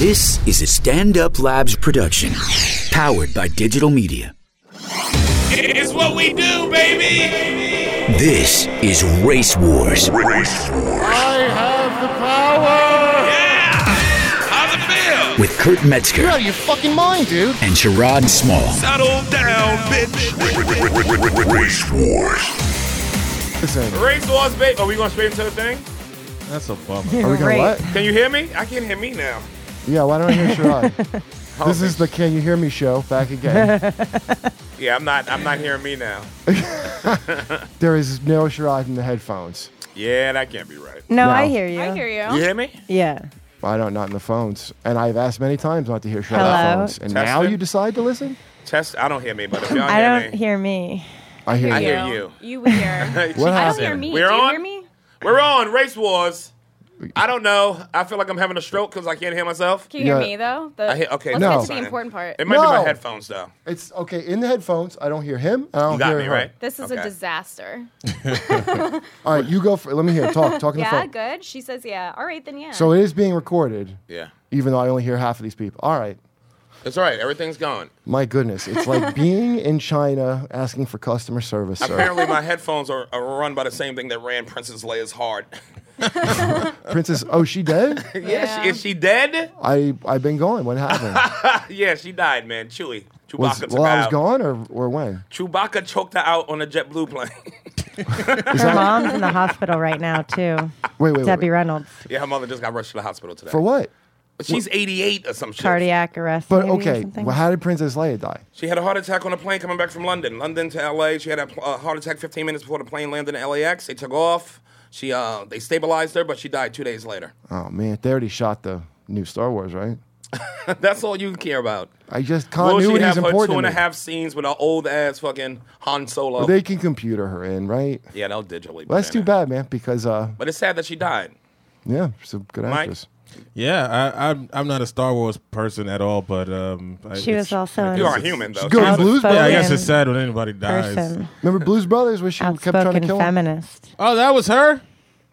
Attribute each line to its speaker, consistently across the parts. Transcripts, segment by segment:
Speaker 1: This is a Stand Up Labs production, powered by digital media.
Speaker 2: It's what we do, baby.
Speaker 1: This is Race Wars
Speaker 2: How's it feel?
Speaker 1: with Kurt Metzger
Speaker 3: You're out of your fucking mind, dude.
Speaker 1: and Sherrod Small.
Speaker 2: Settle down, bitch.
Speaker 4: Race Wars.
Speaker 3: Listen,
Speaker 2: Race wars, baby. Are we going straight into the thing?
Speaker 3: that's a bummer. Are we gonna
Speaker 5: Right.
Speaker 3: what?
Speaker 2: Can you hear me? I can't hear me now.
Speaker 3: Yeah, why don't I hear Sherrod? this is the Can You Hear Me show back again.
Speaker 2: Yeah, I'm not. I'm not hearing me now.
Speaker 3: there is no Sherrod in the headphones.
Speaker 2: Yeah, that can't be right.
Speaker 5: No,
Speaker 3: No.
Speaker 5: I hear you.
Speaker 6: I hear you.
Speaker 2: You hear me?
Speaker 5: Yeah.
Speaker 3: I don't, not in the phones. And I've asked many times not to hear Sherrod
Speaker 5: Hello?
Speaker 3: phones. And
Speaker 2: Test
Speaker 3: now
Speaker 2: it.
Speaker 3: you decide to listen?
Speaker 2: Test. I don't hear me, but if y'all hear
Speaker 5: I don't
Speaker 2: me,
Speaker 5: hear me.
Speaker 3: I hear
Speaker 2: I
Speaker 3: you.
Speaker 2: hear you.
Speaker 6: You weird.
Speaker 3: What
Speaker 6: I don't
Speaker 3: happened?
Speaker 6: hear me.
Speaker 2: We're
Speaker 6: Do you
Speaker 2: on?
Speaker 6: hear me?
Speaker 2: we're on race wars. I don't know. I feel like I'm having a stroke because I can't hear myself.
Speaker 6: Can you hear
Speaker 3: Yeah.
Speaker 6: me though? The,
Speaker 2: I hear. Okay,
Speaker 6: Let's
Speaker 3: no.
Speaker 6: get to the important part.
Speaker 2: It might be my
Speaker 3: No.
Speaker 2: headphones though.
Speaker 3: It's okay. In the headphones, I don't hear him. and I don't
Speaker 2: You got
Speaker 3: hear
Speaker 2: me
Speaker 3: her.
Speaker 2: right.
Speaker 6: This is a
Speaker 2: Okay.
Speaker 6: disaster.
Speaker 3: All right, you go. For, let me hear. Talk. Talk in the
Speaker 6: Yeah,
Speaker 3: phone.
Speaker 6: good. She says yeah. All right then, yeah.
Speaker 3: So it is being recorded,
Speaker 2: Yeah,
Speaker 3: even though I only hear half of these people. All right.
Speaker 2: it's all right. Everything's gone.
Speaker 3: My goodness. It's like being in China asking for customer service, sir.
Speaker 2: Apparently, my headphones are, are run by the same thing that ran Princess Leia's heart.
Speaker 3: Princess, oh, she dead?
Speaker 2: Yes,
Speaker 6: Yeah.
Speaker 2: is she dead?
Speaker 3: I, I've been gone. What happened?
Speaker 2: Yeah, she died, man. Chewy. Chewbacca
Speaker 3: Was,
Speaker 2: took
Speaker 3: while
Speaker 2: her
Speaker 3: I was
Speaker 2: out.
Speaker 3: gone or, or when?
Speaker 2: Chewbacca choked her out on a JetBlue plane.
Speaker 5: Her mom's in the hospital right now too.
Speaker 3: Wait, wait,
Speaker 5: Debbie
Speaker 3: wait.
Speaker 5: Reynolds,
Speaker 2: yeah, her mother just got rushed to the hospital today.
Speaker 3: For what?
Speaker 2: But She's 88 or some shit.
Speaker 5: cardiac arrest.
Speaker 3: But
Speaker 5: maybe, or
Speaker 3: okay,
Speaker 5: something.
Speaker 3: well, how did Princess Leia die?
Speaker 2: She had a heart attack on a plane coming back from London. London to LA. She had a pl- uh, heart attack 15 minutes before the plane landed in LAX. They took off. She uh, they stabilized her, but she died two days later.
Speaker 3: Oh man, they already shot the new Star Wars, right?
Speaker 2: That's all you care about.
Speaker 3: I just
Speaker 2: Will she
Speaker 3: continuity
Speaker 2: have
Speaker 3: is
Speaker 2: her
Speaker 3: Uh, important.
Speaker 2: two and
Speaker 3: to
Speaker 2: a
Speaker 3: me.
Speaker 2: half scenes with an old ass fucking Han Solo?
Speaker 3: They can computer her in, right?
Speaker 2: yeah, they'll digitally.
Speaker 3: Well, that's
Speaker 2: put
Speaker 3: too
Speaker 2: in it.
Speaker 3: bad, man. Because uh,
Speaker 2: But it's sad that she died.
Speaker 3: yeah, she's a good
Speaker 2: Mike?
Speaker 3: actress.
Speaker 7: Yeah, I, I'm I'm not a Star Wars person at all, but um, I-
Speaker 5: She was
Speaker 7: it's-
Speaker 5: also
Speaker 7: I
Speaker 5: in-
Speaker 2: You
Speaker 7: guess
Speaker 2: are
Speaker 7: it's-
Speaker 2: human though.
Speaker 3: She's good.
Speaker 2: She's a-
Speaker 3: Blues
Speaker 7: Yeah, I
Speaker 5: Spoken
Speaker 7: guess it's sad when anybody dies.
Speaker 5: person,
Speaker 3: Remember Blues Brothers, where she kept trying to
Speaker 5: outspoken
Speaker 3: kill him?
Speaker 5: feminist.
Speaker 7: Oh, that was her.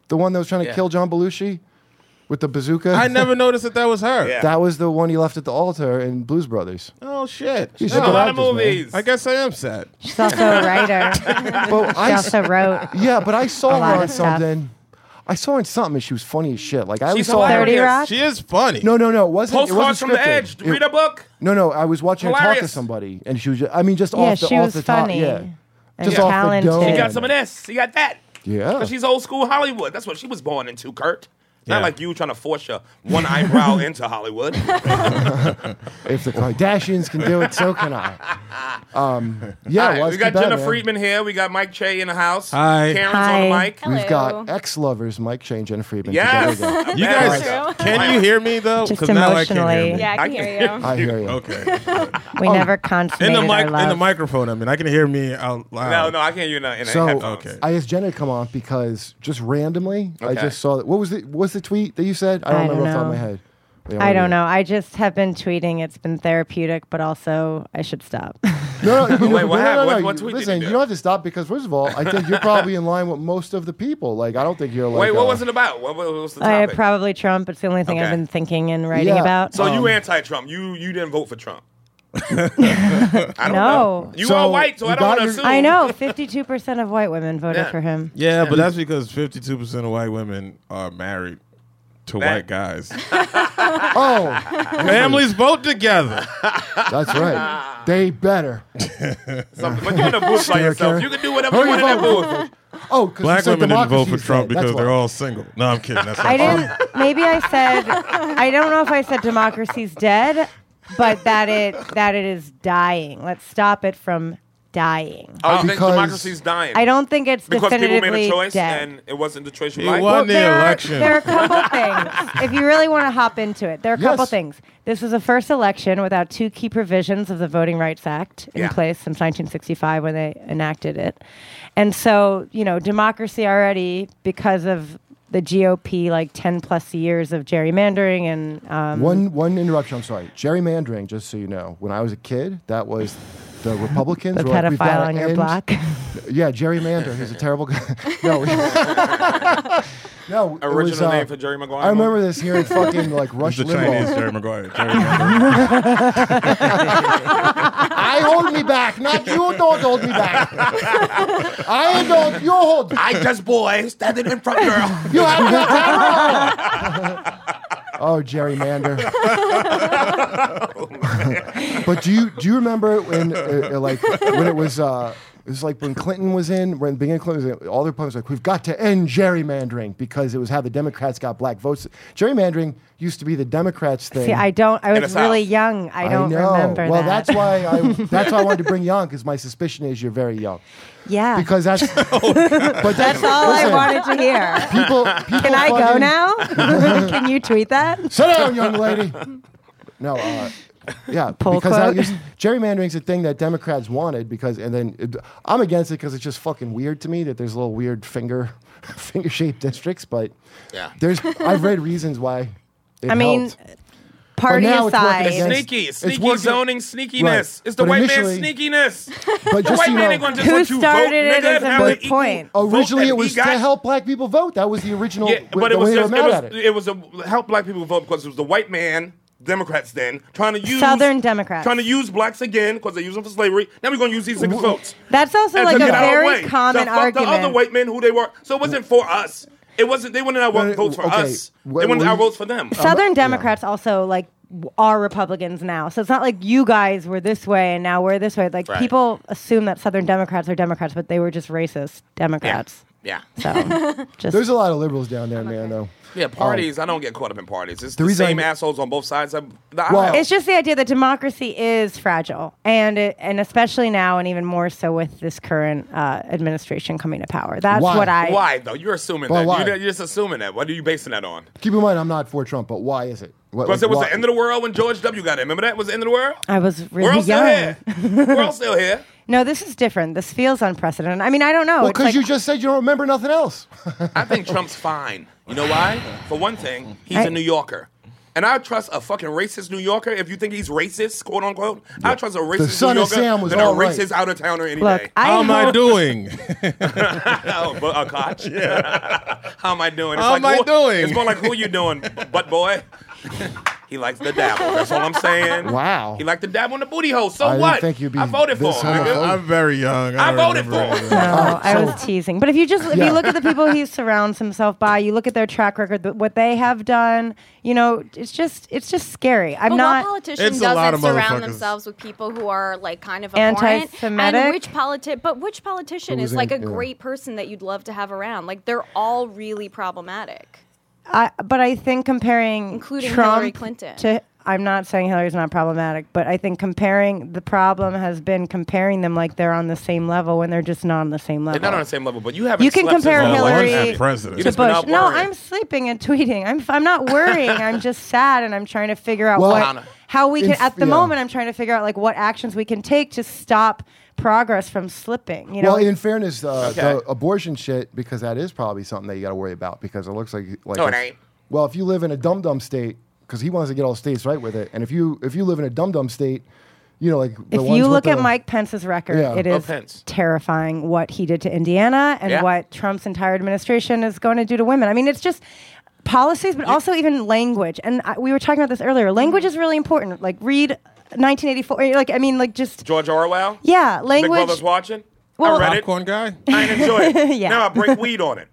Speaker 3: the one that was trying to
Speaker 2: Yeah.
Speaker 3: kill John Belushi with the bazooka.
Speaker 7: I never noticed that that was her.
Speaker 2: Yeah.
Speaker 3: That was the one he left at the altar in Blues Brothers.
Speaker 7: Oh shit.
Speaker 3: She's
Speaker 2: a
Speaker 7: No,
Speaker 3: good
Speaker 2: lot of
Speaker 3: actress, man.
Speaker 2: movies.
Speaker 7: I guess I am sad.
Speaker 5: She's also a writer.
Speaker 3: But
Speaker 5: She
Speaker 3: I, s-
Speaker 5: also wrote
Speaker 3: yeah, but I saw
Speaker 5: A lot
Speaker 3: her on
Speaker 5: of stuff.
Speaker 3: something. I saw her in something. and She was funny as shit. Like I
Speaker 2: She's
Speaker 3: saw her.
Speaker 5: Thirty
Speaker 2: Hilarious.
Speaker 5: Rock.
Speaker 7: She is funny.
Speaker 3: No, no, no. It wasn't. It
Speaker 2: Postcards
Speaker 3: wasn't
Speaker 2: from the
Speaker 3: scripted.
Speaker 2: Edge.
Speaker 3: It-
Speaker 2: Read a book.
Speaker 3: No, no, I was watching her talk to
Speaker 2: Hilarious.
Speaker 3: somebody, and she was. Just, I mean, just
Speaker 5: Yeah,
Speaker 3: off the
Speaker 5: she
Speaker 3: off
Speaker 5: was
Speaker 3: the
Speaker 5: funny.
Speaker 3: top. Yeah,
Speaker 5: and
Speaker 3: Just off the
Speaker 5: talented.
Speaker 3: dome.
Speaker 2: She
Speaker 3: Yeah.
Speaker 2: got some of this. She got that.
Speaker 3: yeah.
Speaker 2: But she's old school Hollywood. That's what she was born into, Kurt. Not
Speaker 7: Yeah.
Speaker 2: like you trying to force your one eyebrow into Hollywood.
Speaker 3: if the Kardashians can do it, so can I. Um, yeah,
Speaker 2: All right,
Speaker 3: well, it's
Speaker 2: we
Speaker 3: too
Speaker 2: got
Speaker 3: bad,
Speaker 2: Jenna
Speaker 3: man.
Speaker 2: Friedman here. We got Mike Che in the house.
Speaker 7: Hi.
Speaker 2: Karen's on the
Speaker 5: Hi.
Speaker 2: mic.
Speaker 6: Hello.
Speaker 3: We've got ex-lovers Mike Che and Jenna Friedman.
Speaker 2: Yes.
Speaker 3: together again.
Speaker 7: You
Speaker 2: That's
Speaker 7: guys,
Speaker 6: true.
Speaker 7: can you hear me though?
Speaker 5: Just
Speaker 7: 'Cause now I can't hear
Speaker 5: emotionally.
Speaker 7: you.
Speaker 6: yeah, I
Speaker 2: I
Speaker 6: can
Speaker 2: can
Speaker 6: hear you.
Speaker 3: I hear you.
Speaker 7: Okay.
Speaker 3: Oh.
Speaker 5: We never
Speaker 7: In
Speaker 5: consummated
Speaker 7: the mic,
Speaker 5: our love.
Speaker 7: in the microphone. I mean, I can hear me out loud.
Speaker 2: No, no, I can't hear nothing in
Speaker 3: So
Speaker 2: the headphones.
Speaker 7: Okay.
Speaker 3: I asked Jenna to come on because just randomly, I
Speaker 2: Okay.
Speaker 3: just saw that. What was it? What's the tweet that you said? I don't
Speaker 5: I
Speaker 3: remember
Speaker 5: don't
Speaker 3: off the top of
Speaker 5: know.
Speaker 3: my head. Yeah,
Speaker 5: I don't
Speaker 3: whatever.
Speaker 5: know. I just have been tweeting. It's been therapeutic, but also I should stop.
Speaker 3: No, no, you-
Speaker 2: Oh, Wait, what
Speaker 3: no, no,
Speaker 2: happened?
Speaker 3: no,
Speaker 2: What-
Speaker 3: you-
Speaker 2: what tweet did you
Speaker 3: Listen,
Speaker 2: do?
Speaker 3: you don't have to stop because first of all, I think you're probably in line with most of the people. Like, I don't think you're like.
Speaker 2: Wait,
Speaker 3: uh,
Speaker 2: what was it about? What, what was the
Speaker 5: I
Speaker 2: topic?
Speaker 5: probably Trump. It's the only thing
Speaker 2: Okay.
Speaker 5: I've been thinking and writing
Speaker 3: Yeah.
Speaker 5: about.
Speaker 2: so
Speaker 3: Um,
Speaker 2: you anti-Trump. You you didn't vote for Trump. I don't
Speaker 5: No.
Speaker 2: know. You
Speaker 3: So,
Speaker 2: are white, so
Speaker 3: you
Speaker 2: I don't
Speaker 3: got
Speaker 2: want to
Speaker 3: your-
Speaker 2: assume.
Speaker 5: I know. Fifty-two percent of white women voted
Speaker 2: Yeah.
Speaker 5: for him.
Speaker 7: Yeah, but that's because 52 percent of white women are married to
Speaker 2: That-
Speaker 7: white guys.
Speaker 3: Oh,
Speaker 7: Families vote together.
Speaker 3: that's right. They better.
Speaker 2: Something, but you're in a booth by
Speaker 3: Sure,
Speaker 2: yourself.
Speaker 3: sure.
Speaker 2: You can do whatever
Speaker 3: Oh,
Speaker 2: you want
Speaker 3: you
Speaker 2: in that
Speaker 3: vote.
Speaker 2: booth.
Speaker 3: Oh, because
Speaker 7: Black women didn't vote for Trump
Speaker 3: dead.
Speaker 7: because
Speaker 3: That's
Speaker 7: they're
Speaker 3: why.
Speaker 7: all single. No, I'm kidding. That's not
Speaker 5: I
Speaker 7: true.
Speaker 5: didn't. Maybe I said. I don't know if I said democracy's dead, but that it that it is dying. Let's stop it from dying.
Speaker 2: I don't think
Speaker 3: Because-
Speaker 2: democracy's dying.
Speaker 5: I don't think it's
Speaker 2: because people
Speaker 5: definitively
Speaker 2: made a choice
Speaker 5: dead.
Speaker 2: and it wasn't the choice you
Speaker 7: It
Speaker 2: liked.
Speaker 7: was- On the
Speaker 5: there
Speaker 7: election.
Speaker 5: Are, there are a couple things. If you really want to hop into it, there are a couple
Speaker 3: Yes.
Speaker 5: things. This was the first election without two key provisions of the Voting Rights Act in
Speaker 2: Yeah.
Speaker 5: place since 1965 when they enacted it. And so, you know, democracy already, because of the GOP, like 10 plus years of gerrymandering and. Um,
Speaker 3: One one interruption. I'm sorry. Gerrymandering. Just so you know, when I was a kid, that was the Republicans.
Speaker 5: the
Speaker 3: were like, "We've gotta
Speaker 5: pedophile on your
Speaker 3: end-"
Speaker 5: block.
Speaker 3: Yeah, gerrymander. He's a terrible guy. no. No, it
Speaker 2: Original
Speaker 3: was, uh,
Speaker 2: name for Jerry Maguire?
Speaker 3: I remember this here in fucking like Rush
Speaker 7: the Chinese
Speaker 3: Limbaugh.
Speaker 7: Jerry Maguire. Jerry Maguire.
Speaker 3: I hold me back, not you. Don't hold me back. I don't. You hold.
Speaker 2: I just boy standing in front girl.
Speaker 3: You have no power. oh, gerrymander. but do you do you remember when uh, uh, like when it was uh it was like when Clinton was in when beginning Clinton was in, all their opponents were like we've got to end gerrymandering because it was how the Democrats got black votes. Gerrymandering used to be the Democrats thing.
Speaker 5: See, I don't. I
Speaker 2: In
Speaker 5: was
Speaker 2: the
Speaker 5: really
Speaker 2: South.
Speaker 5: young. I don't
Speaker 3: know.
Speaker 5: remember
Speaker 3: Well,
Speaker 5: that.
Speaker 3: that's why I that's why I wanted to bring you on because my suspicion is you're very young.
Speaker 5: yeah.
Speaker 3: Because that's but that's,
Speaker 5: Oh, that's all I
Speaker 3: listen,
Speaker 5: wanted to hear.
Speaker 3: People, people
Speaker 5: Can I go
Speaker 3: fucking-
Speaker 5: now? Can you tweet that?
Speaker 3: Sit down, young lady. No, uh, yeah,
Speaker 5: Pull
Speaker 3: because I
Speaker 5: quote.
Speaker 3: used, gerrymandering's a thing that Democrats wanted because, and then it, I'm against it because it's just fucking weird to me that there's little weird finger, finger shaped districts. But
Speaker 2: Yeah.
Speaker 3: there's I've read reasons why. It
Speaker 5: I mean,
Speaker 3: helped.
Speaker 5: party
Speaker 3: now it's working
Speaker 5: aside,
Speaker 3: against-
Speaker 2: Sneaky,
Speaker 3: It's
Speaker 2: sneaky
Speaker 3: working-
Speaker 2: zoning sneakiness.
Speaker 3: Right.
Speaker 2: It's the
Speaker 3: But
Speaker 2: white man's
Speaker 3: initially-
Speaker 2: sneakiness.
Speaker 3: but
Speaker 2: The
Speaker 3: just
Speaker 2: white
Speaker 3: you
Speaker 2: man
Speaker 3: know,
Speaker 2: ain't gonna just
Speaker 5: Who
Speaker 2: let you
Speaker 5: started
Speaker 2: vote,
Speaker 5: it
Speaker 2: nigga,
Speaker 5: is a
Speaker 2: have
Speaker 5: good
Speaker 2: an equal
Speaker 5: point.
Speaker 2: vote
Speaker 3: originally
Speaker 2: that
Speaker 3: it
Speaker 2: he
Speaker 3: was to
Speaker 2: got.
Speaker 3: help black people vote. That was the original.
Speaker 2: Yeah,
Speaker 3: w-
Speaker 2: but
Speaker 3: the
Speaker 2: it was
Speaker 3: way they
Speaker 2: just
Speaker 3: were
Speaker 2: it
Speaker 3: mad
Speaker 2: was,
Speaker 3: at it.
Speaker 2: it was a help black people vote because it was the white man Democrats then trying to use
Speaker 5: Southern Democrats.
Speaker 2: trying to use blacks again because they use them for slavery. Now we're gonna use these niggas' votes.
Speaker 5: that's also
Speaker 2: And
Speaker 5: like a
Speaker 2: to get out of the way,
Speaker 5: very
Speaker 2: to
Speaker 5: common
Speaker 2: fuck The other
Speaker 5: argument.
Speaker 2: white men who they were. So it wasn't for us. It wasn't. They wanted our
Speaker 3: But it-
Speaker 2: votes for
Speaker 3: okay,
Speaker 2: us.
Speaker 3: what
Speaker 2: they wanted
Speaker 3: we-
Speaker 2: our votes for them.
Speaker 5: Southern Democrats also like w- are Republicans now. So it's not like you guys were this way and now we're this way. Like
Speaker 2: Right.
Speaker 5: people assume that Southern Democrats are Democrats, but they were just racist Democrats.
Speaker 2: yeah.
Speaker 5: So just
Speaker 3: There's a lot of liberals down there, man. Though.
Speaker 2: Yeah, parties. I don't get caught up in parties. It's the,
Speaker 3: reason I-
Speaker 2: same assholes on both sides of the
Speaker 3: Well-
Speaker 2: aisle.
Speaker 5: it's just the idea that democracy is fragile, and it, and especially now, and even more so with this current uh, administration coming to power. That's
Speaker 3: Why?
Speaker 5: what I.
Speaker 2: why though? You're assuming
Speaker 3: Well,
Speaker 2: that.
Speaker 3: why?
Speaker 2: You're, you're just assuming that. What are you basing that on?
Speaker 3: Keep in mind, I'm not for Trump, but why is it? What,
Speaker 2: Because
Speaker 3: like,
Speaker 2: it was
Speaker 3: why-
Speaker 2: the end of the world when George W. got in. Remember that was the end of the world.
Speaker 5: I was
Speaker 2: We're
Speaker 5: really
Speaker 2: all still
Speaker 5: young.
Speaker 2: here. We're all still here.
Speaker 5: No, this is different. This feels unprecedented. I mean, I don't know.
Speaker 3: Well,
Speaker 5: It's
Speaker 3: because
Speaker 5: like-
Speaker 3: you just said you don't remember nothing else.
Speaker 2: I think Trump's fine. You know why? For one thing, he's
Speaker 5: I-
Speaker 2: a New Yorker. And I trust a fucking racist New Yorker. If you think he's racist, quote unquote, I trust a racist
Speaker 3: son
Speaker 2: New
Speaker 3: of
Speaker 2: Yorker
Speaker 3: Sam was
Speaker 2: than a
Speaker 3: all right.
Speaker 2: racist out of towner any
Speaker 5: look.
Speaker 2: day.
Speaker 5: I
Speaker 7: How am I
Speaker 5: hope-
Speaker 7: doing?
Speaker 2: oh, but, uh, Koch. How am I doing? It's
Speaker 7: How am I
Speaker 2: who-
Speaker 7: doing?
Speaker 2: It's more like who you doing, butt boy. he likes the dabble. That's all I'm saying.
Speaker 3: Wow.
Speaker 2: He liked the dab on the booty hole. So
Speaker 3: I didn't
Speaker 2: what?
Speaker 3: think you'd be
Speaker 2: I voted for
Speaker 3: this
Speaker 2: him.
Speaker 3: homophobic.
Speaker 2: nigga.
Speaker 7: I'm very young.
Speaker 2: I
Speaker 7: don't
Speaker 2: voted
Speaker 7: remember
Speaker 2: for him.
Speaker 7: anything.
Speaker 5: No, I was teasing. But if you just if
Speaker 3: Yeah.
Speaker 5: you look at the people he surrounds himself by, you look at their track record, th- what they have done, you know, it's just it's just scary. I'm
Speaker 6: But
Speaker 5: not
Speaker 6: what politician
Speaker 7: It's a lot
Speaker 6: doesn't
Speaker 7: of
Speaker 6: surround
Speaker 7: motherfuckers.
Speaker 6: themselves with people who are like kind of abhorrent?
Speaker 5: Anti-Semitic?
Speaker 6: And which politi- but which politician
Speaker 3: Who was
Speaker 6: is like
Speaker 3: in-
Speaker 6: a
Speaker 3: yeah.
Speaker 6: great person that you'd love to have around? Like they're all really problematic.
Speaker 5: I, but I think comparing
Speaker 6: Including
Speaker 5: Trump
Speaker 6: Hillary Clinton.
Speaker 5: to I'm not saying Hillary's not problematic, but I think comparing the problem has been comparing them like they're on the same level when they're just not on the same level.
Speaker 2: They're not on the same level, but you haven't
Speaker 5: You can
Speaker 2: slept since
Speaker 5: compare
Speaker 2: the election.
Speaker 5: Hillary
Speaker 7: Well, president.
Speaker 2: You
Speaker 5: to
Speaker 2: just been
Speaker 5: Bush.
Speaker 2: out
Speaker 5: No,
Speaker 2: worrying.
Speaker 5: I'm sleeping and tweeting. I'm I'm not worrying. I'm just sad and I'm trying to figure out
Speaker 3: Well,
Speaker 5: what how we can
Speaker 3: It's-
Speaker 5: at the
Speaker 3: yeah.
Speaker 5: moment I'm trying to figure out like what actions we can take to stop progress from slipping, you know.
Speaker 3: Well, in fairness, uh,
Speaker 2: Okay.
Speaker 3: the abortion shit, because that is probably something that you got to worry about because it looks like like.
Speaker 2: No, it
Speaker 3: if-
Speaker 2: ain't.
Speaker 3: Well, if you live in a dum dum state, because he wants to get all states right with it, and if you if you live in a dum dum state, you know like the
Speaker 5: if
Speaker 3: ones
Speaker 5: you
Speaker 3: with
Speaker 5: look at
Speaker 3: the-
Speaker 5: Mike Pence's record,
Speaker 3: Yeah.
Speaker 5: it
Speaker 2: Oh,
Speaker 5: is
Speaker 2: Pence.
Speaker 5: terrifying what he did to Indiana and
Speaker 2: Yeah.
Speaker 5: what Trump's entire administration is going to do to women. I mean, it's just policies, but also even language. And I, we were talking about this earlier. Language is really important. Like read 1984. Like I mean, like just
Speaker 2: George Orwell.
Speaker 5: yeah,
Speaker 2: Big
Speaker 5: language.
Speaker 2: Brother's watching.
Speaker 5: Well-
Speaker 2: I read it.
Speaker 7: Popcorn guy.
Speaker 2: I ain't enjoy it.
Speaker 5: Yeah.
Speaker 2: Now I break weed on it.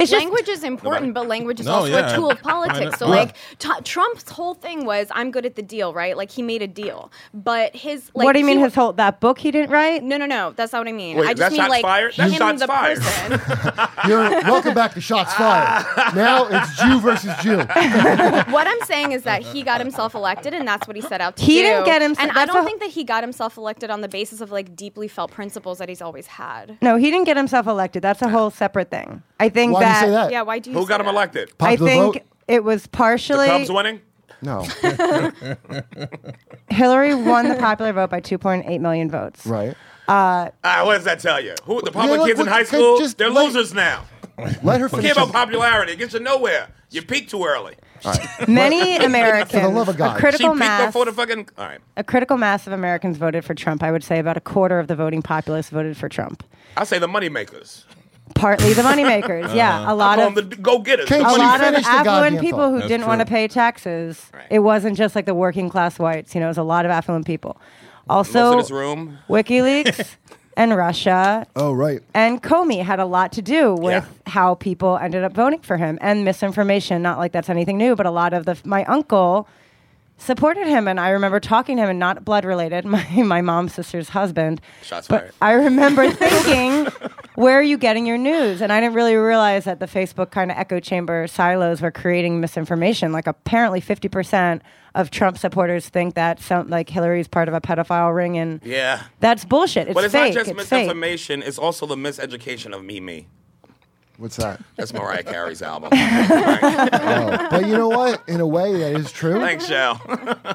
Speaker 5: It's just
Speaker 6: language is important, but language is
Speaker 7: No,
Speaker 6: also
Speaker 7: yeah.
Speaker 6: a tool of
Speaker 7: I know.
Speaker 6: politics. So,
Speaker 7: Yeah.
Speaker 6: like, t- Trump's whole thing was, "I'm good at the deal," right? Like, he made a deal, but his like,
Speaker 5: what do you
Speaker 6: he
Speaker 5: mean
Speaker 6: wa-
Speaker 5: his whole that book he didn't write?
Speaker 6: No, no, no. That's not what I mean.
Speaker 2: Wait,
Speaker 6: I just
Speaker 2: that
Speaker 6: mean
Speaker 2: shot's
Speaker 6: like
Speaker 2: fired? That
Speaker 6: him,
Speaker 2: shot's
Speaker 6: the
Speaker 2: fired.
Speaker 6: person.
Speaker 3: You're, welcome back to shots fired. Now it's Jew versus Jew.
Speaker 6: what I'm saying is that he got himself elected, and that's what he set out to
Speaker 5: He
Speaker 6: do.
Speaker 5: didn't get himself-
Speaker 6: And I
Speaker 5: that's
Speaker 6: don't
Speaker 5: a-
Speaker 6: think that he got himself elected on the basis of like deeply felt principles that he's always had.
Speaker 5: No, he didn't get himself elected. That's a whole separate thing. I think
Speaker 3: Why do you
Speaker 5: that,
Speaker 3: say that?
Speaker 6: Yeah, why do you?
Speaker 2: Who
Speaker 6: say
Speaker 2: got him
Speaker 6: that?
Speaker 2: elected?
Speaker 5: I
Speaker 3: Popular
Speaker 5: think
Speaker 3: vote?
Speaker 5: it was partially
Speaker 2: Cubs winning.
Speaker 3: No,
Speaker 5: Hillary won the popular vote by 2.8 million votes.
Speaker 3: right?
Speaker 2: Ah, what does that tell you? Who the popular
Speaker 3: look,
Speaker 2: kids in
Speaker 3: look,
Speaker 2: high
Speaker 3: okay,
Speaker 2: school?
Speaker 3: just
Speaker 2: they're
Speaker 3: like-
Speaker 2: losers now.
Speaker 3: Let her finish.
Speaker 2: Care about
Speaker 3: this-
Speaker 2: popularity? It gets you nowhere. You peak too early.
Speaker 5: Many Americans,
Speaker 3: For the love of
Speaker 5: a
Speaker 3: God.
Speaker 2: She
Speaker 5: critical
Speaker 2: peaked
Speaker 5: mass,
Speaker 2: before the fucking. All right,
Speaker 5: a critical mass of Americans voted for Trump. I would say about a quarter of the voting populace voted for Trump.
Speaker 2: I say the moneymakers.
Speaker 5: Partly the moneymakers. yeah, a lot
Speaker 2: Call
Speaker 5: of
Speaker 2: them the go getters.
Speaker 3: Can't
Speaker 5: a
Speaker 3: When you
Speaker 5: lot of
Speaker 3: finish the
Speaker 5: affluent
Speaker 3: goddamn
Speaker 5: people
Speaker 3: thought.
Speaker 5: who
Speaker 7: That's
Speaker 5: didn't want to
Speaker 7: true.
Speaker 5: pay taxes.
Speaker 2: Right.
Speaker 5: It wasn't just like the working class whites. You know, it was a lot of affluent people.
Speaker 2: Most of
Speaker 5: Also,
Speaker 2: this room.
Speaker 5: WikiLeaks and Russia
Speaker 3: Oh, right.
Speaker 5: and Comey had a lot to do with
Speaker 2: Yeah.
Speaker 5: how people ended up voting for him and misinformation. Not like that's anything new, but a lot of the my uncle supported him, and I remember talking to him, and not blood related. My my mom's sister's husband.
Speaker 2: Shots
Speaker 5: but
Speaker 2: fired.
Speaker 5: I remember thinking, where are you getting your news? And I didn't really realize that the Facebook kind of echo chamber silos were creating misinformation. Like apparently, fifty percent of Trump supporters think that some like Hillary's part of a pedophile ring, and
Speaker 2: Yeah.
Speaker 5: that's bullshit. It's
Speaker 2: But it's
Speaker 5: fake.
Speaker 2: not just
Speaker 5: it's fake.
Speaker 2: misinformation, it's also the miseducation of me, me.
Speaker 3: What's that?
Speaker 2: That's Mariah Carey's album.
Speaker 3: Oh. But you know what? In a way, that is true.
Speaker 2: Thanks, Shell.
Speaker 5: Uh,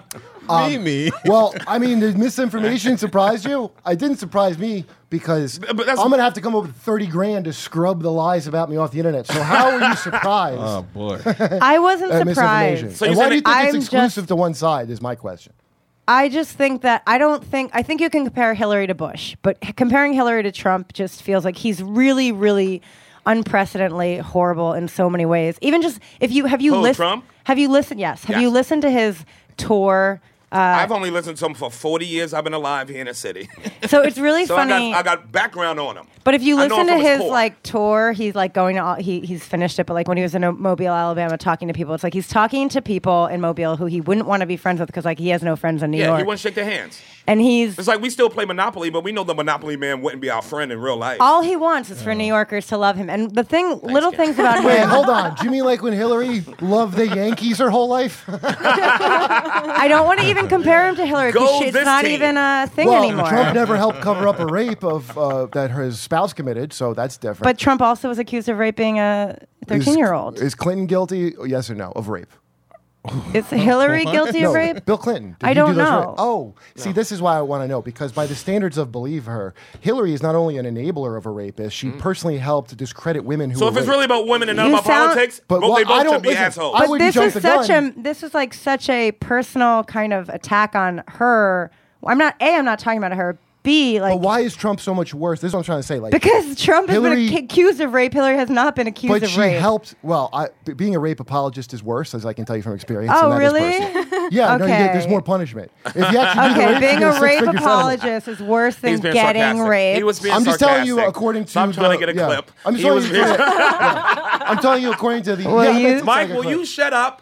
Speaker 3: Um,
Speaker 7: Mimi.
Speaker 3: Well, I mean, the misinformation surprised you. It didn't surprise me because
Speaker 2: but that's-
Speaker 3: I'm gonna have to come up with thirty grand to scrub the lies about me off the internet. So how were you surprised
Speaker 7: Oh boy.
Speaker 5: I wasn't
Speaker 3: at
Speaker 5: surprised.
Speaker 3: misinformation?
Speaker 2: Uh, So
Speaker 3: and
Speaker 2: you
Speaker 3: why
Speaker 2: said
Speaker 3: do you
Speaker 2: it-
Speaker 3: think it's
Speaker 5: I'm
Speaker 3: exclusive
Speaker 5: just-
Speaker 3: to one side? Is my question.
Speaker 5: I just think that I don't think I think you can compare Hillary to Bush, but h- comparing Hillary to Trump just feels like he's really, really unprecedentedly horrible in so many ways. Even just if you have you
Speaker 2: Who,
Speaker 5: listened,
Speaker 2: Trump?
Speaker 5: have you listened? Yes, have you
Speaker 2: Yes.
Speaker 5: listened to his tour?
Speaker 2: I've only listened to him for 40 years. I've been alive here in the city.
Speaker 5: So it's really
Speaker 2: so I
Speaker 5: funny.
Speaker 2: got, I got background on him.
Speaker 5: But if you
Speaker 2: I know
Speaker 5: listen
Speaker 2: him
Speaker 5: to
Speaker 2: from
Speaker 5: his
Speaker 2: core.
Speaker 5: like tour, he's like going to all, he he's finished it. But like when he was in O- Mobile, Alabama, talking to people, it's like he's talking to people in Mobile who he wouldn't want to be friends with because like he has no friends in New
Speaker 2: Yeah,
Speaker 5: York,
Speaker 2: he wouldn't shake their hands.
Speaker 5: and he's
Speaker 2: It's like we still play Monopoly, but we know the Monopoly man wouldn't be our friend in real life.
Speaker 5: all he wants is
Speaker 2: Oh.
Speaker 5: for New Yorkers to love him. And the thing, little
Speaker 2: Ken.
Speaker 5: things about
Speaker 3: Wait,
Speaker 5: him,
Speaker 3: hold on. Do you mean like when Hillary loved the Yankees her whole life?
Speaker 5: I don't want to even compare him to Hillary
Speaker 2: Go
Speaker 5: because it's
Speaker 2: this
Speaker 5: not
Speaker 2: team.
Speaker 5: even a thing
Speaker 3: well,
Speaker 5: anymore.
Speaker 3: Trump never helped cover up a rape of uh, that his spouse committed, so that's different.
Speaker 5: but Trump also was accused of raping a
Speaker 3: Is-
Speaker 5: 13 year old.
Speaker 3: Is Clinton guilty? Yes or no of rape?
Speaker 5: Is Hillary guilty
Speaker 3: No,
Speaker 5: of rape?
Speaker 3: Bill Clinton. Did
Speaker 5: I
Speaker 3: he
Speaker 5: don't
Speaker 3: do those
Speaker 5: know.
Speaker 3: right- Oh, see, this is why I want to know because by the standards of believe her, Hillary is not only an enabler of a rapist, she personally helped discredit women who.
Speaker 2: Mm. so
Speaker 3: were
Speaker 2: if it's
Speaker 3: raped.
Speaker 2: really about women and not
Speaker 5: You
Speaker 2: about
Speaker 5: sound-
Speaker 2: politics,
Speaker 3: But
Speaker 2: both, they
Speaker 3: why- I
Speaker 2: both
Speaker 3: don't-
Speaker 2: should be
Speaker 3: listen,
Speaker 2: assholes.
Speaker 3: I
Speaker 5: But
Speaker 3: would- wouldn't
Speaker 5: this
Speaker 3: jump
Speaker 5: is
Speaker 3: the
Speaker 5: such
Speaker 3: gun.
Speaker 5: a this is like such a personal kind of attack on her. I'm not a. I'm not talking about her. B like
Speaker 3: But why is Trump so much worse? This is what I'm trying to say. Like
Speaker 5: because Trump has
Speaker 3: Hillary-
Speaker 5: been ac- accused of rape. Hillary has not been accused
Speaker 3: But
Speaker 5: of
Speaker 3: she
Speaker 5: rape.
Speaker 3: helped. Well, I, b- being a rape apologist is worse, as I can tell you from experience. and
Speaker 5: Oh,
Speaker 3: that is
Speaker 5: really?
Speaker 3: personal. yeah, no, you get, there's
Speaker 5: Okay.
Speaker 3: more punishment. If you actually do the
Speaker 5: Okay,
Speaker 3: rape, you
Speaker 5: being
Speaker 3: get
Speaker 5: a rape
Speaker 3: six-figure settlement.
Speaker 5: apologist is worse than
Speaker 2: He's being
Speaker 5: getting
Speaker 2: sarcastic.
Speaker 5: raped.
Speaker 2: He was being
Speaker 3: I'm just telling you,
Speaker 2: sarcastic.
Speaker 3: according to.
Speaker 2: Stop trying
Speaker 3: the-
Speaker 2: to get a
Speaker 3: yeah.
Speaker 2: clip.
Speaker 3: I'm
Speaker 2: He
Speaker 3: just telling
Speaker 2: was
Speaker 3: you.
Speaker 2: being-
Speaker 3: yeah. I'm telling you, according to the.
Speaker 5: Well,
Speaker 3: yeah,
Speaker 5: you-
Speaker 3: that's-
Speaker 2: Mike, will
Speaker 3: that's-
Speaker 2: you shut up?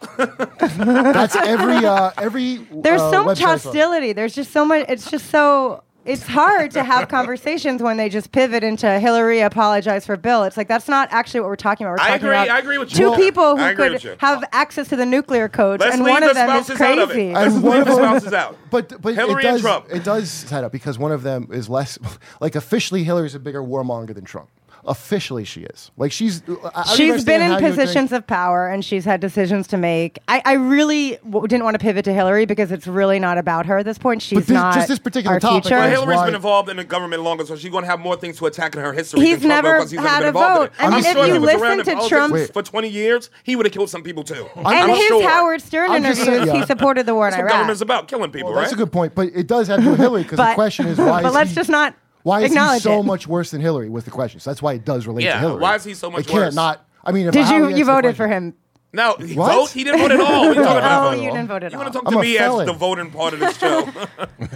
Speaker 3: That's every uh, every.
Speaker 5: There's
Speaker 3: uh,
Speaker 5: so much
Speaker 3: website I saw.
Speaker 5: hostility. There's just so much. It's just so. It's hard to have conversations when they just pivot into Hillary apologize for Bill. It's like that's not actually what we're talking about. We're
Speaker 2: I
Speaker 5: talking
Speaker 2: agree-
Speaker 5: about
Speaker 2: I agree with you.
Speaker 5: two
Speaker 2: Well,
Speaker 5: people
Speaker 2: I
Speaker 5: who
Speaker 2: agree with
Speaker 5: could
Speaker 2: you.
Speaker 5: have access to the nuclear codes,
Speaker 2: Let's
Speaker 5: and
Speaker 2: leave
Speaker 5: one
Speaker 2: the
Speaker 5: of them is
Speaker 2: spouses out of it.
Speaker 5: crazy.
Speaker 2: Let's
Speaker 3: And
Speaker 2: leave
Speaker 3: one of
Speaker 2: the
Speaker 3: them-
Speaker 2: spouses out.
Speaker 3: But but
Speaker 2: Hillary
Speaker 3: it does
Speaker 2: and Trump.
Speaker 3: it does set up because one of them is less like officially Hillary's a bigger warmonger than Trump. Officially, she is like she's. I- I don't
Speaker 5: She's
Speaker 3: understand
Speaker 5: been in
Speaker 3: how you would think-
Speaker 5: positions of power and she's had decisions to make. I, I really w- didn't want to pivot to Hillary because it's really not about her at this point. She's
Speaker 3: this-
Speaker 5: not
Speaker 3: just this particular
Speaker 5: our
Speaker 3: topic,
Speaker 5: teacher.
Speaker 2: But
Speaker 3: That's
Speaker 2: Hillary's
Speaker 3: why-
Speaker 2: been involved in the government longer, so she's going to have more things to attack in her history.
Speaker 5: He's
Speaker 2: than Trump
Speaker 5: never
Speaker 2: because he's never
Speaker 5: had
Speaker 2: been
Speaker 5: a
Speaker 2: involved in
Speaker 5: vote.
Speaker 2: it.
Speaker 5: I
Speaker 2: I'm
Speaker 3: mean, if
Speaker 2: sure
Speaker 3: you
Speaker 2: he was around
Speaker 5: listen
Speaker 2: in
Speaker 5: to
Speaker 2: politics
Speaker 5: Trump's-
Speaker 2: for 20 years, he would have killed some people too. And
Speaker 5: and
Speaker 2: I'm
Speaker 5: his
Speaker 2: sure.
Speaker 5: Howard Stern
Speaker 3: I'm just
Speaker 5: interviews,
Speaker 3: saying-
Speaker 5: he
Speaker 3: yeah.
Speaker 5: supported the war in
Speaker 2: That's what
Speaker 5: Iraq.
Speaker 2: government's about, killing people,
Speaker 3: Well,
Speaker 2: right?
Speaker 3: that's a good point, but it does have to do with Hillary because the
Speaker 5: But-
Speaker 3: question is why.
Speaker 5: but
Speaker 3: is
Speaker 5: let's
Speaker 3: he-
Speaker 5: just not
Speaker 3: Why is he
Speaker 5: acknowledge
Speaker 3: so
Speaker 5: it.
Speaker 3: much worse than Hillary? Was the question. So that's why it does relate
Speaker 2: Yeah,
Speaker 3: to Hillary.
Speaker 2: why is he so much
Speaker 3: it can't
Speaker 2: worse?
Speaker 3: Not. I mean, if
Speaker 5: Did
Speaker 3: how
Speaker 5: you
Speaker 3: he
Speaker 5: you
Speaker 3: asked the
Speaker 5: voted for
Speaker 3: question-
Speaker 5: him?
Speaker 2: No, he
Speaker 3: What?
Speaker 2: vote? He didn't vote at all. What are you talking about?
Speaker 5: Oh,
Speaker 3: at
Speaker 5: you
Speaker 3: all.
Speaker 5: didn't vote at
Speaker 2: You want
Speaker 5: all.
Speaker 2: to talk
Speaker 3: I'm
Speaker 2: to
Speaker 3: a
Speaker 2: me as
Speaker 3: felon.
Speaker 2: the voting part of this show?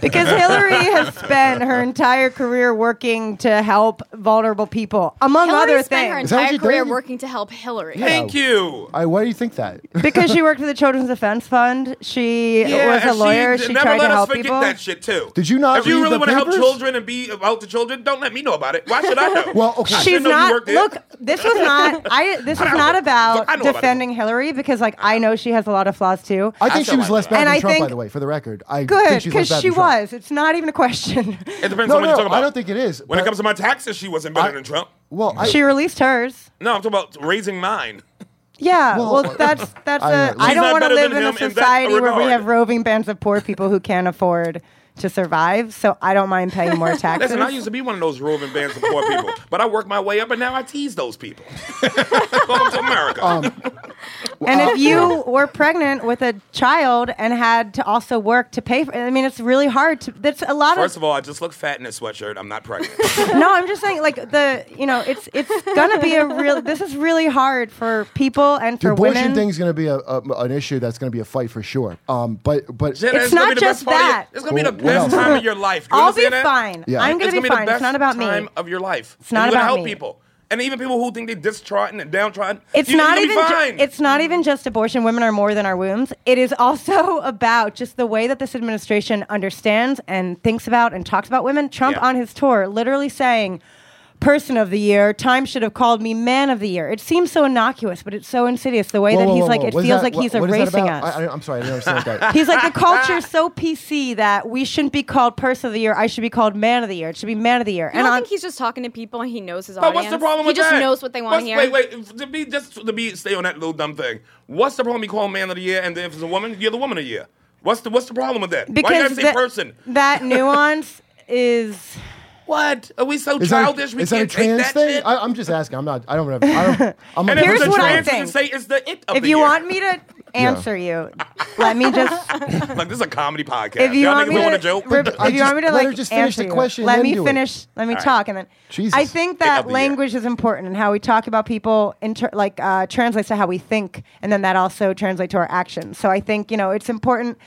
Speaker 5: Because Hillary has spent her entire career working to help vulnerable people, among
Speaker 6: Hillary
Speaker 5: other
Speaker 6: spent her
Speaker 5: things.
Speaker 3: that what
Speaker 6: entire
Speaker 3: you
Speaker 6: career
Speaker 3: did?
Speaker 6: working to help Hillary.
Speaker 2: Thank you.
Speaker 3: I, why do you think that?
Speaker 5: because she worked for the Children's Defense Fund, she was
Speaker 2: and
Speaker 5: a lawyer.
Speaker 2: d-
Speaker 5: She,
Speaker 2: never
Speaker 5: tried
Speaker 2: let
Speaker 5: to
Speaker 2: us
Speaker 5: help
Speaker 2: forget
Speaker 5: people.
Speaker 2: that shit too.
Speaker 3: Did you not
Speaker 2: If you
Speaker 3: read
Speaker 2: really
Speaker 3: the
Speaker 2: want to help
Speaker 3: papers?
Speaker 2: children and be about the children, don't let me know about it. Why should I know?
Speaker 3: Well, okay.
Speaker 2: I should
Speaker 5: She's
Speaker 2: know you
Speaker 5: not.
Speaker 2: worked there.
Speaker 5: Look, this was not. I. This is not about
Speaker 2: I know about it.
Speaker 5: defending Hillary because, like, I know she has a lot of flaws too.
Speaker 3: I think she
Speaker 2: feel
Speaker 3: was
Speaker 2: like
Speaker 3: less
Speaker 2: that.
Speaker 3: bad
Speaker 5: And
Speaker 3: than
Speaker 5: I
Speaker 3: Trump, by
Speaker 5: think-
Speaker 3: the way, for the record. I
Speaker 5: Good,
Speaker 3: think she's less
Speaker 5: because
Speaker 3: bad
Speaker 5: she
Speaker 3: than Trump.
Speaker 5: was. It's not even a question.
Speaker 2: It depends
Speaker 3: No,
Speaker 2: on what you're
Speaker 3: no,
Speaker 2: talking about.
Speaker 3: I don't think it is.
Speaker 2: When it
Speaker 3: but-
Speaker 2: comes to my taxes, she wasn't better
Speaker 3: I-
Speaker 2: than Trump.
Speaker 3: Well, I,
Speaker 5: she released hers.
Speaker 2: No, I'm talking about raising mine.
Speaker 5: Yeah,
Speaker 3: Well,
Speaker 5: well, that's that's
Speaker 3: I
Speaker 5: a.
Speaker 3: know.
Speaker 5: I
Speaker 3: She's
Speaker 5: don't
Speaker 2: not
Speaker 5: want to
Speaker 2: better
Speaker 5: live
Speaker 2: than
Speaker 5: in a
Speaker 2: him in that
Speaker 5: society where we
Speaker 2: regard.
Speaker 5: have roving bands of poor people who can't afford to survive. So I don't mind paying more taxes.
Speaker 2: Listen, I used to be one of those roving band support people, but I worked my way up, and now I tease those people. Welcome to America.
Speaker 3: Um,
Speaker 5: And
Speaker 3: Uh,
Speaker 5: if you were pregnant with a child and had to also work to pay for, I mean, it's really hard to. That's a lot
Speaker 2: First of all, I just look fat in a sweatshirt. I'm not pregnant.
Speaker 5: No, I'm just saying, like the you know, it's it's gonna be a real. This is really hard for people and
Speaker 3: The
Speaker 5: for
Speaker 3: abortion
Speaker 5: women.
Speaker 3: thing's going to be a, a, an issue that's going to be a fight for sure. Um, but but
Speaker 2: Jenna,
Speaker 5: It's
Speaker 2: gonna be
Speaker 5: not
Speaker 2: the best
Speaker 5: just
Speaker 2: part of your-
Speaker 5: that.
Speaker 2: It's gonna be the
Speaker 3: Well,
Speaker 2: best
Speaker 3: what else?
Speaker 2: time of your life. You
Speaker 5: I'll be
Speaker 2: understand that?
Speaker 5: fine.
Speaker 3: Yeah.
Speaker 5: I'm gonna
Speaker 2: it's gonna
Speaker 5: be
Speaker 2: be
Speaker 5: fine.
Speaker 2: the best
Speaker 5: It's not about
Speaker 2: time
Speaker 5: me.
Speaker 2: of your life. It's
Speaker 5: not
Speaker 2: and you're
Speaker 5: about
Speaker 2: gonna help
Speaker 5: me.
Speaker 2: people, and even people who think they're distrodden and downtrodden.
Speaker 5: It's
Speaker 2: you,
Speaker 5: not
Speaker 2: you're
Speaker 5: even.
Speaker 2: gonna
Speaker 5: ju-
Speaker 2: Be fine.
Speaker 5: it's not even just abortion. Women are more than our wombs. It is also about just the way that this administration understands and thinks about and talks about women. Trump
Speaker 2: Yeah.
Speaker 5: on his tour literally saying. Person of the year. Time should have called me man of the year. It seems so innocuous, but it's so insidious. The way
Speaker 3: Whoa,
Speaker 5: that
Speaker 3: whoa,
Speaker 5: he's
Speaker 3: whoa,
Speaker 5: like,
Speaker 3: whoa.
Speaker 5: it
Speaker 3: What is
Speaker 5: feels
Speaker 3: that-
Speaker 5: like
Speaker 3: what-
Speaker 5: he's
Speaker 3: what is that
Speaker 5: erasing
Speaker 3: about?
Speaker 5: us.
Speaker 3: I, I, I'm sorry, I didn't understand that.
Speaker 5: He's like, the culture's so PC that we shouldn't be called person of the year. I should be called man of the year. It should be man of the year.
Speaker 6: I
Speaker 5: and
Speaker 6: don't
Speaker 5: on-
Speaker 6: think he's just talking to people and he knows his
Speaker 2: But
Speaker 6: audience.
Speaker 2: what's the problem
Speaker 6: he
Speaker 2: with
Speaker 6: just
Speaker 2: that?
Speaker 6: knows what they want to
Speaker 2: What's-
Speaker 6: hear.
Speaker 2: Wait, wait. To be just to be stay on that little dumb thing. What's the problem? You call man of the year, and if it's a woman, you're the woman of the year. What's the what's the problem with that? Why you gotta say
Speaker 5: that-
Speaker 2: person?
Speaker 5: that nuance is
Speaker 2: What are we so
Speaker 3: Is that a-
Speaker 2: childish? we
Speaker 3: is that a
Speaker 2: can't take
Speaker 3: trans
Speaker 2: that
Speaker 3: thing?
Speaker 2: shit?
Speaker 3: I, I'm just asking. I'm not. I don't have. I don't, I'm
Speaker 2: and
Speaker 3: a
Speaker 2: if
Speaker 5: Here's
Speaker 2: it's a
Speaker 3: person
Speaker 5: what I
Speaker 3: trying-
Speaker 2: trans, you can
Speaker 5: think.
Speaker 2: say it's the it of
Speaker 5: if
Speaker 2: the
Speaker 5: you
Speaker 2: year.
Speaker 5: want me to answer you, let me just
Speaker 2: like this is a comedy podcast.
Speaker 5: if you
Speaker 2: Y'all niggas
Speaker 5: want me
Speaker 2: don't
Speaker 5: to
Speaker 2: want a joke.
Speaker 5: re-
Speaker 3: I
Speaker 5: if you want me to
Speaker 3: just- let her
Speaker 5: like
Speaker 3: just finish
Speaker 5: answer
Speaker 3: the
Speaker 5: you,
Speaker 3: question,
Speaker 5: let
Speaker 3: then
Speaker 5: me
Speaker 3: do it.
Speaker 5: finish let me
Speaker 2: right.
Speaker 5: talk and then
Speaker 3: Jesus.
Speaker 5: I think
Speaker 2: Pick up
Speaker 5: that
Speaker 2: the
Speaker 5: language is important and how we talk about people inter- like uh, translates to how we think and then that also translates to our actions. So I think you know it's important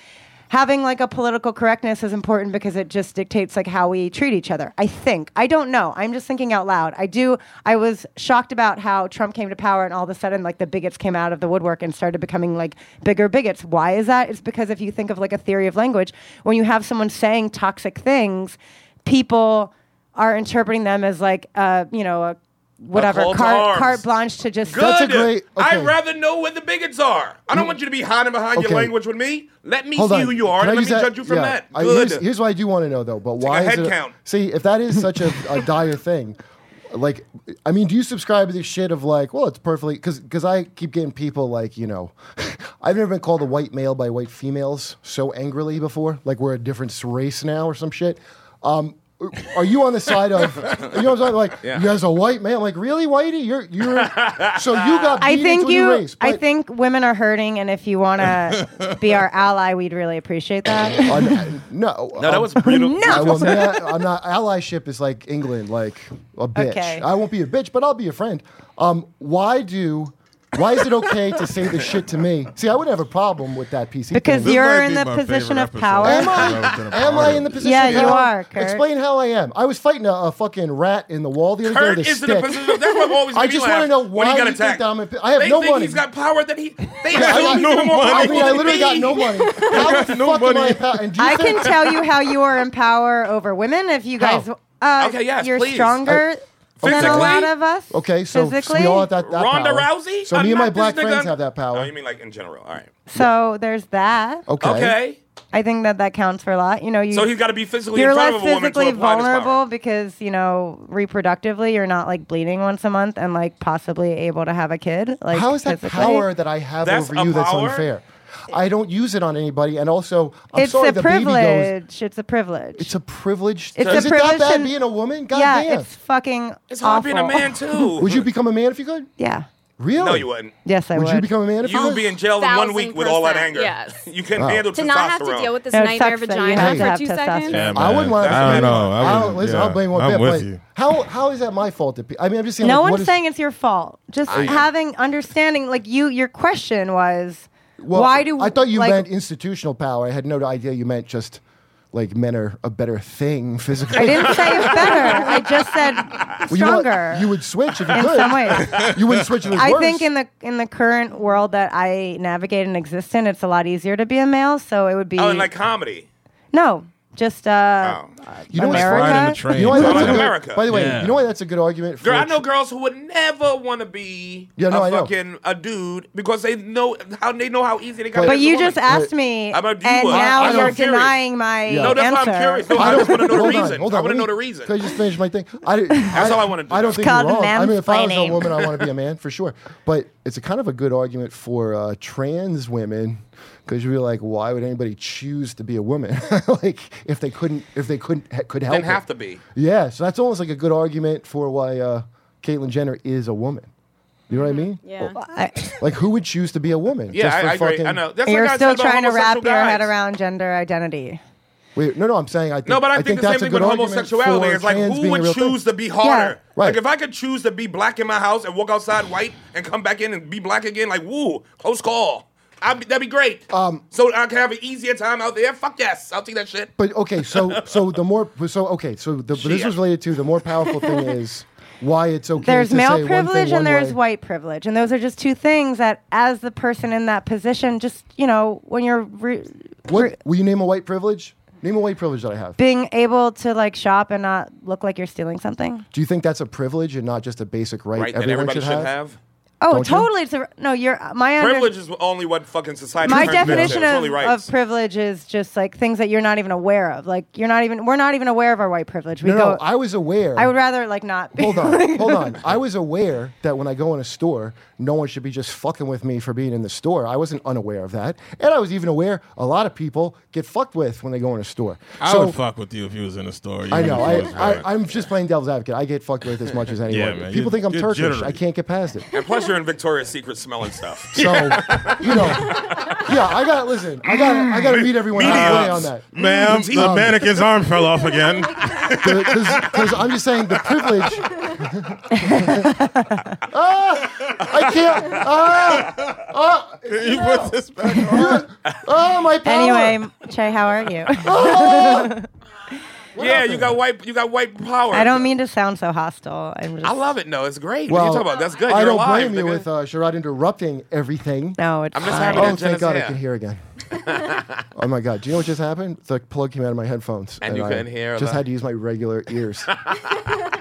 Speaker 5: having like a political correctness is important because it just dictates like how we treat each other. I think I don't know. I'm just thinking out loud. I do. I was shocked about how Trump came to power and all of a sudden like the bigots came out of the woodwork and started becoming like bigger bigots. Why is that? It's because if you think of like a theory of language, when you have someone saying toxic things, people are interpreting them as like uh, you know a whatever
Speaker 2: call to
Speaker 5: carte,
Speaker 2: arms.
Speaker 5: carte blanche to just
Speaker 2: Good.
Speaker 3: a great- okay.
Speaker 2: I'd rather know where the bigots are. I don't want you to be hiding behind
Speaker 3: Okay.
Speaker 2: your language with me. Let me
Speaker 3: Hold
Speaker 2: see
Speaker 3: on.
Speaker 2: who you are.
Speaker 3: Can I
Speaker 2: and Let me
Speaker 3: use that-
Speaker 2: judge you from
Speaker 3: yeah.
Speaker 2: that.
Speaker 3: I-
Speaker 2: Good.
Speaker 3: here's, here's what I do want to know though. But why
Speaker 2: a
Speaker 3: is
Speaker 2: head
Speaker 3: it?
Speaker 2: count.
Speaker 3: See, if that is such a, a dire thing, like, I mean, do you subscribe to this shit of like, well, it's perfectly because because I keep getting people like, you know, I've never been called a white male by white females so angrily before. Like we're a different race now or some shit. Um, are you on the side of you know what I'm saying? Like,
Speaker 2: Yeah.
Speaker 3: you as a white man, like really, whitey, you're you're so you got.
Speaker 5: I
Speaker 3: beat
Speaker 5: think
Speaker 3: into your
Speaker 5: you.
Speaker 3: Race,
Speaker 5: I
Speaker 3: but-
Speaker 5: think women are hurting, and if you want to be our ally, we'd really appreciate that.
Speaker 3: Uh, n- no, um,
Speaker 2: no, that was brutal.
Speaker 3: I will not, I'm not. Allyship is like England, like a bitch.
Speaker 5: Okay.
Speaker 3: I won't be a bitch, but I'll be a friend. Um, why do? Why is it okay to say this shit to me? See, I would have a problem with that PC.
Speaker 5: Because
Speaker 3: thing.
Speaker 5: You're
Speaker 7: might
Speaker 5: in
Speaker 7: be
Speaker 5: the
Speaker 7: my
Speaker 5: position
Speaker 7: favorite
Speaker 5: of
Speaker 7: episode
Speaker 5: power.
Speaker 7: I've
Speaker 3: Am
Speaker 7: ever
Speaker 3: I?
Speaker 7: been a
Speaker 3: Am
Speaker 7: part
Speaker 3: I
Speaker 7: of.
Speaker 3: in the position?
Speaker 5: Yeah,
Speaker 3: of
Speaker 5: you
Speaker 3: power?
Speaker 5: are, Kurt.
Speaker 3: Explain how I am. I was fighting a, a fucking rat in the wall the other
Speaker 2: Kurt
Speaker 3: day. with a
Speaker 2: is in
Speaker 3: stick.
Speaker 2: the position. That's what always
Speaker 3: I
Speaker 2: made me
Speaker 3: just
Speaker 2: laugh
Speaker 3: wanna know
Speaker 2: when
Speaker 3: why
Speaker 2: he got
Speaker 3: you think
Speaker 2: attacked.
Speaker 3: that I'm a- I have
Speaker 2: they
Speaker 3: no
Speaker 2: think
Speaker 3: money.
Speaker 2: He's got power that he. They
Speaker 3: Yeah, I,
Speaker 2: assume
Speaker 3: got
Speaker 2: he's more
Speaker 3: no I
Speaker 2: powerful
Speaker 3: mean, I
Speaker 2: than
Speaker 3: literally
Speaker 2: me.
Speaker 3: got no money. How the
Speaker 7: no
Speaker 3: fuck am I?
Speaker 7: money.
Speaker 3: empow- and do you
Speaker 5: I
Speaker 3: think-
Speaker 5: can tell you how you are in power over women if you guys.
Speaker 3: How?
Speaker 5: Uh,
Speaker 2: Okay, yes,
Speaker 5: you're
Speaker 2: please.
Speaker 5: stronger than a
Speaker 2: Physically?
Speaker 5: lot of us.
Speaker 3: Okay, so
Speaker 5: physically.
Speaker 3: we all have that, that
Speaker 2: Ronda
Speaker 3: power.
Speaker 2: Rousey.
Speaker 3: So me and my
Speaker 2: Unmasked
Speaker 3: black
Speaker 2: this nigga.
Speaker 3: friends have that power.
Speaker 2: Oh, you mean like in general? All right.
Speaker 5: so there's that.
Speaker 3: Okay.
Speaker 2: Okay.
Speaker 5: I think that that counts for a lot. You know, you.
Speaker 2: So he's got to be physically
Speaker 5: you're
Speaker 2: in front
Speaker 5: less
Speaker 2: of a woman to
Speaker 5: physically
Speaker 2: apply this power.
Speaker 5: vulnerable because you know reproductively you're not like bleeding once a month and like possibly able to have a kid like
Speaker 3: How is that
Speaker 5: physically.
Speaker 3: power that I have
Speaker 2: That's
Speaker 3: over you
Speaker 2: a
Speaker 3: that's
Speaker 2: power?
Speaker 3: unfair? I don't use it on anybody, and also I'm
Speaker 5: it's
Speaker 3: sorry,
Speaker 5: a
Speaker 3: the baby goes.
Speaker 5: privilege it's a privilege
Speaker 3: It's a privilege.
Speaker 5: It's
Speaker 3: is
Speaker 5: a
Speaker 3: it
Speaker 5: privilege
Speaker 3: that bad
Speaker 5: and-
Speaker 3: being a woman? God
Speaker 5: yeah
Speaker 3: damn.
Speaker 5: it's fucking
Speaker 2: It's hard
Speaker 5: awful.
Speaker 2: being a man too.
Speaker 3: Would you become a man if you could?
Speaker 5: yeah
Speaker 3: Really?
Speaker 2: No, you wouldn't.
Speaker 5: yes i
Speaker 3: Would
Speaker 5: would
Speaker 3: you become a man if you
Speaker 2: You
Speaker 3: could?
Speaker 2: would be in jail in one week with all that
Speaker 6: 1000%,
Speaker 2: anger.
Speaker 6: yes.
Speaker 2: You can't handle
Speaker 6: to not have to
Speaker 2: testosterone.
Speaker 6: deal with this
Speaker 5: No, it
Speaker 6: nightmare
Speaker 5: sucks that you
Speaker 6: vagina
Speaker 5: have to
Speaker 6: for
Speaker 5: have
Speaker 6: two
Speaker 5: testosterone.
Speaker 6: seconds.
Speaker 7: Yeah,
Speaker 3: I wouldn't
Speaker 7: man.
Speaker 3: want to.
Speaker 7: I don't know. I
Speaker 3: I don't,
Speaker 7: wouldn't-
Speaker 3: listen,
Speaker 7: yeah.
Speaker 3: I'll blame one
Speaker 7: I'm
Speaker 3: bit.
Speaker 7: with
Speaker 3: but
Speaker 7: you.
Speaker 3: How how is that my fault? To pe- I mean, I'm just saying.
Speaker 5: no
Speaker 3: like, what
Speaker 5: one's
Speaker 3: is-
Speaker 5: saying it's your fault just having understanding like you your question was
Speaker 3: Well,
Speaker 5: why do
Speaker 3: I thought you
Speaker 5: like,
Speaker 3: meant institutional power? I had no idea you meant just like men are a better thing physically.
Speaker 5: i didn't say it's better i just said
Speaker 3: Well, you know what?
Speaker 5: stronger
Speaker 3: You, would switch if you
Speaker 5: in
Speaker 3: could.
Speaker 5: some ways
Speaker 3: You wouldn't switch if it was
Speaker 5: I
Speaker 3: worse.
Speaker 5: think in the in the current world that I navigate and exist in, it's a lot easier to be a male. So it would be
Speaker 2: Oh, and like comedy.
Speaker 5: no, just uh,
Speaker 2: Oh.
Speaker 3: You know what's
Speaker 5: America?
Speaker 3: funny?
Speaker 5: Riding the
Speaker 7: train.
Speaker 3: You know why
Speaker 2: Sounds
Speaker 3: that's a
Speaker 2: like
Speaker 3: good-
Speaker 2: America.
Speaker 3: By the way,
Speaker 7: Yeah.
Speaker 3: you know why that's a good argument for.
Speaker 2: Girl, I know girls who would never want to be
Speaker 3: Yeah, no, I
Speaker 2: a
Speaker 3: know.
Speaker 2: fucking a dude because they know how they know how easy they got. it
Speaker 3: But-
Speaker 5: But
Speaker 2: as a
Speaker 5: you
Speaker 2: woman.
Speaker 5: just asked me,
Speaker 2: How about you?
Speaker 5: and
Speaker 2: I-
Speaker 5: now
Speaker 3: I don't-
Speaker 5: you're
Speaker 3: I'm
Speaker 2: curious.
Speaker 5: denying my
Speaker 3: No,
Speaker 2: No, that's why
Speaker 5: answer.
Speaker 2: I'm curious. No, I, just want to know the reason. I want to know the reason.
Speaker 3: Can I just finish my thing? I, That's
Speaker 2: all I wanna do.
Speaker 3: I don't
Speaker 2: It's
Speaker 3: think you're
Speaker 5: called
Speaker 3: wrong. I mean, if I was a
Speaker 5: mansplaining.
Speaker 3: woman, I want to be a man for sure. But it's a kind of a good argument for uh, trans women because you'd be like, why would anybody choose to be a woman? like if they couldn't, if they couldn't, ha- could help.
Speaker 2: Didn't
Speaker 3: it.
Speaker 2: have to be.
Speaker 3: Yeah, so that's almost like a good argument for why uh, Caitlyn Jenner is a woman. You know what I mean?
Speaker 6: Yeah.
Speaker 5: I,
Speaker 3: Like who would choose to be a woman?
Speaker 2: Yeah,
Speaker 3: just for
Speaker 2: I, I agree. I
Speaker 3: fucking-
Speaker 2: know. That's like
Speaker 5: you're
Speaker 2: I
Speaker 5: still
Speaker 2: said about
Speaker 5: trying to wrap
Speaker 2: homosexual
Speaker 5: your
Speaker 2: guys.
Speaker 5: head around gender identity.
Speaker 3: Wait, no, no, I'm saying I think,
Speaker 2: No, but I, think, the same
Speaker 3: that's a
Speaker 2: thing
Speaker 3: good
Speaker 2: with
Speaker 3: argument
Speaker 2: homosexuality.
Speaker 3: for
Speaker 2: It's like
Speaker 3: trans
Speaker 2: who
Speaker 3: being a
Speaker 2: would
Speaker 3: real thing.
Speaker 2: choose to be harder?
Speaker 3: Right.
Speaker 2: Like if I could choose to be black in my house and walk outside white and come back in and be black again, like woo, close call. I'd be, that'd be great. Um, so I can have an easier time out there. Fuck yes, I'll take that shit.
Speaker 3: But okay, so so the more so okay, so the, but this
Speaker 2: Shit.
Speaker 3: was related to the more powerful thing is why it's okay.
Speaker 5: There's
Speaker 3: to say
Speaker 5: male
Speaker 3: one
Speaker 5: privilege
Speaker 3: thing one
Speaker 5: and there's
Speaker 3: way.
Speaker 5: white privilege, and those are just two things that, as the person in that position, just you know, when you're re- re-
Speaker 3: What will you name a white privilege? Name a white privilege that I have.
Speaker 5: being able to like shop and not look like you're stealing something.
Speaker 3: Do you think that's a privilege and not just a basic right,
Speaker 2: Right, that
Speaker 3: everyone
Speaker 2: everybody should have.
Speaker 5: Oh,
Speaker 3: Don't you?
Speaker 5: totally. It's a, no, you're my under-
Speaker 2: Privilege is only what fucking society.
Speaker 5: my
Speaker 2: turns into.
Speaker 5: definition
Speaker 2: It's
Speaker 5: of,
Speaker 2: only rights.
Speaker 5: of privilege is just like things that you're not even aware of. Like you're not even we're not even aware of our white privilege. We
Speaker 3: No,
Speaker 5: go.
Speaker 3: no, I was aware.
Speaker 5: I would rather like not. Be
Speaker 3: hold on, hold on. I was aware that when I go in a store, no one should be just fucking with me for being in the store. I wasn't unaware of that, and I was even aware a lot of people get fucked with when they go in a store.
Speaker 7: I
Speaker 3: so
Speaker 7: would fuck with you if you was in the store.
Speaker 3: I know. I,
Speaker 7: I,
Speaker 3: I, I'm just playing devil's advocate. I get fucked with as much as anyone.
Speaker 7: man, you're-
Speaker 3: People think I'm
Speaker 7: you're
Speaker 3: Turkish.
Speaker 7: jittery.
Speaker 3: I can't get past it.
Speaker 2: and plus, you're in Victoria's Secret smelling stuff.
Speaker 3: So, you know, yeah, I got to listen. I got to I got to meet everyone halfway on that.
Speaker 7: Ma'am, the mannequin's arm fell off again.
Speaker 3: Because I'm just saying the privilege. Ah, I can't. Ah,
Speaker 7: you put this back on.
Speaker 3: oh, my power.
Speaker 5: Anyway, Che, how are you?
Speaker 2: yeah, you got white. You got white power.
Speaker 5: I don't mean to sound so hostile. I'm just,
Speaker 2: I love it. No, it's great.
Speaker 3: well,
Speaker 2: what are you talking about? That's good.
Speaker 3: I
Speaker 2: you're
Speaker 3: don't
Speaker 2: alive,
Speaker 3: blame you
Speaker 2: nigga.
Speaker 3: with uh, Sherrod interrupting everything.
Speaker 5: No, it's
Speaker 2: I'm just
Speaker 5: fine.
Speaker 2: happy
Speaker 3: Oh,
Speaker 2: that Jenna's
Speaker 3: thank God
Speaker 2: here.
Speaker 3: I can hear again. oh my God! Do you know what just happened? The plug came out of my headphones,
Speaker 2: And you
Speaker 3: I
Speaker 2: couldn't hear
Speaker 3: Just
Speaker 2: the-
Speaker 3: had to use my regular ears.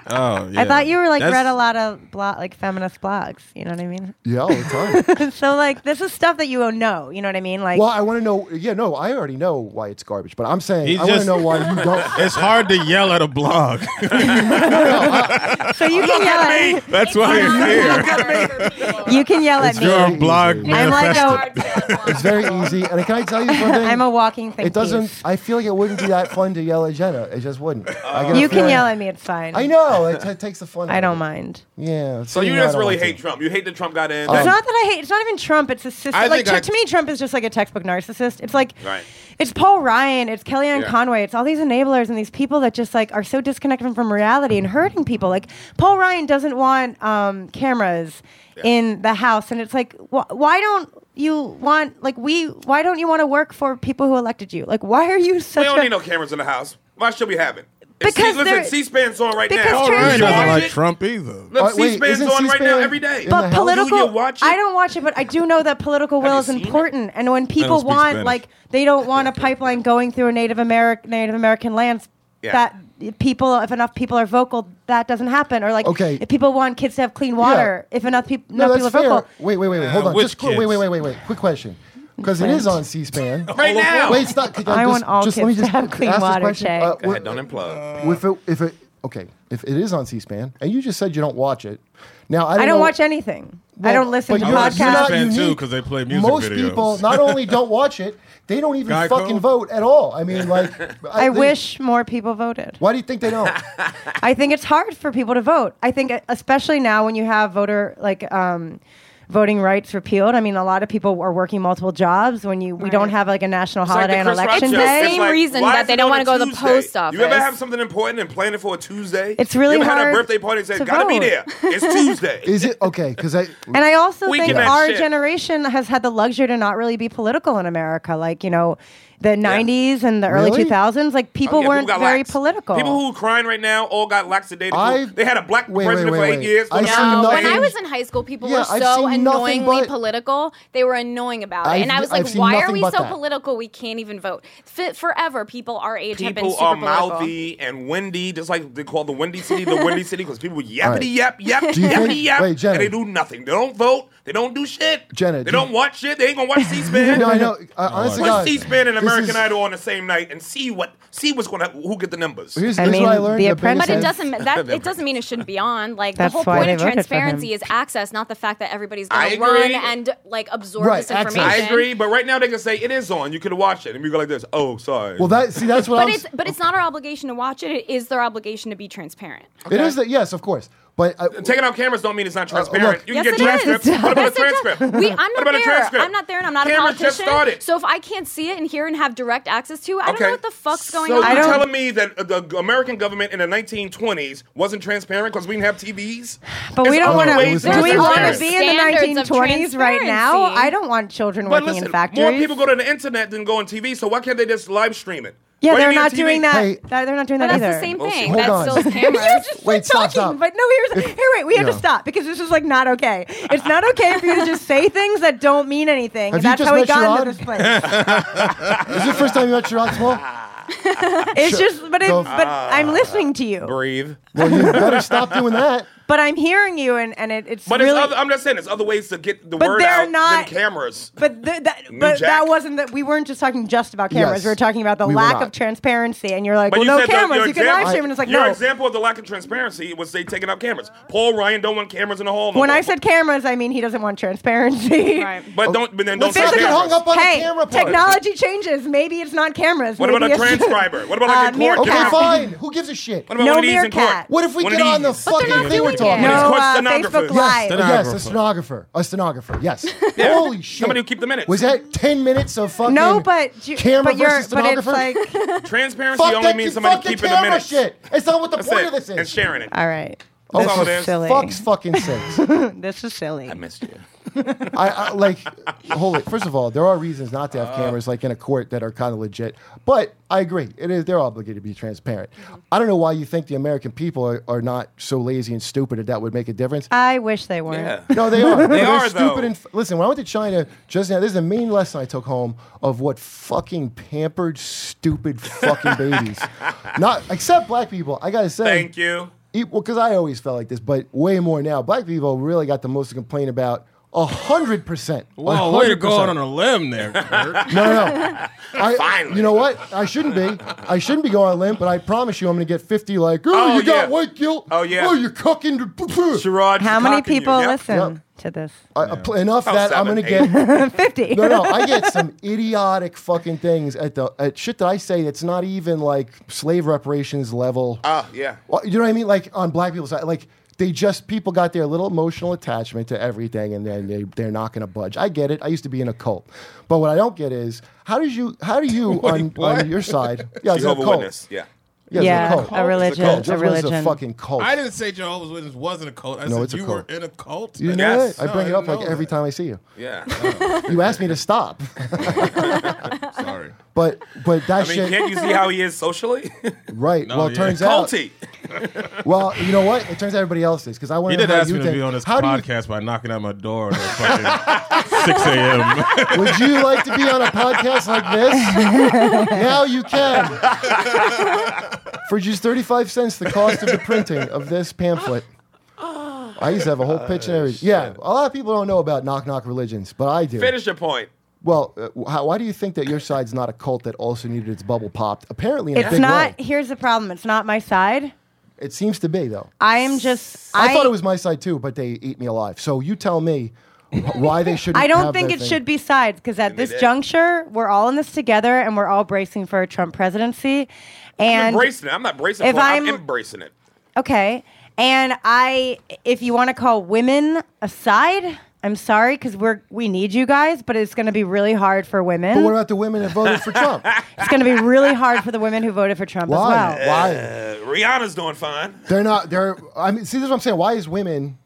Speaker 7: Oh, yeah.
Speaker 5: I thought you were like
Speaker 7: That's-
Speaker 5: read a lot of blo- like feminist blogs. You know what I mean?
Speaker 3: yeah, all the time.
Speaker 5: so like this is stuff that you know. You know what I mean? Like
Speaker 3: Well, I want to know. Yeah, no, I already know why it's garbage, but I'm saying
Speaker 7: He's
Speaker 3: I want to
Speaker 7: just-
Speaker 3: know why you don't.
Speaker 7: It's hard to yell at a blog.
Speaker 5: so you can yell
Speaker 7: That's why you're here.
Speaker 5: at you can yell
Speaker 3: It's
Speaker 5: at
Speaker 7: You're
Speaker 5: me.
Speaker 7: a blog
Speaker 3: I'm
Speaker 5: I'm like
Speaker 7: manifesto.
Speaker 5: a
Speaker 3: It's very easy. And can I tell you something?
Speaker 5: I'm a walking thing.
Speaker 3: It doesn't.
Speaker 5: piece.
Speaker 3: I feel like it wouldn't be that fun to yell at Jenna. It just wouldn't.
Speaker 2: Oh,
Speaker 3: I got a
Speaker 5: You can
Speaker 3: feeling-
Speaker 5: yell at me. It's fine.
Speaker 3: I know. It t- takes the fun. out
Speaker 5: I
Speaker 3: of
Speaker 5: don't
Speaker 3: it.
Speaker 5: mind.
Speaker 3: Yeah.
Speaker 2: So you just really hate
Speaker 3: Trump.
Speaker 2: Trump. You hate that Trump got
Speaker 3: Oh.
Speaker 2: in.
Speaker 5: It's not that I hate. It's not even Trump. It's a system.
Speaker 2: Um, I
Speaker 5: Like
Speaker 2: think
Speaker 5: to,
Speaker 2: I-
Speaker 5: to me, Trump is just like a textbook narcissist. It's like,
Speaker 2: Right.
Speaker 5: it's Paul Ryan. It's Kellyanne
Speaker 2: Yeah.
Speaker 5: Conway. It's all these enablers and these people that just like are so disconnected from reality and hurting people. Like Paul Ryan doesn't want um, cameras in the house, and it's like, wh- why don't you want like we? Why don't you want to work for people who elected you? Like, why are you
Speaker 2: we
Speaker 5: such?
Speaker 2: don't
Speaker 5: a,
Speaker 2: need no cameras in the house. Why should we have it? If
Speaker 5: Because
Speaker 2: C-
Speaker 5: there-
Speaker 2: listen, C-SPAN's on right
Speaker 5: because
Speaker 2: now.
Speaker 3: Oh,
Speaker 5: Paul
Speaker 7: He
Speaker 5: Ryan Trump
Speaker 7: doesn't
Speaker 5: is-
Speaker 7: like Trump either.
Speaker 2: Look,
Speaker 3: Uh, wait,
Speaker 2: C-SPAN's
Speaker 3: isn't
Speaker 2: on right now
Speaker 3: C-SPAN
Speaker 2: every day.
Speaker 3: in the
Speaker 5: but
Speaker 3: hell?
Speaker 5: political.
Speaker 2: Do you watch it?
Speaker 5: I don't watch it, but I do know that political will
Speaker 2: you
Speaker 5: is
Speaker 2: seen it?
Speaker 5: important. And when people
Speaker 7: don't speak
Speaker 5: want,
Speaker 7: Spanish.
Speaker 5: like, they don't want a pipeline going through Native American Native American lands.
Speaker 2: Yeah.
Speaker 5: That people, if enough people are vocal, that doesn't happen. Or like,
Speaker 3: Okay.
Speaker 5: if people want kids to have clean water, if enough, peop
Speaker 3: No,
Speaker 5: enough
Speaker 3: that's
Speaker 5: people
Speaker 3: fair.
Speaker 5: are vocal,
Speaker 3: Wait, wait, wait, wait. Hold
Speaker 7: Uh,
Speaker 3: on.
Speaker 7: which
Speaker 3: Just quick. Wait,
Speaker 7: kids?
Speaker 3: wait, wait, wait, wait. Quick question. Because it is on C-SPAN.
Speaker 2: Right now.
Speaker 3: Wait, stop. Could I
Speaker 5: I
Speaker 3: just,
Speaker 5: want all
Speaker 3: just
Speaker 5: kids
Speaker 3: let me
Speaker 5: to
Speaker 3: just
Speaker 5: have clean
Speaker 3: ask this
Speaker 5: water,
Speaker 3: question. Uh,
Speaker 5: Che.
Speaker 2: Go
Speaker 3: wh-
Speaker 2: ahead, don't implode.
Speaker 3: if it, if it okay if it is on C-SPAN and you just said you don't watch it now I don't,
Speaker 5: I don't
Speaker 3: know-
Speaker 5: watch anything. I
Speaker 3: well,
Speaker 5: don't listen
Speaker 3: but
Speaker 5: to
Speaker 3: you're not- you're not
Speaker 5: podcasts.
Speaker 7: C-SPAN too,
Speaker 3: unique.
Speaker 7: 'cause they play music
Speaker 3: most
Speaker 7: videos.
Speaker 3: people not only don't watch it they don't even
Speaker 7: Geico?
Speaker 3: fucking vote at all I mean like
Speaker 5: I
Speaker 3: they-
Speaker 5: wish more people voted.
Speaker 3: why do you think they don't
Speaker 5: I think it's hard for people to vote. I think uh, especially now when you have voter like um, voting rights repealed. I mean, a lot of people are working multiple jobs. When you we don't have like a national
Speaker 2: It's like
Speaker 5: holiday
Speaker 2: the
Speaker 5: on
Speaker 2: Chris Rock
Speaker 5: election
Speaker 2: joke.
Speaker 5: day.
Speaker 2: It's
Speaker 6: Same
Speaker 2: like,
Speaker 6: reason
Speaker 2: why
Speaker 6: that
Speaker 2: is
Speaker 6: they
Speaker 2: it
Speaker 6: don't
Speaker 2: on a
Speaker 6: wanna go to the
Speaker 2: Tuesday?
Speaker 6: post
Speaker 2: You ever
Speaker 6: office.
Speaker 2: have something important and plan it for a Tuesday?
Speaker 5: It's really
Speaker 2: you ever had
Speaker 5: hard
Speaker 2: a birthday party and said,
Speaker 5: to
Speaker 2: gotta be
Speaker 5: vote.
Speaker 2: there. It's Tuesday.
Speaker 3: is it okay because I
Speaker 5: and I also
Speaker 2: We
Speaker 5: think
Speaker 2: give a
Speaker 5: our
Speaker 2: shit.
Speaker 5: generation has had the luxury to not really be political in America. Like you know, the '90s and the early
Speaker 3: Really?
Speaker 5: 2000s, like people
Speaker 2: Oh, Yeah, who
Speaker 5: weren't
Speaker 2: got
Speaker 5: very
Speaker 2: lax?
Speaker 5: political.
Speaker 2: People who are crying right now all got lackadaisical.
Speaker 3: I-
Speaker 2: they had a black
Speaker 3: Wait, wait,
Speaker 2: president
Speaker 3: wait,
Speaker 2: for eight
Speaker 3: wait.
Speaker 2: years.
Speaker 3: I
Speaker 2: But
Speaker 3: see
Speaker 2: now-
Speaker 6: No, when
Speaker 3: nothing-
Speaker 6: I was in high school, people
Speaker 3: Yeah,
Speaker 6: were
Speaker 3: I've
Speaker 6: so
Speaker 3: seen nothing
Speaker 6: annoyingly
Speaker 3: but-
Speaker 6: political. They were annoying about it,
Speaker 3: I've-
Speaker 6: and I was
Speaker 3: I've
Speaker 6: like,
Speaker 3: seen
Speaker 6: "Why are
Speaker 3: nothing
Speaker 6: we so
Speaker 3: but that."
Speaker 6: political? We can't even vote." Fit forever, people our age have been
Speaker 2: People
Speaker 6: super
Speaker 2: are
Speaker 6: political.
Speaker 2: mouthy and windy, just like they call the windy city the windy city because people yappity yap yap
Speaker 3: Do you
Speaker 2: yappity
Speaker 3: think-
Speaker 2: yap,
Speaker 3: wait, Jenna.
Speaker 2: and they do nothing. They don't vote. They don't do shit.
Speaker 3: Jenna,
Speaker 2: they
Speaker 3: do
Speaker 2: do not
Speaker 3: you-
Speaker 2: watch shit. They ain't gonna watch C-SPAN.
Speaker 3: no I know uh, honestly
Speaker 2: Watch
Speaker 3: God,
Speaker 2: C-SPAN and
Speaker 3: this
Speaker 2: American
Speaker 3: is-
Speaker 2: Idol on the same night and see what see what's gonna who get the numbers.
Speaker 3: here's,
Speaker 5: I
Speaker 3: here's
Speaker 5: mean,
Speaker 3: what I learned
Speaker 5: The
Speaker 3: the biggest
Speaker 5: Apprentice-
Speaker 6: But it
Speaker 3: thing-
Speaker 6: doesn't that it doesn't mean it shouldn't be on. Like
Speaker 5: That's
Speaker 6: the whole
Speaker 5: why
Speaker 6: point
Speaker 5: they
Speaker 6: of
Speaker 5: voted for him.
Speaker 6: transparency is access, not the fact that everybody's is gonna
Speaker 2: I
Speaker 6: run
Speaker 2: agree.
Speaker 6: and like absorb
Speaker 3: Right,
Speaker 6: this
Speaker 3: access.
Speaker 6: information.
Speaker 2: I agree, but right now they can say it is on. You could have watched it, and we go like this. Oh, sorry.
Speaker 3: Well, that see, that's what
Speaker 6: But
Speaker 3: I'm.
Speaker 6: it's but it's not our obligation to watch it. It is their obligation to be transparent.
Speaker 3: It is that yes, of course. But uh, I,
Speaker 2: taking out cameras don't mean it's not transparent.
Speaker 3: Uh, look.
Speaker 2: you can
Speaker 6: Yes,
Speaker 2: get
Speaker 6: it is.
Speaker 2: transcripts. What about a transcript?
Speaker 6: We, I'm
Speaker 2: What
Speaker 6: not
Speaker 2: about a
Speaker 6: there.
Speaker 2: transcript?
Speaker 6: I'm not there, and I'm not a
Speaker 2: Cameras
Speaker 6: politician.
Speaker 2: just started.
Speaker 6: So if I can't see it and hear and have direct access to, it, I don't know what the fuck's going
Speaker 2: so
Speaker 6: on.
Speaker 5: I
Speaker 2: you're
Speaker 5: don't-
Speaker 2: telling me that uh, the g- American government in the 1920s wasn't transparent because we didn't have TVs?
Speaker 5: But we
Speaker 2: It's
Speaker 5: don't want
Speaker 3: wanna-
Speaker 2: always
Speaker 5: to.
Speaker 3: was
Speaker 5: Do we
Speaker 3: transparent.
Speaker 5: want to
Speaker 2: transparent.
Speaker 5: be in the
Speaker 6: Standards of
Speaker 5: 1920s right now?
Speaker 6: transparency.
Speaker 5: I don't want children
Speaker 2: But
Speaker 5: working
Speaker 2: listen,
Speaker 5: in factories.
Speaker 2: more people go to the internet than go on TV. So why can't they just live stream it?
Speaker 5: yeah,
Speaker 2: Why do
Speaker 5: they're
Speaker 2: you need a
Speaker 5: not
Speaker 2: TV?
Speaker 5: doing that.
Speaker 3: Hey.
Speaker 5: that- They're not doing
Speaker 6: But
Speaker 5: that
Speaker 6: that's
Speaker 5: either.
Speaker 6: the same
Speaker 2: Bullshit.
Speaker 6: thing.
Speaker 2: Hold
Speaker 6: That's
Speaker 3: on.
Speaker 6: still the
Speaker 5: You're
Speaker 6: camera.
Speaker 5: just
Speaker 3: Wait,
Speaker 5: like,
Speaker 3: stop,
Speaker 5: talking,
Speaker 3: stop.
Speaker 5: but no, here's here. Wait, we have
Speaker 3: Yeah.
Speaker 5: to stop because this is like not okay. It's not okay for you to just say things that don't mean anything.
Speaker 3: Have you
Speaker 5: That's
Speaker 3: just
Speaker 5: how we
Speaker 3: met
Speaker 5: got into
Speaker 3: Sherrod?
Speaker 5: this place.
Speaker 3: is it the first time you met Sherrod Small?
Speaker 5: It's just, but it,
Speaker 3: Go-
Speaker 5: but
Speaker 2: Ah,
Speaker 5: I'm listening to you,
Speaker 2: Breathe.
Speaker 3: Well, you better stop doing that.
Speaker 5: but I'm hearing you, and and it, it's
Speaker 2: But
Speaker 5: really.
Speaker 2: it's other, I'm just saying, there's other ways to get the
Speaker 5: But
Speaker 2: word
Speaker 5: they're
Speaker 2: out
Speaker 5: not-
Speaker 2: than cameras.
Speaker 5: but th- that,
Speaker 2: New
Speaker 5: but
Speaker 2: Jack.
Speaker 5: that wasn't that we weren't just talking just about cameras.
Speaker 3: Yes.
Speaker 5: we were talking about the
Speaker 3: We were
Speaker 5: lack
Speaker 3: not.
Speaker 5: of transparency, and you're like,
Speaker 2: But
Speaker 5: well,
Speaker 2: you
Speaker 5: no
Speaker 2: said that
Speaker 5: cameras.
Speaker 2: your
Speaker 5: you can
Speaker 2: example-
Speaker 5: live stream, and it's like,
Speaker 2: your
Speaker 5: no.
Speaker 2: example of the lack of transparency was they taking out cameras. Paul Ryan don't want cameras in the hall. No
Speaker 5: When
Speaker 2: more.
Speaker 5: I said cameras, I mean he doesn't want transparency.
Speaker 6: Right.
Speaker 2: but don't,
Speaker 5: Oh,
Speaker 2: but then don't
Speaker 3: Let's not
Speaker 2: say
Speaker 5: Basically-
Speaker 3: get
Speaker 2: cameras.
Speaker 3: hung up on
Speaker 5: hey,
Speaker 3: the camera part.
Speaker 5: technology changes. Maybe it's not cameras.
Speaker 2: What
Speaker 5: Maybe
Speaker 2: about a
Speaker 5: it's-
Speaker 2: transcriber? What about like
Speaker 5: Uh,
Speaker 2: a court?
Speaker 5: meerkat.
Speaker 3: Okay,
Speaker 2: camera?
Speaker 3: fine. Who gives a shit?
Speaker 2: What about
Speaker 5: No
Speaker 2: one of these in court?
Speaker 5: meerkat.
Speaker 3: What if we
Speaker 2: One of
Speaker 3: get on the
Speaker 2: these.
Speaker 3: fucking
Speaker 6: not
Speaker 3: thing we're
Speaker 6: doing
Speaker 3: talking
Speaker 6: it.
Speaker 2: It's
Speaker 5: No,
Speaker 2: called
Speaker 5: uh,
Speaker 2: stenographers.
Speaker 5: Facebook
Speaker 3: Yes, oh,
Speaker 5: Live.
Speaker 3: yes,
Speaker 7: Stenographer.
Speaker 3: a stenographer. A stenographer. Yes. Holy shit.
Speaker 2: Somebody who keep the minutes.
Speaker 3: Was that 10 minutes of fucking
Speaker 5: No, but you,
Speaker 3: camera
Speaker 5: but you're,
Speaker 3: versus
Speaker 5: but it's
Speaker 3: stenographer?
Speaker 5: like,
Speaker 2: Transparency
Speaker 3: fuck
Speaker 2: only
Speaker 3: that
Speaker 2: means
Speaker 3: means
Speaker 2: somebody
Speaker 3: fucking
Speaker 2: keeping the
Speaker 3: camera
Speaker 2: minutes.
Speaker 3: shit. It's not what the
Speaker 2: That's
Speaker 3: point
Speaker 2: it.
Speaker 3: of this is.
Speaker 2: And sharing it.
Speaker 5: all right,
Speaker 3: Oh,
Speaker 5: Uh, this
Speaker 2: for
Speaker 5: is silly.
Speaker 3: fuck's fucking sakes.
Speaker 5: This is silly.
Speaker 2: missed you.
Speaker 3: I, I like holy. First of all, there are reasons not to have
Speaker 2: Uh.
Speaker 3: cameras like in a court that are kind of legit. But I agree, it is they're obligated to be transparent.
Speaker 2: Mm-hmm.
Speaker 3: I don't know why you think the American people are, are not so lazy and stupid that that would make a difference.
Speaker 5: I wish they weren't.
Speaker 2: Yeah.
Speaker 3: No, they are. they
Speaker 2: are,
Speaker 3: stupid.
Speaker 2: though.
Speaker 3: And f- listen, when I went to China just now, this is the main lesson I took home of what fucking pampered, stupid fucking babies. Not except black people. I gotta say,
Speaker 2: Thank you.
Speaker 3: E, well, because I always felt like this, but way more now. Black people really got the most to complain about. A hundred percent.
Speaker 7: Whoa, Oh, way to go out on a limb there. Kurt.
Speaker 3: No, no. I,
Speaker 2: Finally.
Speaker 3: You know what? I shouldn't be. I shouldn't be going on a limp, but I promise you I'm going to get 50 like, oh,
Speaker 2: Oh,
Speaker 3: you got
Speaker 2: yeah.
Speaker 3: white guilt.
Speaker 2: Oh, yeah.
Speaker 3: Oh, you're cooking. to-
Speaker 2: Sherrod,
Speaker 5: How
Speaker 2: she's
Speaker 5: many
Speaker 2: cocking you.
Speaker 5: people
Speaker 2: Yep.
Speaker 5: listen
Speaker 3: Yep.
Speaker 5: to this?
Speaker 3: I- I pl- enough that i I'm
Speaker 2: Oh, seven,
Speaker 3: going
Speaker 2: eight.
Speaker 3: to get.
Speaker 5: Fifty.
Speaker 3: No, no. I get some idiotic fucking things at the at shit that I say that's not even like slave reparations level.
Speaker 2: Ah, yeah.
Speaker 3: Well, you know what I mean? Like on black people's side, like they just people got their little emotional attachment to everything, and then they they're not going to budge. I get it. I used to be in a cult, but what I don't get is how did you how do you on, on your side? Yeah, it's a
Speaker 2: Jehovah's
Speaker 3: cult.
Speaker 2: Witness. Yeah.
Speaker 3: Yeah, it's
Speaker 5: Yeah,
Speaker 3: a cult.
Speaker 5: a religion,
Speaker 3: Yeah,
Speaker 5: a
Speaker 3: Jehovah's Witness is
Speaker 5: religion.
Speaker 3: a fucking cult.
Speaker 7: I didn't say Jehovah's Witness wasn't a cult. I
Speaker 3: No,
Speaker 7: said
Speaker 3: it's a
Speaker 7: you
Speaker 3: cult.
Speaker 7: were in a cult.
Speaker 3: You didn't know
Speaker 2: Yes.
Speaker 3: that? I
Speaker 7: No,
Speaker 3: bring
Speaker 7: I
Speaker 3: it up
Speaker 7: didn't
Speaker 3: like
Speaker 7: know
Speaker 3: every
Speaker 7: that.
Speaker 3: time I see you.
Speaker 2: Yeah.
Speaker 3: You asked me to stop,
Speaker 7: Sorry.
Speaker 3: but but that
Speaker 2: I mean,
Speaker 3: shit
Speaker 2: can't you see how he is socially?
Speaker 3: right. well, it
Speaker 7: yeah.
Speaker 3: turns out
Speaker 2: Culty.
Speaker 3: Well, you know what? It turns out everybody else is because I want
Speaker 7: He
Speaker 3: to
Speaker 7: did
Speaker 3: know how
Speaker 7: ask
Speaker 3: you
Speaker 7: me to
Speaker 3: think.
Speaker 7: be on this
Speaker 3: how do
Speaker 7: podcast by knocking at my door at fucking 6 a.m.
Speaker 3: you, would you like to be on a podcast like this? now you can. For just thirty-five cents, the cost of the printing of this pamphlet. I used to have a whole pitch and everything. Yeah, a lot of people don't know about knock knock religions, but I do.
Speaker 2: Finish your point.
Speaker 3: Well, uh, how, why do you think that your side's not a cult that also needed its bubble popped? Apparently, in a
Speaker 5: It's
Speaker 3: big
Speaker 5: not.
Speaker 3: way.
Speaker 5: Here's the problem. It's not my side.
Speaker 3: It seems to be though.
Speaker 5: I am just.
Speaker 3: I, thought it was my side too, but they eat me alive. So you tell me why they shouldn't.
Speaker 5: I
Speaker 3: have
Speaker 5: don't think
Speaker 3: that
Speaker 5: it
Speaker 3: thing.
Speaker 5: should be sides because at this
Speaker 2: did.
Speaker 5: juncture, we're all in this together and we're all bracing for a Trump presidency. And
Speaker 2: embracing it. I'm not bracing
Speaker 5: if
Speaker 2: for it. I'm
Speaker 5: I'm-
Speaker 2: embracing it.
Speaker 5: okay, and I, if you want to call women a side, I'm sorry because we're we need you guys, but it's going to be really hard for women.
Speaker 3: But what about the women that voted for Trump?
Speaker 5: it's going to be really hard for the women who voted for Trump
Speaker 3: Why?
Speaker 5: as well.
Speaker 3: Why?
Speaker 2: Uh, Rihanna's doing fine.
Speaker 3: They're not. They're. I mean, see, this is what I'm saying. Why is women?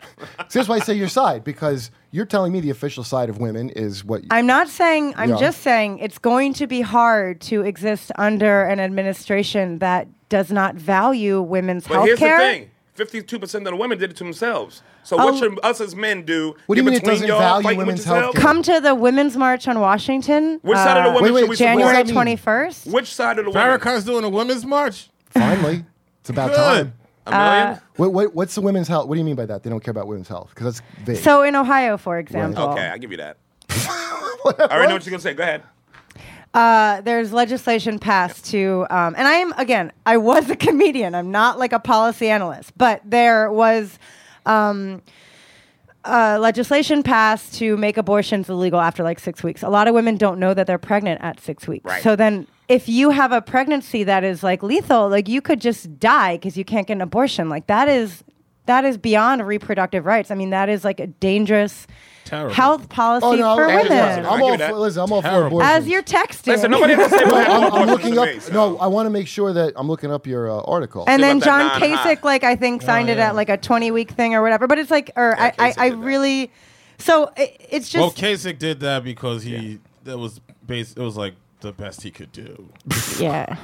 Speaker 3: See, that's why I say your side because you're telling me the official side of women is what.
Speaker 5: I'm not saying. I'm
Speaker 3: Yeah.
Speaker 5: just saying it's going to be hard to exist under an administration that does not value women's
Speaker 2: But here's
Speaker 5: healthcare.
Speaker 2: the thing. 52% of the women did it to themselves. So what
Speaker 5: Oh.
Speaker 2: should us as men do?
Speaker 3: What do you
Speaker 2: Get
Speaker 3: mean it
Speaker 2: between
Speaker 3: doesn't
Speaker 2: y'all,
Speaker 3: value
Speaker 2: fighting with
Speaker 3: women's
Speaker 2: yourselves?
Speaker 3: healthcare?
Speaker 5: Come uh, to the Women's March on Washington.
Speaker 2: Which side of the women
Speaker 3: wait,
Speaker 2: should
Speaker 3: wait,
Speaker 2: we
Speaker 3: What
Speaker 5: January
Speaker 3: does that mean?
Speaker 5: twenty first.
Speaker 2: Which side of the women?
Speaker 7: Farrakhan's doing a women's march.
Speaker 3: finally, it's about
Speaker 7: Good.
Speaker 3: time.
Speaker 2: A
Speaker 5: Uh,
Speaker 2: million?
Speaker 3: What, what, what's the women's health? What do you mean by that? They don't care about women's health because that's vague.
Speaker 5: So in Ohio, for example,
Speaker 2: okay, I give you that. I already know what you're going to say. Go ahead.
Speaker 5: uh, there's legislation passed to, um, and I am again, I was a comedian. I'm not like a policy analyst, but there was. Um, uh, legislation passed to make abortions illegal after like six weeks. A lot of women don't know that they're pregnant at six weeks.
Speaker 2: Right.
Speaker 5: So then, if you have a pregnancy that is like lethal, like you could just die because you can't get an abortion. Like that is that is beyond reproductive rights. I mean, that is like a dangerous
Speaker 7: Terrible.
Speaker 5: health policy
Speaker 3: Oh no,
Speaker 5: for
Speaker 3: I'm-
Speaker 5: women.
Speaker 2: I
Speaker 3: I'm
Speaker 2: give
Speaker 3: all
Speaker 2: that.
Speaker 3: for, listen, I'm all for
Speaker 7: Terrible.
Speaker 3: abortion.
Speaker 5: As you're texting,
Speaker 2: Listen, nobody ever said what
Speaker 3: I'm,
Speaker 2: happened
Speaker 3: I'm
Speaker 2: with abortions
Speaker 3: looking
Speaker 2: in
Speaker 3: up.
Speaker 2: Maine, so.
Speaker 3: No, I want to make sure that I'm looking up your uh, article.
Speaker 5: and then
Speaker 2: about that
Speaker 5: John
Speaker 2: non-high.
Speaker 5: Kasich, like I think, signed it
Speaker 7: yeah.
Speaker 5: at like a 20 week thing or whatever. But it's like, or
Speaker 2: Yeah,
Speaker 5: I, I,
Speaker 2: Kasich
Speaker 5: I
Speaker 2: did that.
Speaker 5: really, so it, it's just.
Speaker 7: Well, Kasich did that because he that was base. It was like the best he could do.
Speaker 5: Yeah.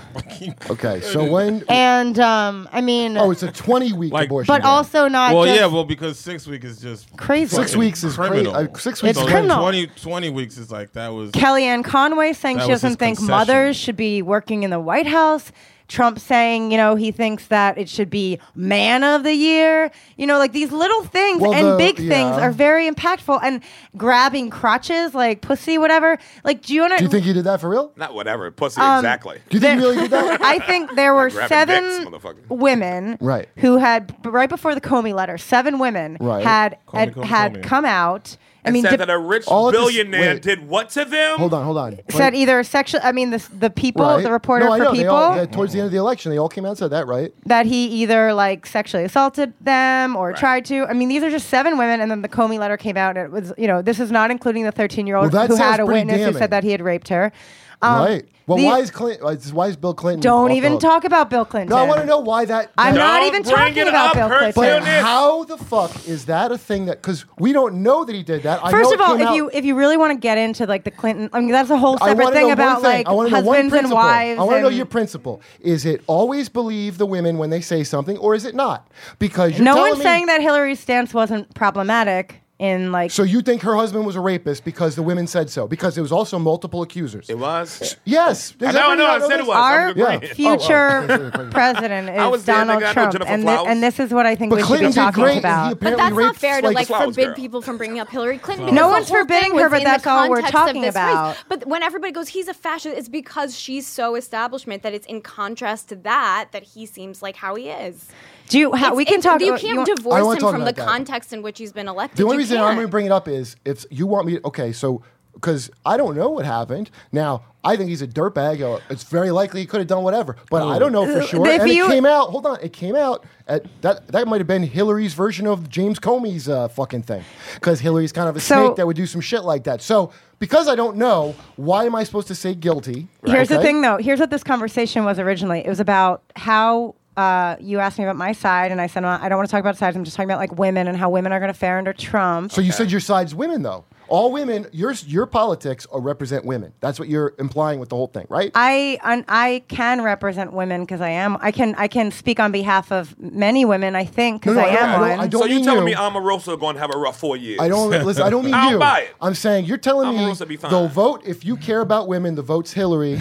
Speaker 3: okay, so when?
Speaker 5: And um, I mean,
Speaker 3: Oh, it's a 20 week
Speaker 7: Like-
Speaker 3: abortion.
Speaker 5: but
Speaker 3: then.
Speaker 5: also not.
Speaker 7: well,
Speaker 5: just,
Speaker 7: yeah, well, because six week is just
Speaker 5: Crazy.
Speaker 7: fucking
Speaker 5: Six
Speaker 3: weeks is cra-
Speaker 7: criminal.
Speaker 3: uh, six weeks
Speaker 5: It's
Speaker 7: so
Speaker 5: criminal.
Speaker 7: 20, 20 weeks is like that was
Speaker 5: Kellyanne Conway saying
Speaker 7: That
Speaker 5: she
Speaker 7: was his
Speaker 5: doesn't think
Speaker 7: concession.
Speaker 5: mothers should be working in the White House. Trump saying, you know, he thinks that it should be man of the year. You know, like these little things
Speaker 3: Well,
Speaker 5: and
Speaker 3: the-
Speaker 5: big things
Speaker 3: yeah.
Speaker 5: are very impactful. And grabbing crotches like pussy, whatever. Like, do you want
Speaker 3: do you think he did that for real?
Speaker 2: Not whatever, pussy.
Speaker 5: Um,
Speaker 2: exactly.
Speaker 3: Do you think he really did that?
Speaker 5: I think there were
Speaker 2: grabbing
Speaker 5: seven
Speaker 2: dicks, motherfucker.
Speaker 5: women
Speaker 3: Right.
Speaker 5: who had b- right before the Comey letter, seven women
Speaker 3: Right.
Speaker 5: had
Speaker 7: Comey,
Speaker 5: had,
Speaker 7: Comey,
Speaker 5: had
Speaker 7: Comey.
Speaker 5: come out. I mean,
Speaker 2: said
Speaker 5: dip-
Speaker 2: that a rich
Speaker 3: all of this-
Speaker 2: billionaire
Speaker 3: wait.
Speaker 2: did what to them?
Speaker 3: Hold on, hold on.
Speaker 5: said either sexual. I mean, the the people,
Speaker 3: Right.
Speaker 5: the reporter
Speaker 3: No, I
Speaker 5: for
Speaker 3: know, they
Speaker 5: people
Speaker 3: all- yeah, towards the end of the election, they all came out and said that, right?
Speaker 5: that he either like sexually assaulted them or tried to. I mean, these are just seven women, and then the Comey letter came out, and it was you know this is not including the thirteen year old
Speaker 3: Well, that
Speaker 5: who had
Speaker 3: sounds
Speaker 5: a
Speaker 3: pretty
Speaker 5: witness who
Speaker 3: damning.
Speaker 5: said that he had raped her. Um,
Speaker 3: right. Well,
Speaker 5: the-
Speaker 3: why is Clinton? Why is Bill Clinton? off
Speaker 5: don't
Speaker 3: the
Speaker 5: even
Speaker 3: hook?
Speaker 5: talk about Bill Clinton?
Speaker 3: No, I want to know why that.
Speaker 5: I'm
Speaker 3: that-
Speaker 5: not
Speaker 2: Don't
Speaker 5: even
Speaker 2: bring
Speaker 5: talking
Speaker 2: it
Speaker 5: about
Speaker 2: up,
Speaker 5: Bill
Speaker 2: Hertz.
Speaker 5: Clinton.
Speaker 3: But
Speaker 2: Tune in.
Speaker 3: how the fuck is that a thing that? Because we don't know that he did that. I know
Speaker 5: First
Speaker 3: it
Speaker 5: of all,
Speaker 3: came
Speaker 5: if
Speaker 3: out-
Speaker 5: you if you really want to get into like the Clinton, I mean that's a whole
Speaker 3: I
Speaker 5: separate
Speaker 3: wanna know
Speaker 5: thing
Speaker 3: one
Speaker 5: about
Speaker 3: thing.
Speaker 5: like
Speaker 3: I wanna know one
Speaker 5: husbands and
Speaker 3: principle.
Speaker 5: wives.
Speaker 3: I want to know
Speaker 5: and-
Speaker 3: your principle. Is it always believe the women when they say something, or is it not? Because you're
Speaker 5: no
Speaker 3: telling
Speaker 5: one's
Speaker 3: me-
Speaker 5: saying that Hillary's stance wasn't problematic in like.
Speaker 3: So you think her husband was a rapist because the women said so? Because there was also multiple accusers.
Speaker 2: It was.
Speaker 3: Yes. Does
Speaker 2: No,
Speaker 3: everybody
Speaker 2: no, I
Speaker 3: not know
Speaker 2: said
Speaker 3: this?
Speaker 2: it was.
Speaker 5: our
Speaker 2: I'm agreeing.
Speaker 3: Yeah.
Speaker 5: future
Speaker 3: Oh, oh, okay.
Speaker 5: president
Speaker 2: I was
Speaker 5: is
Speaker 2: there,
Speaker 5: Donald
Speaker 2: nigga. I know
Speaker 5: Trump,
Speaker 2: Jennifer
Speaker 5: and, thi-
Speaker 2: Flowers.
Speaker 5: and this is what I think
Speaker 3: But
Speaker 5: we
Speaker 3: Clinton
Speaker 5: should
Speaker 3: did
Speaker 5: be talking
Speaker 3: great. and He
Speaker 5: about.
Speaker 3: apparently
Speaker 6: But that's not
Speaker 3: raped,
Speaker 6: fair to like
Speaker 2: Flowers
Speaker 6: forbid
Speaker 2: girl.
Speaker 6: people from bringing up Hillary Clinton.
Speaker 5: No
Speaker 6: because the
Speaker 5: one's
Speaker 6: whole
Speaker 5: forbidding
Speaker 6: thing was
Speaker 5: her, but
Speaker 6: in the
Speaker 5: that's all we're
Speaker 6: context of
Speaker 5: talking
Speaker 6: this
Speaker 5: about.
Speaker 6: race. But when everybody goes, he's a fascist, it's because she's so establishment that it's in contrast to that that he seems like how he is.
Speaker 5: Do you? How,
Speaker 6: It's-
Speaker 5: we can
Speaker 6: it's-
Speaker 5: talk.
Speaker 6: You
Speaker 5: about-
Speaker 6: can't
Speaker 5: want-
Speaker 3: I
Speaker 6: divorce
Speaker 3: wanna
Speaker 6: him
Speaker 3: talk
Speaker 6: from the
Speaker 3: about that.
Speaker 6: context in which he's been elected.
Speaker 3: The only
Speaker 6: You
Speaker 3: reason I'm
Speaker 6: can't.
Speaker 3: going to bring it up is if you want me. Okay, so because I don't know what happened. Now I think he's a dirtbag. uh, It's very likely he could have done whatever, but I don't know for
Speaker 5: Uh,
Speaker 3: sure.
Speaker 5: if
Speaker 3: and
Speaker 5: you-
Speaker 3: it came out. Hold on, it came out at that. That might have been Hillary's version of James Comey's uh, fucking thing, because Hillary's kind of a
Speaker 5: So-
Speaker 3: snake that would do some shit like that. So because I don't know, why am I supposed to say guilty?
Speaker 5: Here's the
Speaker 3: Okay?
Speaker 5: thing, though. Here's what this conversation was originally. It was about how uh, you asked me about my side, and I said "Well, I don't want to talk about sides. I'm just talking about like women and how women are going to fare under Trump.
Speaker 3: So you said your side's women though. All women, your your politics are represent women. That's what you're implying with the whole thing, right?
Speaker 5: I un, I can represent women because I am. I can I can speak on behalf of many women. I think because
Speaker 3: No, no,
Speaker 5: I
Speaker 3: I don't-
Speaker 5: am
Speaker 3: I don't-
Speaker 5: one.
Speaker 3: I don't-
Speaker 2: So you
Speaker 3: mean
Speaker 2: telling
Speaker 3: you.
Speaker 2: me Omarosa going to have a rough four years?
Speaker 3: I don't listen. I don't mean
Speaker 2: I don't
Speaker 3: you.
Speaker 2: buy it.
Speaker 3: I'm saying you're telling
Speaker 2: I'm
Speaker 3: me
Speaker 2: also be fine.
Speaker 3: the vote. If you care about women, the vote's Hillary,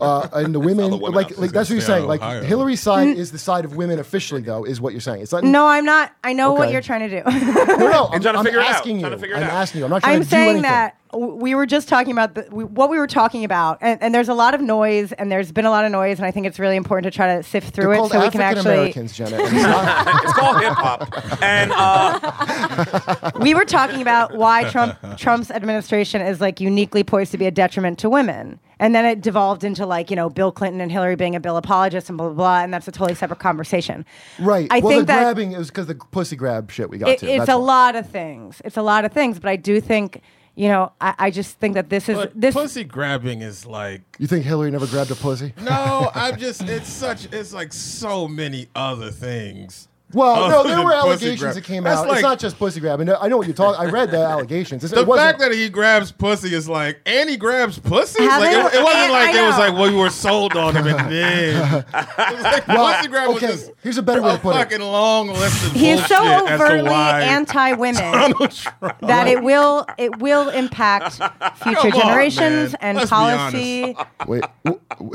Speaker 3: uh, and the women,
Speaker 2: the women out
Speaker 3: like,
Speaker 2: there.
Speaker 3: like that's what you're
Speaker 7: Yeah,
Speaker 3: saying. Like
Speaker 7: Ohio.
Speaker 3: Hillary's side is the side of women officially, though, is what you're saying. It's not.
Speaker 5: Mm. No, I'm not. I know what
Speaker 3: Okay.
Speaker 5: you're trying to do.
Speaker 3: no, no.
Speaker 2: I'm
Speaker 3: I'm,
Speaker 2: trying to
Speaker 3: I'm
Speaker 2: figure it out.
Speaker 3: asking you.
Speaker 2: Trying to figure it
Speaker 3: I'm
Speaker 2: out.
Speaker 3: asking you. I'm not trying
Speaker 5: I'm
Speaker 3: to do
Speaker 5: saying
Speaker 3: anything.
Speaker 5: that w- we were just talking about the, we, what we were talking about, and, and there's a lot of noise, and there's been a lot of noise, and I think it's really important to try to sift through
Speaker 3: They're
Speaker 5: it
Speaker 3: called
Speaker 5: so we can
Speaker 3: African
Speaker 5: actually.
Speaker 3: Americans, Jenna. It's not-
Speaker 2: it's called hip hop. And uh,
Speaker 5: we were talking about why Trump Trump's administration is like uniquely poised to be a detriment to women. And then it devolved into like, you know, Bill Clinton and Hillary being a bill apologist and blah blah blah, and that's a totally separate conversation.
Speaker 3: right.
Speaker 5: I
Speaker 3: well,
Speaker 5: think
Speaker 3: the
Speaker 5: that
Speaker 3: grabbing it was because the pussy grab shit we got
Speaker 5: it,
Speaker 3: to.
Speaker 5: it's
Speaker 3: That's
Speaker 5: a
Speaker 3: all.
Speaker 5: lot of things. It's a lot of things, but I do think, you know, I, I just think that this is
Speaker 7: but
Speaker 5: this
Speaker 7: pussy grabbing is like
Speaker 3: You think Hillary never grabbed a pussy?
Speaker 7: no. I'm just it's such it's like so many other things.
Speaker 3: Well, no,
Speaker 7: Other
Speaker 3: there
Speaker 7: than
Speaker 3: were
Speaker 7: pussy
Speaker 3: allegations
Speaker 7: grab.
Speaker 3: that came
Speaker 7: That's
Speaker 3: out.
Speaker 7: like-
Speaker 3: it's not just pussy grabbing. I know what you're talking. I read the allegations. It's,
Speaker 7: The
Speaker 3: it wasn't-
Speaker 7: fact that he grabs pussy is like, and he grabs pussy.
Speaker 5: Have
Speaker 7: Like, it,
Speaker 5: it-
Speaker 7: it wasn't
Speaker 5: and I
Speaker 7: like it was
Speaker 5: know.
Speaker 7: like, well, you were sold on him, and then it was like, pussy grab was
Speaker 3: okay,
Speaker 7: just
Speaker 3: here's a better way to put it.
Speaker 7: fucking long list of
Speaker 5: He's
Speaker 7: bullshit
Speaker 5: so
Speaker 7: as to
Speaker 5: overtly
Speaker 7: why
Speaker 5: anti-women
Speaker 7: Donald Trump-
Speaker 5: that it will it will impact future
Speaker 7: Come on,
Speaker 5: generations
Speaker 7: man.
Speaker 5: and
Speaker 7: Let's be
Speaker 5: policy.
Speaker 3: Wait. w- w-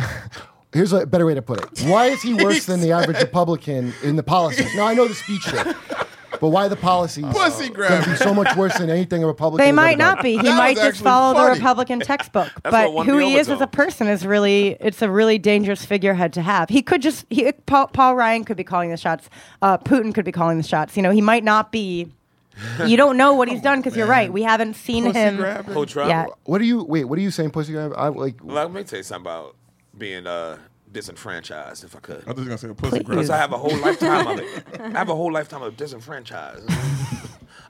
Speaker 3: Here's a better way to put it. Why is he worse than the average Republican in the policies? Now I know the speech shit, but why the policies?
Speaker 7: Pussy
Speaker 3: Gonna be
Speaker 7: grab.
Speaker 3: so much worse than anything a Republican.
Speaker 5: They
Speaker 3: has
Speaker 5: might
Speaker 3: ever done.
Speaker 5: not be. He
Speaker 7: That
Speaker 5: might
Speaker 7: was
Speaker 5: just
Speaker 7: actually
Speaker 5: follow the
Speaker 7: funny.
Speaker 5: Republican textbook.
Speaker 2: what
Speaker 5: but
Speaker 2: won
Speaker 5: who
Speaker 2: me
Speaker 5: he
Speaker 2: over
Speaker 5: is
Speaker 2: to
Speaker 5: as a
Speaker 2: him.
Speaker 5: person is really it's a really dangerous figurehead to have. He could just he Paul, Paul Ryan could be calling the shots. Uh, Putin could be calling the shots. You know, he might not be you don't know what
Speaker 2: Oh,
Speaker 5: he's done because you're right. We haven't seen him.
Speaker 2: Who Trump?
Speaker 5: Yeah.
Speaker 3: What do you wait? What are you saying, pussy grab? I like.
Speaker 2: Let me tell you something about being uh, disenfranchised, if I could.
Speaker 7: I
Speaker 3: Uh,
Speaker 7: was just gonna say a pussy
Speaker 5: Please.
Speaker 2: Because I have a whole lifetime of it. I have a whole lifetime of disenfranchised.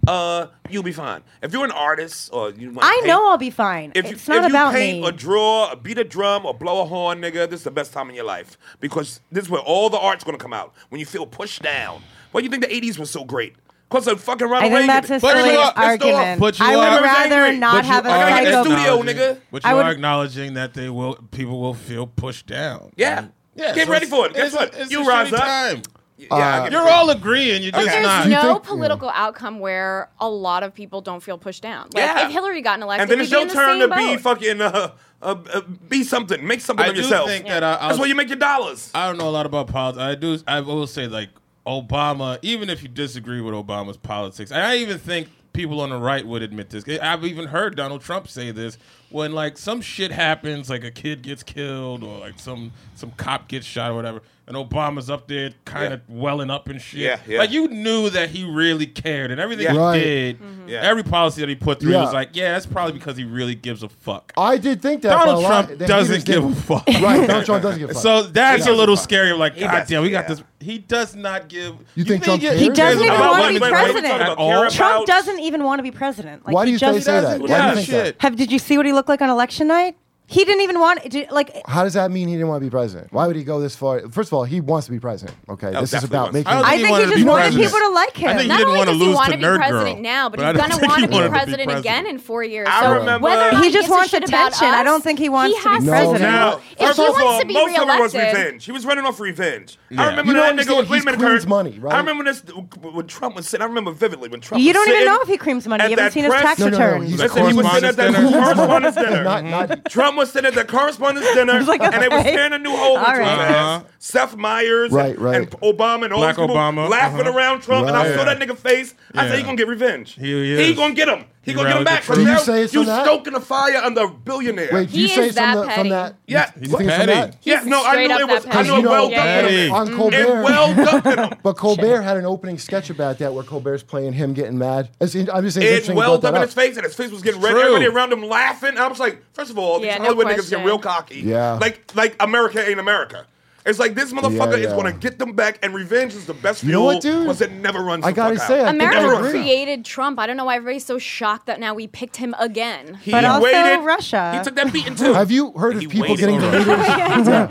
Speaker 2: uh, you'll be fine. If you're an artist or you want
Speaker 5: I know I'll be fine.
Speaker 2: If you,
Speaker 5: it's not
Speaker 2: if you
Speaker 5: about
Speaker 2: paint
Speaker 5: me.
Speaker 2: or draw, or beat a drum, or blow a horn, nigga, this is the best time in your life because this is where all the art's gonna come out when you feel pushed down. Why you think the '80s was so great? Cause a fucking Ronald
Speaker 5: I
Speaker 2: Reagan.
Speaker 5: think that's a
Speaker 7: But you
Speaker 5: silly
Speaker 7: are-
Speaker 2: Pissed off.
Speaker 5: argument.
Speaker 7: But you
Speaker 5: I would
Speaker 7: are-
Speaker 5: rather
Speaker 2: Angry.
Speaker 5: not
Speaker 7: But you
Speaker 5: have a
Speaker 7: are
Speaker 2: I gotta get in
Speaker 5: psycho.
Speaker 2: the studio,
Speaker 7: acknowledging-
Speaker 2: nigga.
Speaker 7: But you
Speaker 5: I would-
Speaker 7: are acknowledging that they will, people will feel pushed down.
Speaker 2: Yeah.
Speaker 7: And-
Speaker 2: Get
Speaker 7: so
Speaker 2: ready
Speaker 7: it's-
Speaker 2: for it. Guess
Speaker 7: it's a-
Speaker 2: what?
Speaker 7: it's
Speaker 2: You
Speaker 7: a
Speaker 2: rise
Speaker 7: shitty
Speaker 2: up.
Speaker 7: time.
Speaker 2: Yeah, I get it.
Speaker 7: You're all agreeing. You're just
Speaker 6: There's
Speaker 7: not.
Speaker 3: You
Speaker 6: no
Speaker 3: think-
Speaker 6: political outcome where a lot of people don't feel pushed down. Like,
Speaker 2: Yeah.
Speaker 6: If Hillary gotten elected,
Speaker 2: and then
Speaker 6: we'd
Speaker 2: it's
Speaker 6: be
Speaker 2: your
Speaker 6: in the
Speaker 2: turn to
Speaker 6: same
Speaker 2: be
Speaker 6: boat.
Speaker 2: fucking uh, uh, uh, be something, make something
Speaker 7: I
Speaker 2: of
Speaker 7: do
Speaker 2: yourself.
Speaker 7: think that I- I
Speaker 2: That's
Speaker 7: was-
Speaker 2: where you make your dollars.
Speaker 7: I don't know a lot about politics. I do. I will say like Obama. Even if you disagree with Obama's politics, and I even think people on the right would admit this. I've even heard Donald Trump say this when like some shit happens, like a kid gets killed or like some some cop gets shot or whatever, and Obama's up there kind of welling up and shit.
Speaker 2: Yeah, yeah.
Speaker 7: Like you knew that he really cared, and everything
Speaker 2: Yeah.
Speaker 7: he
Speaker 3: Right. Mm-hmm.
Speaker 7: did,
Speaker 2: Yeah.
Speaker 7: every policy that he put through, he
Speaker 3: Yeah.
Speaker 7: was like, yeah, that's probably because he really gives a fuck.
Speaker 3: I did think that
Speaker 7: Donald
Speaker 3: but a lot-
Speaker 7: Trump
Speaker 3: that he
Speaker 7: doesn't
Speaker 3: just
Speaker 7: give
Speaker 3: didn't-
Speaker 7: a fuck.
Speaker 3: Right, Donald Trump doesn't give a fuck.
Speaker 7: So that's a little scary. Like, God
Speaker 2: does-
Speaker 7: damn, we got
Speaker 2: yeah.
Speaker 7: this. He does not give.
Speaker 3: You think Trump
Speaker 7: gives-
Speaker 3: cares? He doesn't
Speaker 7: cares
Speaker 5: even
Speaker 7: about
Speaker 5: wanna
Speaker 7: what
Speaker 5: be
Speaker 7: he-
Speaker 5: president.
Speaker 7: at
Speaker 5: At
Speaker 7: all?
Speaker 2: all.
Speaker 5: Trump
Speaker 2: about-
Speaker 5: doesn't even want to be president. Like
Speaker 3: Why do
Speaker 5: he
Speaker 3: you
Speaker 5: just
Speaker 3: think say that?
Speaker 7: doesn't-
Speaker 3: Why
Speaker 7: Yeah,
Speaker 3: do you think that?
Speaker 7: shit.
Speaker 5: Have did you see what he looked like on election night? He didn't even want did- like
Speaker 3: How does that mean he didn't want to be president? Why would he go this far? First of all, he wants to be president. Okay, this is
Speaker 2: definitely
Speaker 3: about
Speaker 2: wants to.
Speaker 3: making.
Speaker 7: I don't
Speaker 5: I think he
Speaker 7: wanted to
Speaker 5: just
Speaker 7: be
Speaker 5: wanted
Speaker 7: president.
Speaker 5: people to like him.
Speaker 7: I think he
Speaker 5: Not
Speaker 7: didn't
Speaker 6: only
Speaker 7: want to
Speaker 6: does he
Speaker 7: lose
Speaker 6: want
Speaker 7: to
Speaker 6: to be
Speaker 7: Nerd
Speaker 6: president
Speaker 7: Girl,
Speaker 6: now, but,
Speaker 7: I
Speaker 6: he's
Speaker 7: don't
Speaker 6: gonna
Speaker 7: think he
Speaker 6: want to be
Speaker 7: wanted
Speaker 6: president, again in four years.
Speaker 2: I
Speaker 6: so
Speaker 2: remember-
Speaker 6: whether or not
Speaker 5: He just
Speaker 6: he gives a
Speaker 5: wants
Speaker 6: shit about
Speaker 5: attention.
Speaker 6: Us,
Speaker 5: I don't think he wants
Speaker 6: he
Speaker 5: to be
Speaker 6: has
Speaker 3: president.
Speaker 7: Now,
Speaker 2: first
Speaker 6: if he
Speaker 2: of
Speaker 6: wants
Speaker 2: all,
Speaker 6: to be
Speaker 2: most of it was
Speaker 6: reelected-
Speaker 2: revenge. He was running off revenge.
Speaker 7: Yeah.
Speaker 2: I remember
Speaker 3: You don't
Speaker 2: that nigga.
Speaker 3: understand,
Speaker 2: Was, wait
Speaker 3: he's
Speaker 2: a minute,
Speaker 3: Queen's
Speaker 2: Kurt.
Speaker 3: money, right?
Speaker 2: I remember this when Trump was sitting. I remember vividly when Trump.
Speaker 5: You
Speaker 2: was
Speaker 5: don't even
Speaker 2: sitting
Speaker 5: know if he creams money.
Speaker 2: at
Speaker 5: You haven't
Speaker 2: that
Speaker 5: seen his
Speaker 2: press-
Speaker 5: tax
Speaker 3: No, no, no,
Speaker 5: return.
Speaker 3: he's-
Speaker 2: Listen, he was sitting at that
Speaker 7: Correspondence dinner.
Speaker 2: correspondence dinner.
Speaker 3: Not, not,
Speaker 2: Trump was sitting at the correspondence dinner,
Speaker 5: like,
Speaker 2: and they were
Speaker 5: okay.
Speaker 2: tearing a new hole into
Speaker 5: All
Speaker 2: his
Speaker 5: right.
Speaker 2: ass. Seth Meyers,
Speaker 3: Right,
Speaker 2: and,
Speaker 3: right.
Speaker 2: and Obama, and all
Speaker 7: Uh-huh. Black
Speaker 2: these people
Speaker 7: Obama,
Speaker 2: laughing
Speaker 7: uh-huh.
Speaker 2: around Trump, and I
Speaker 3: Right.
Speaker 2: saw that nigga face. I
Speaker 7: Yeah.
Speaker 2: said, "He gonna get revenge.
Speaker 7: He is.
Speaker 2: gonna get him. He,
Speaker 7: He
Speaker 2: gonna get him
Speaker 7: rallied the
Speaker 2: back." 'cause
Speaker 7: troops.
Speaker 3: Did you
Speaker 2: now
Speaker 3: say it's
Speaker 2: you
Speaker 3: from that?
Speaker 2: stoking the fire on the billionaire.
Speaker 3: wait, did you
Speaker 6: He
Speaker 3: say
Speaker 6: is
Speaker 3: from,
Speaker 6: that
Speaker 3: the, from
Speaker 6: petty.
Speaker 3: that?
Speaker 2: yeah,
Speaker 3: You think it's from
Speaker 7: petty.
Speaker 3: that?
Speaker 2: yeah. No, I
Speaker 6: Straight
Speaker 2: knew
Speaker 6: up
Speaker 2: it was.
Speaker 6: that
Speaker 2: I
Speaker 3: Because
Speaker 2: knew
Speaker 6: petty.
Speaker 3: you
Speaker 2: it
Speaker 3: know,
Speaker 2: well
Speaker 6: Yeah,
Speaker 2: done.
Speaker 7: yeah,
Speaker 2: in him.
Speaker 7: yeah.
Speaker 3: on Colbert,
Speaker 2: And well done in him.
Speaker 3: But Colbert had an opening sketch about that where Colbert's playing him getting mad. It's in- I'm just saying, it's
Speaker 2: Ed
Speaker 3: interesting you
Speaker 2: well
Speaker 3: brought that
Speaker 2: done in
Speaker 3: up.
Speaker 2: his face, and his face was getting red.
Speaker 7: true.
Speaker 2: Everybody around him laughing. I was like, first of all, these
Speaker 6: Yeah, no
Speaker 2: Hollywood niggas
Speaker 6: question.
Speaker 2: get real cocky.
Speaker 3: Yeah.
Speaker 2: Like, like America ain't America. It's like this motherfucker
Speaker 3: Yeah,
Speaker 2: is
Speaker 3: yeah.
Speaker 2: going to get them back, and revenge is the best
Speaker 3: You know
Speaker 2: fuel
Speaker 3: what, dude?
Speaker 2: because it never runs.
Speaker 3: I
Speaker 2: the
Speaker 3: gotta
Speaker 2: fuck
Speaker 3: say, I
Speaker 2: out.
Speaker 3: think
Speaker 2: It
Speaker 3: I
Speaker 2: never
Speaker 6: America
Speaker 3: agree.
Speaker 2: runs out.
Speaker 6: created Trump. I don't know why everybody's so shocked that now we picked him again.
Speaker 2: He
Speaker 5: But also
Speaker 2: waited.
Speaker 5: Russia.
Speaker 2: He took that beating too.
Speaker 3: Have you heard of
Speaker 2: He
Speaker 3: people
Speaker 2: waited.
Speaker 3: getting the leaders? Yeah.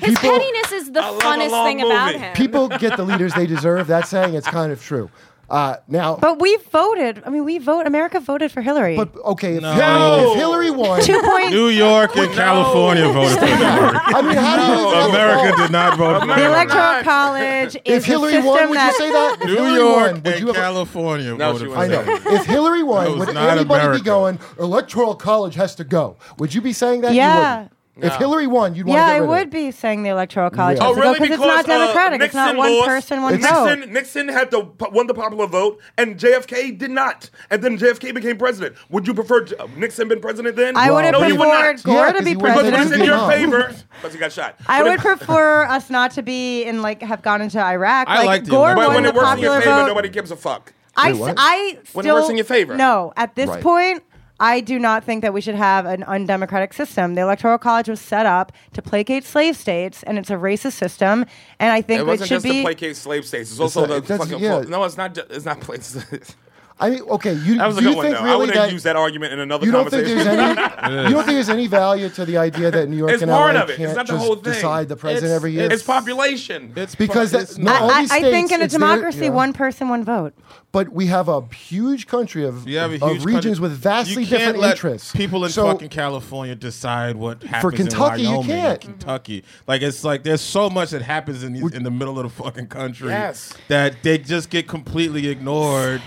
Speaker 6: His
Speaker 3: People-
Speaker 6: pettiness is the
Speaker 2: I love a long
Speaker 6: funnest thing about
Speaker 2: movie.
Speaker 6: him.
Speaker 3: People get the leaders they deserve. That saying, it's kind of true. Uh, now,
Speaker 5: But we voted. I mean, we vote. America voted for Hillary.
Speaker 3: but okay, if,
Speaker 7: No.
Speaker 3: Hillary, if Hillary won,
Speaker 5: Two point.
Speaker 7: New
Speaker 3: Oh,
Speaker 7: York and California voted for Hillary.
Speaker 3: I mean, how do you? how do you-
Speaker 7: America did not vote for
Speaker 5: The
Speaker 2: America-
Speaker 7: Hillary.
Speaker 5: Electoral College is
Speaker 3: If Hillary
Speaker 5: a system
Speaker 3: won, would you
Speaker 5: that
Speaker 3: say that? If
Speaker 7: New
Speaker 3: Hillary
Speaker 7: York
Speaker 3: won, would you
Speaker 7: and
Speaker 3: have-
Speaker 7: California
Speaker 2: No, she
Speaker 7: voted
Speaker 2: wouldn't.
Speaker 7: for
Speaker 3: I know.
Speaker 7: Hillary.
Speaker 3: If Hillary won,
Speaker 7: was
Speaker 3: would
Speaker 7: not
Speaker 3: anybody
Speaker 7: America.
Speaker 3: be going, electoral college has to go? Would you be saying that? You
Speaker 5: Yeah.
Speaker 3: wouldn't. If Hillary won, you'd want
Speaker 5: Yeah,
Speaker 3: to get
Speaker 5: I
Speaker 3: rid of
Speaker 5: would
Speaker 3: it.
Speaker 5: be saying the electoral college
Speaker 3: Yeah.
Speaker 5: has
Speaker 2: Oh,
Speaker 5: to
Speaker 2: really?
Speaker 5: go because it's not
Speaker 2: uh,
Speaker 5: democratic. it's not
Speaker 2: Nixon
Speaker 5: one
Speaker 2: lost.
Speaker 5: person, one
Speaker 2: Nixon,
Speaker 5: vote.
Speaker 2: Nixon had the won the popular vote, and JFK did not. And then JFK became president. Would you prefer J- Nixon been president then?
Speaker 5: I would have
Speaker 2: no, you would not.
Speaker 5: preferred
Speaker 3: Yeah,
Speaker 5: Gore to
Speaker 3: 'cause
Speaker 5: be
Speaker 3: he would've
Speaker 2: Because
Speaker 3: President
Speaker 2: it was
Speaker 5: president.
Speaker 2: in your
Speaker 3: Obama.
Speaker 2: favor. Because he got shot.
Speaker 5: I
Speaker 2: But
Speaker 5: would
Speaker 2: it-
Speaker 5: prefer us not to be in like have gone into Iraq.
Speaker 7: I
Speaker 5: like,
Speaker 7: like the
Speaker 5: Gore
Speaker 7: Iraq
Speaker 2: But
Speaker 5: won
Speaker 2: when
Speaker 5: the
Speaker 2: it works in your
Speaker 5: popular
Speaker 2: favor,
Speaker 5: vote.
Speaker 2: nobody gives a fuck.
Speaker 5: I,
Speaker 3: Wait,
Speaker 5: s-
Speaker 3: what?
Speaker 5: I still
Speaker 2: When it works in your favor.
Speaker 5: No, at this
Speaker 3: Right.
Speaker 5: point, I do not think that we should have an undemocratic system. The Electoral College was set up to placate slave states, and it's a racist system. And I think
Speaker 2: It wasn't
Speaker 5: should
Speaker 2: just
Speaker 5: be
Speaker 2: to placate slave states. It's also
Speaker 3: not-
Speaker 2: the
Speaker 3: it doesn't-
Speaker 2: fucking.
Speaker 3: yeah.
Speaker 2: No, it's not. ju- It's not places.
Speaker 3: I mean, okay, you,
Speaker 2: That was a
Speaker 3: do
Speaker 2: good
Speaker 3: you
Speaker 2: one,
Speaker 3: think
Speaker 2: though. I
Speaker 3: really
Speaker 2: would have
Speaker 3: that,
Speaker 2: used that argument in another
Speaker 3: you don't think
Speaker 2: conversation.
Speaker 3: there's any you don't think there's any value to the idea that New York
Speaker 2: It's
Speaker 3: and
Speaker 2: part
Speaker 3: LA
Speaker 2: of it. It's
Speaker 3: can't
Speaker 2: not the
Speaker 3: just
Speaker 2: whole thing.
Speaker 3: decide the president
Speaker 7: It's-
Speaker 3: every year?
Speaker 2: it's population.
Speaker 7: It's
Speaker 3: Because
Speaker 7: fu-
Speaker 3: that's
Speaker 7: it's
Speaker 3: not- all
Speaker 5: I,
Speaker 3: these
Speaker 5: I think
Speaker 3: states,
Speaker 5: in a
Speaker 3: it's their-
Speaker 5: democracy,
Speaker 3: yeah.
Speaker 5: one person, one vote.
Speaker 3: but we have a huge country of,
Speaker 7: You have a
Speaker 3: of
Speaker 7: huge country.
Speaker 3: regions with vastly
Speaker 7: You can't
Speaker 3: different
Speaker 7: let
Speaker 3: interests.
Speaker 7: People in
Speaker 3: so,
Speaker 7: fucking California decide what happens
Speaker 3: Kentucky,
Speaker 7: in
Speaker 3: you
Speaker 7: Wyoming,
Speaker 3: can't.
Speaker 7: in Kentucky. Like it's like there's so much that happens in these, in the middle of the fucking country
Speaker 2: Yes.
Speaker 7: that they just get completely ignored.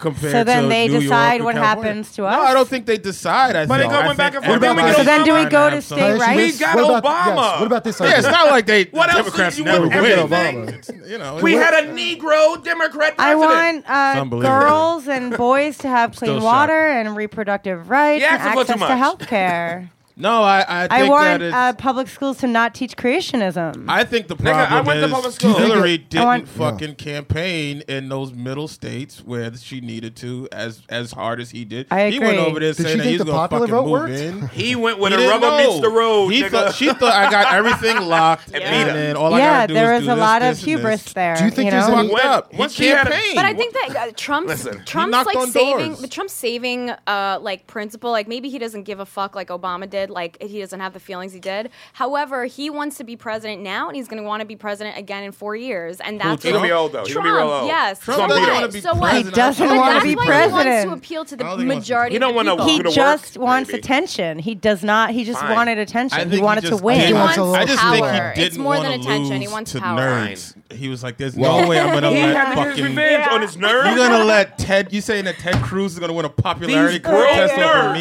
Speaker 7: Compared
Speaker 5: So then
Speaker 7: to
Speaker 5: they
Speaker 7: New York
Speaker 5: decide
Speaker 7: or
Speaker 5: what
Speaker 7: California.
Speaker 5: happens to
Speaker 7: No,
Speaker 5: us?
Speaker 7: I don't think they decide. I
Speaker 2: But they
Speaker 7: think.
Speaker 2: go
Speaker 7: I
Speaker 2: went back
Speaker 7: think
Speaker 2: and forth.
Speaker 3: What about
Speaker 7: everybody-
Speaker 3: So
Speaker 5: then do we
Speaker 7: Obama
Speaker 5: go to
Speaker 7: have
Speaker 5: state
Speaker 3: Can I
Speaker 7: something.
Speaker 3: ask you
Speaker 5: rights?
Speaker 3: this?
Speaker 2: We got
Speaker 3: what about,
Speaker 2: Obama.
Speaker 3: Yes, what about this?
Speaker 7: Yeah,
Speaker 3: idea?
Speaker 7: it's not like they
Speaker 2: What else
Speaker 7: Democrats
Speaker 2: do you
Speaker 7: never
Speaker 2: want?
Speaker 7: win.
Speaker 2: Everything?
Speaker 7: You know,
Speaker 2: we
Speaker 7: it-
Speaker 2: had a Negro Democrat president.
Speaker 5: I want uh,
Speaker 7: unbelievable.
Speaker 5: girls and boys to have clean
Speaker 7: shocked.
Speaker 5: water and reproductive rights
Speaker 2: Yeah,
Speaker 5: and
Speaker 2: it's a little too
Speaker 5: access to
Speaker 2: much.
Speaker 5: health care.
Speaker 7: No, I I
Speaker 5: I
Speaker 7: think
Speaker 5: want
Speaker 7: that it's,
Speaker 5: uh, public schools to not teach creationism.
Speaker 7: I think the problem
Speaker 2: Nigga, I went to public
Speaker 7: is
Speaker 2: school.
Speaker 7: Hillary didn't
Speaker 5: want-
Speaker 7: fucking campaign in those middle states where she needed to as as hard as he did.
Speaker 5: I
Speaker 7: He went
Speaker 5: agree.
Speaker 7: over there
Speaker 3: Did she
Speaker 7: saying that
Speaker 3: think
Speaker 7: he's
Speaker 3: the
Speaker 7: gonna
Speaker 3: popular
Speaker 7: fucking
Speaker 3: vote
Speaker 7: move
Speaker 3: worked?
Speaker 7: in.
Speaker 2: He went when
Speaker 7: He
Speaker 2: the
Speaker 7: didn't
Speaker 2: rubber meets
Speaker 7: know.
Speaker 2: the road.
Speaker 7: He
Speaker 2: nigga.
Speaker 7: thought, she thought I got everything locked,
Speaker 2: beat
Speaker 7: and,
Speaker 2: him.
Speaker 7: then all I
Speaker 5: yeah,
Speaker 7: gotta do
Speaker 5: there
Speaker 7: is
Speaker 5: was
Speaker 7: do
Speaker 5: a
Speaker 7: this,
Speaker 5: lot
Speaker 7: this,
Speaker 5: of
Speaker 7: and
Speaker 5: hubris
Speaker 7: this.
Speaker 5: there.
Speaker 3: Do you think there's
Speaker 5: know?
Speaker 3: any-
Speaker 7: Fucked up. He
Speaker 2: once he had a-
Speaker 7: campaigned.
Speaker 6: But I think that uh, Trump's
Speaker 2: Listen, he
Speaker 6: Trump's
Speaker 7: knocked
Speaker 6: like
Speaker 7: on
Speaker 6: saving
Speaker 7: doors.
Speaker 6: but Trump's saving uh like principle. Like maybe he doesn't give a fuck like Obama did. Like he doesn't have the feelings he did. However, he wants to be president now, and he's going to want to be president again in four years. And that's
Speaker 2: He's gonna be
Speaker 6: what-
Speaker 2: old, though. He's
Speaker 6: Trump,
Speaker 2: gonna be real old.
Speaker 6: yes.
Speaker 7: Trump
Speaker 6: so
Speaker 2: doesn't
Speaker 6: what?
Speaker 7: wanna be
Speaker 6: so what?
Speaker 7: president.
Speaker 5: He doesn't
Speaker 6: But
Speaker 5: wanna
Speaker 6: that's
Speaker 5: be
Speaker 6: why He wants
Speaker 5: president.
Speaker 6: to appeal to
Speaker 7: I
Speaker 6: the
Speaker 7: don't think he wants to-
Speaker 6: majority.
Speaker 2: He don't
Speaker 6: want
Speaker 2: wanna
Speaker 6: to
Speaker 5: He
Speaker 2: Who to work,
Speaker 5: just wants
Speaker 2: maybe.
Speaker 5: attention. He does not. He just
Speaker 2: Fine.
Speaker 5: wanted
Speaker 7: I
Speaker 5: attention.
Speaker 7: think
Speaker 5: He wanted to
Speaker 7: just
Speaker 5: win.
Speaker 7: didn't-
Speaker 3: He wants a little
Speaker 7: I just think
Speaker 3: power.
Speaker 7: he didn't
Speaker 6: It's more
Speaker 7: wanna
Speaker 6: than attention. He
Speaker 7: lose
Speaker 6: wants
Speaker 7: to
Speaker 6: power.
Speaker 7: nerds. He was like, "There's
Speaker 3: Well-
Speaker 7: no way I'm gonna
Speaker 2: He had
Speaker 7: let
Speaker 2: to get his
Speaker 7: fucking."
Speaker 2: revenge on his nerve.
Speaker 7: You're gonna let Ted? You saying that Ted Cruz is gonna win a popularity
Speaker 2: These broke
Speaker 7: contest over
Speaker 2: nerds.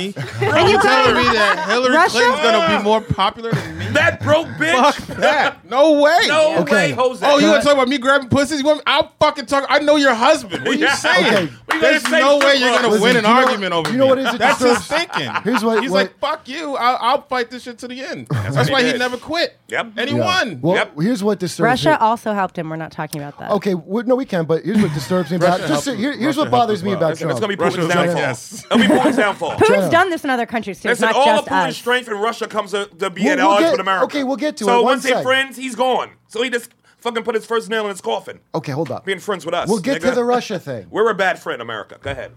Speaker 7: me? Are you telling me that Hillary
Speaker 5: Russia-
Speaker 7: Clinton's gonna be more popular than me?
Speaker 2: that broke
Speaker 7: Fuck
Speaker 2: bitch.
Speaker 7: that! No way!
Speaker 2: No way,
Speaker 3: Okay.
Speaker 2: Jose.
Speaker 7: Oh, you want to talk about me grabbing pussies? You want me- I'll fucking talk. I know your husband. What are you
Speaker 2: Yeah.
Speaker 7: saying?
Speaker 3: Okay.
Speaker 2: We gonna
Speaker 7: There's
Speaker 2: say
Speaker 7: no
Speaker 2: strip
Speaker 7: way you're
Speaker 2: club.
Speaker 7: gonna
Speaker 3: Listen,
Speaker 7: win
Speaker 3: you
Speaker 7: an
Speaker 3: know-
Speaker 7: argument over
Speaker 3: you know
Speaker 7: me.
Speaker 3: what it is that
Speaker 7: That's his
Speaker 3: deserves-
Speaker 7: thinking.
Speaker 3: Here's what-
Speaker 7: he's
Speaker 3: what-
Speaker 7: like. Fuck you. I'll, I'll fight this shit to the end. That's,
Speaker 2: what
Speaker 7: why
Speaker 2: he
Speaker 7: he
Speaker 2: did.
Speaker 7: never quit.
Speaker 2: Yep.
Speaker 7: And he
Speaker 2: Yeah.
Speaker 7: won.
Speaker 3: Well,
Speaker 2: Yep.
Speaker 3: here's what disturbs me.
Speaker 5: Russia also helped him. We're not talking about that.
Speaker 3: Okay, we- no, we can, but here's what disturbs me about.
Speaker 7: Russia
Speaker 3: Just
Speaker 7: helped
Speaker 3: here,
Speaker 7: us-
Speaker 3: here's
Speaker 7: Russia
Speaker 3: what bothers
Speaker 7: helped
Speaker 3: me
Speaker 7: us
Speaker 3: about
Speaker 7: out.
Speaker 2: Listen, it's
Speaker 3: Trump.
Speaker 2: gonna be Putin's
Speaker 7: Russia's
Speaker 2: downfall.
Speaker 7: yes.
Speaker 2: It'll be Putin's downfall.
Speaker 5: Putin's done this in other countries too.
Speaker 2: Listen,
Speaker 5: it's not
Speaker 2: all of
Speaker 5: just
Speaker 2: Putin's
Speaker 5: us.
Speaker 2: strength in Russia comes to, to be
Speaker 3: We'll-
Speaker 2: at
Speaker 3: we'll
Speaker 2: odds
Speaker 3: get-
Speaker 2: with America.
Speaker 3: okay, we'll get to
Speaker 2: so
Speaker 3: it. One
Speaker 2: once they're
Speaker 3: sec.
Speaker 2: friends, he's gone. So he just fucking put his first nail in his coffin.
Speaker 3: Okay, hold up.
Speaker 2: Being friends with us.
Speaker 3: We'll get to
Speaker 2: nigga.
Speaker 3: the Russia thing.
Speaker 2: We're a bad friend, America. Go ahead.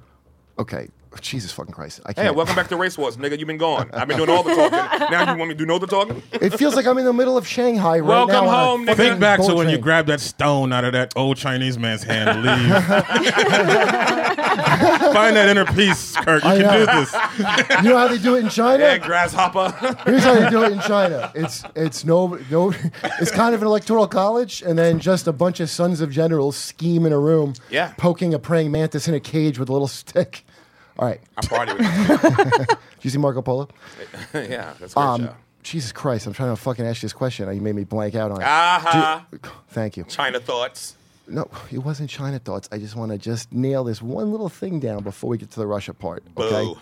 Speaker 3: Okay, Jesus fucking Christ, I
Speaker 2: Hey,
Speaker 3: can't.
Speaker 2: welcome back to Race Wars, nigga. You've been gone. I've been doing all the talking. Now you want me to do no the talking?
Speaker 3: It feels like I'm in the middle of Shanghai right
Speaker 2: Welcome
Speaker 3: now. on a
Speaker 2: home, nigga.
Speaker 3: fucking
Speaker 7: Think back to
Speaker 3: bullet
Speaker 7: when you
Speaker 3: train.
Speaker 7: grabbed that stone out of that old Chinese man's hand and leave. Find that inner peace, Kirk. You
Speaker 3: I
Speaker 7: can do
Speaker 3: know.
Speaker 7: this.
Speaker 3: You know how they do it in China?
Speaker 2: Yeah, grasshopper.
Speaker 3: Here's how they do it in China. It's it's no no. It's kind of an electoral college, and then just a bunch of sons of generals scheme in a room.
Speaker 2: Yeah.
Speaker 3: poking a praying mantis in a cage with a little stick. All right.
Speaker 2: I party with him.
Speaker 3: Did you see Marco Polo?
Speaker 2: yeah, that's great
Speaker 3: Um,
Speaker 2: job.
Speaker 3: Jesus Christ! I'm trying to fucking ask you this question. You made me blank out on it.
Speaker 2: Uh-huh.
Speaker 3: Do- Thank you.
Speaker 2: China thoughts.
Speaker 3: No, it wasn't China thoughts. I just want to just nail this one little thing down before we get to the Russia part. Okay.
Speaker 2: Boo.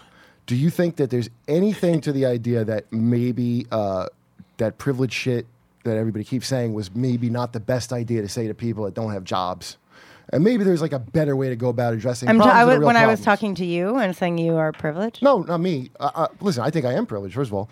Speaker 3: Do you think that there's anything to the idea that maybe uh, that privilege shit that everybody keeps saying was maybe not the best idea to say to people that don't have jobs? And maybe there's like a better way to go about addressing
Speaker 5: I'm t-
Speaker 3: problems that
Speaker 5: I
Speaker 3: are
Speaker 5: was,
Speaker 3: real
Speaker 5: when I was
Speaker 3: problems.
Speaker 5: talking to you and saying you are privileged.
Speaker 3: No, not me. Uh, uh, listen, I think I am privileged, first of all.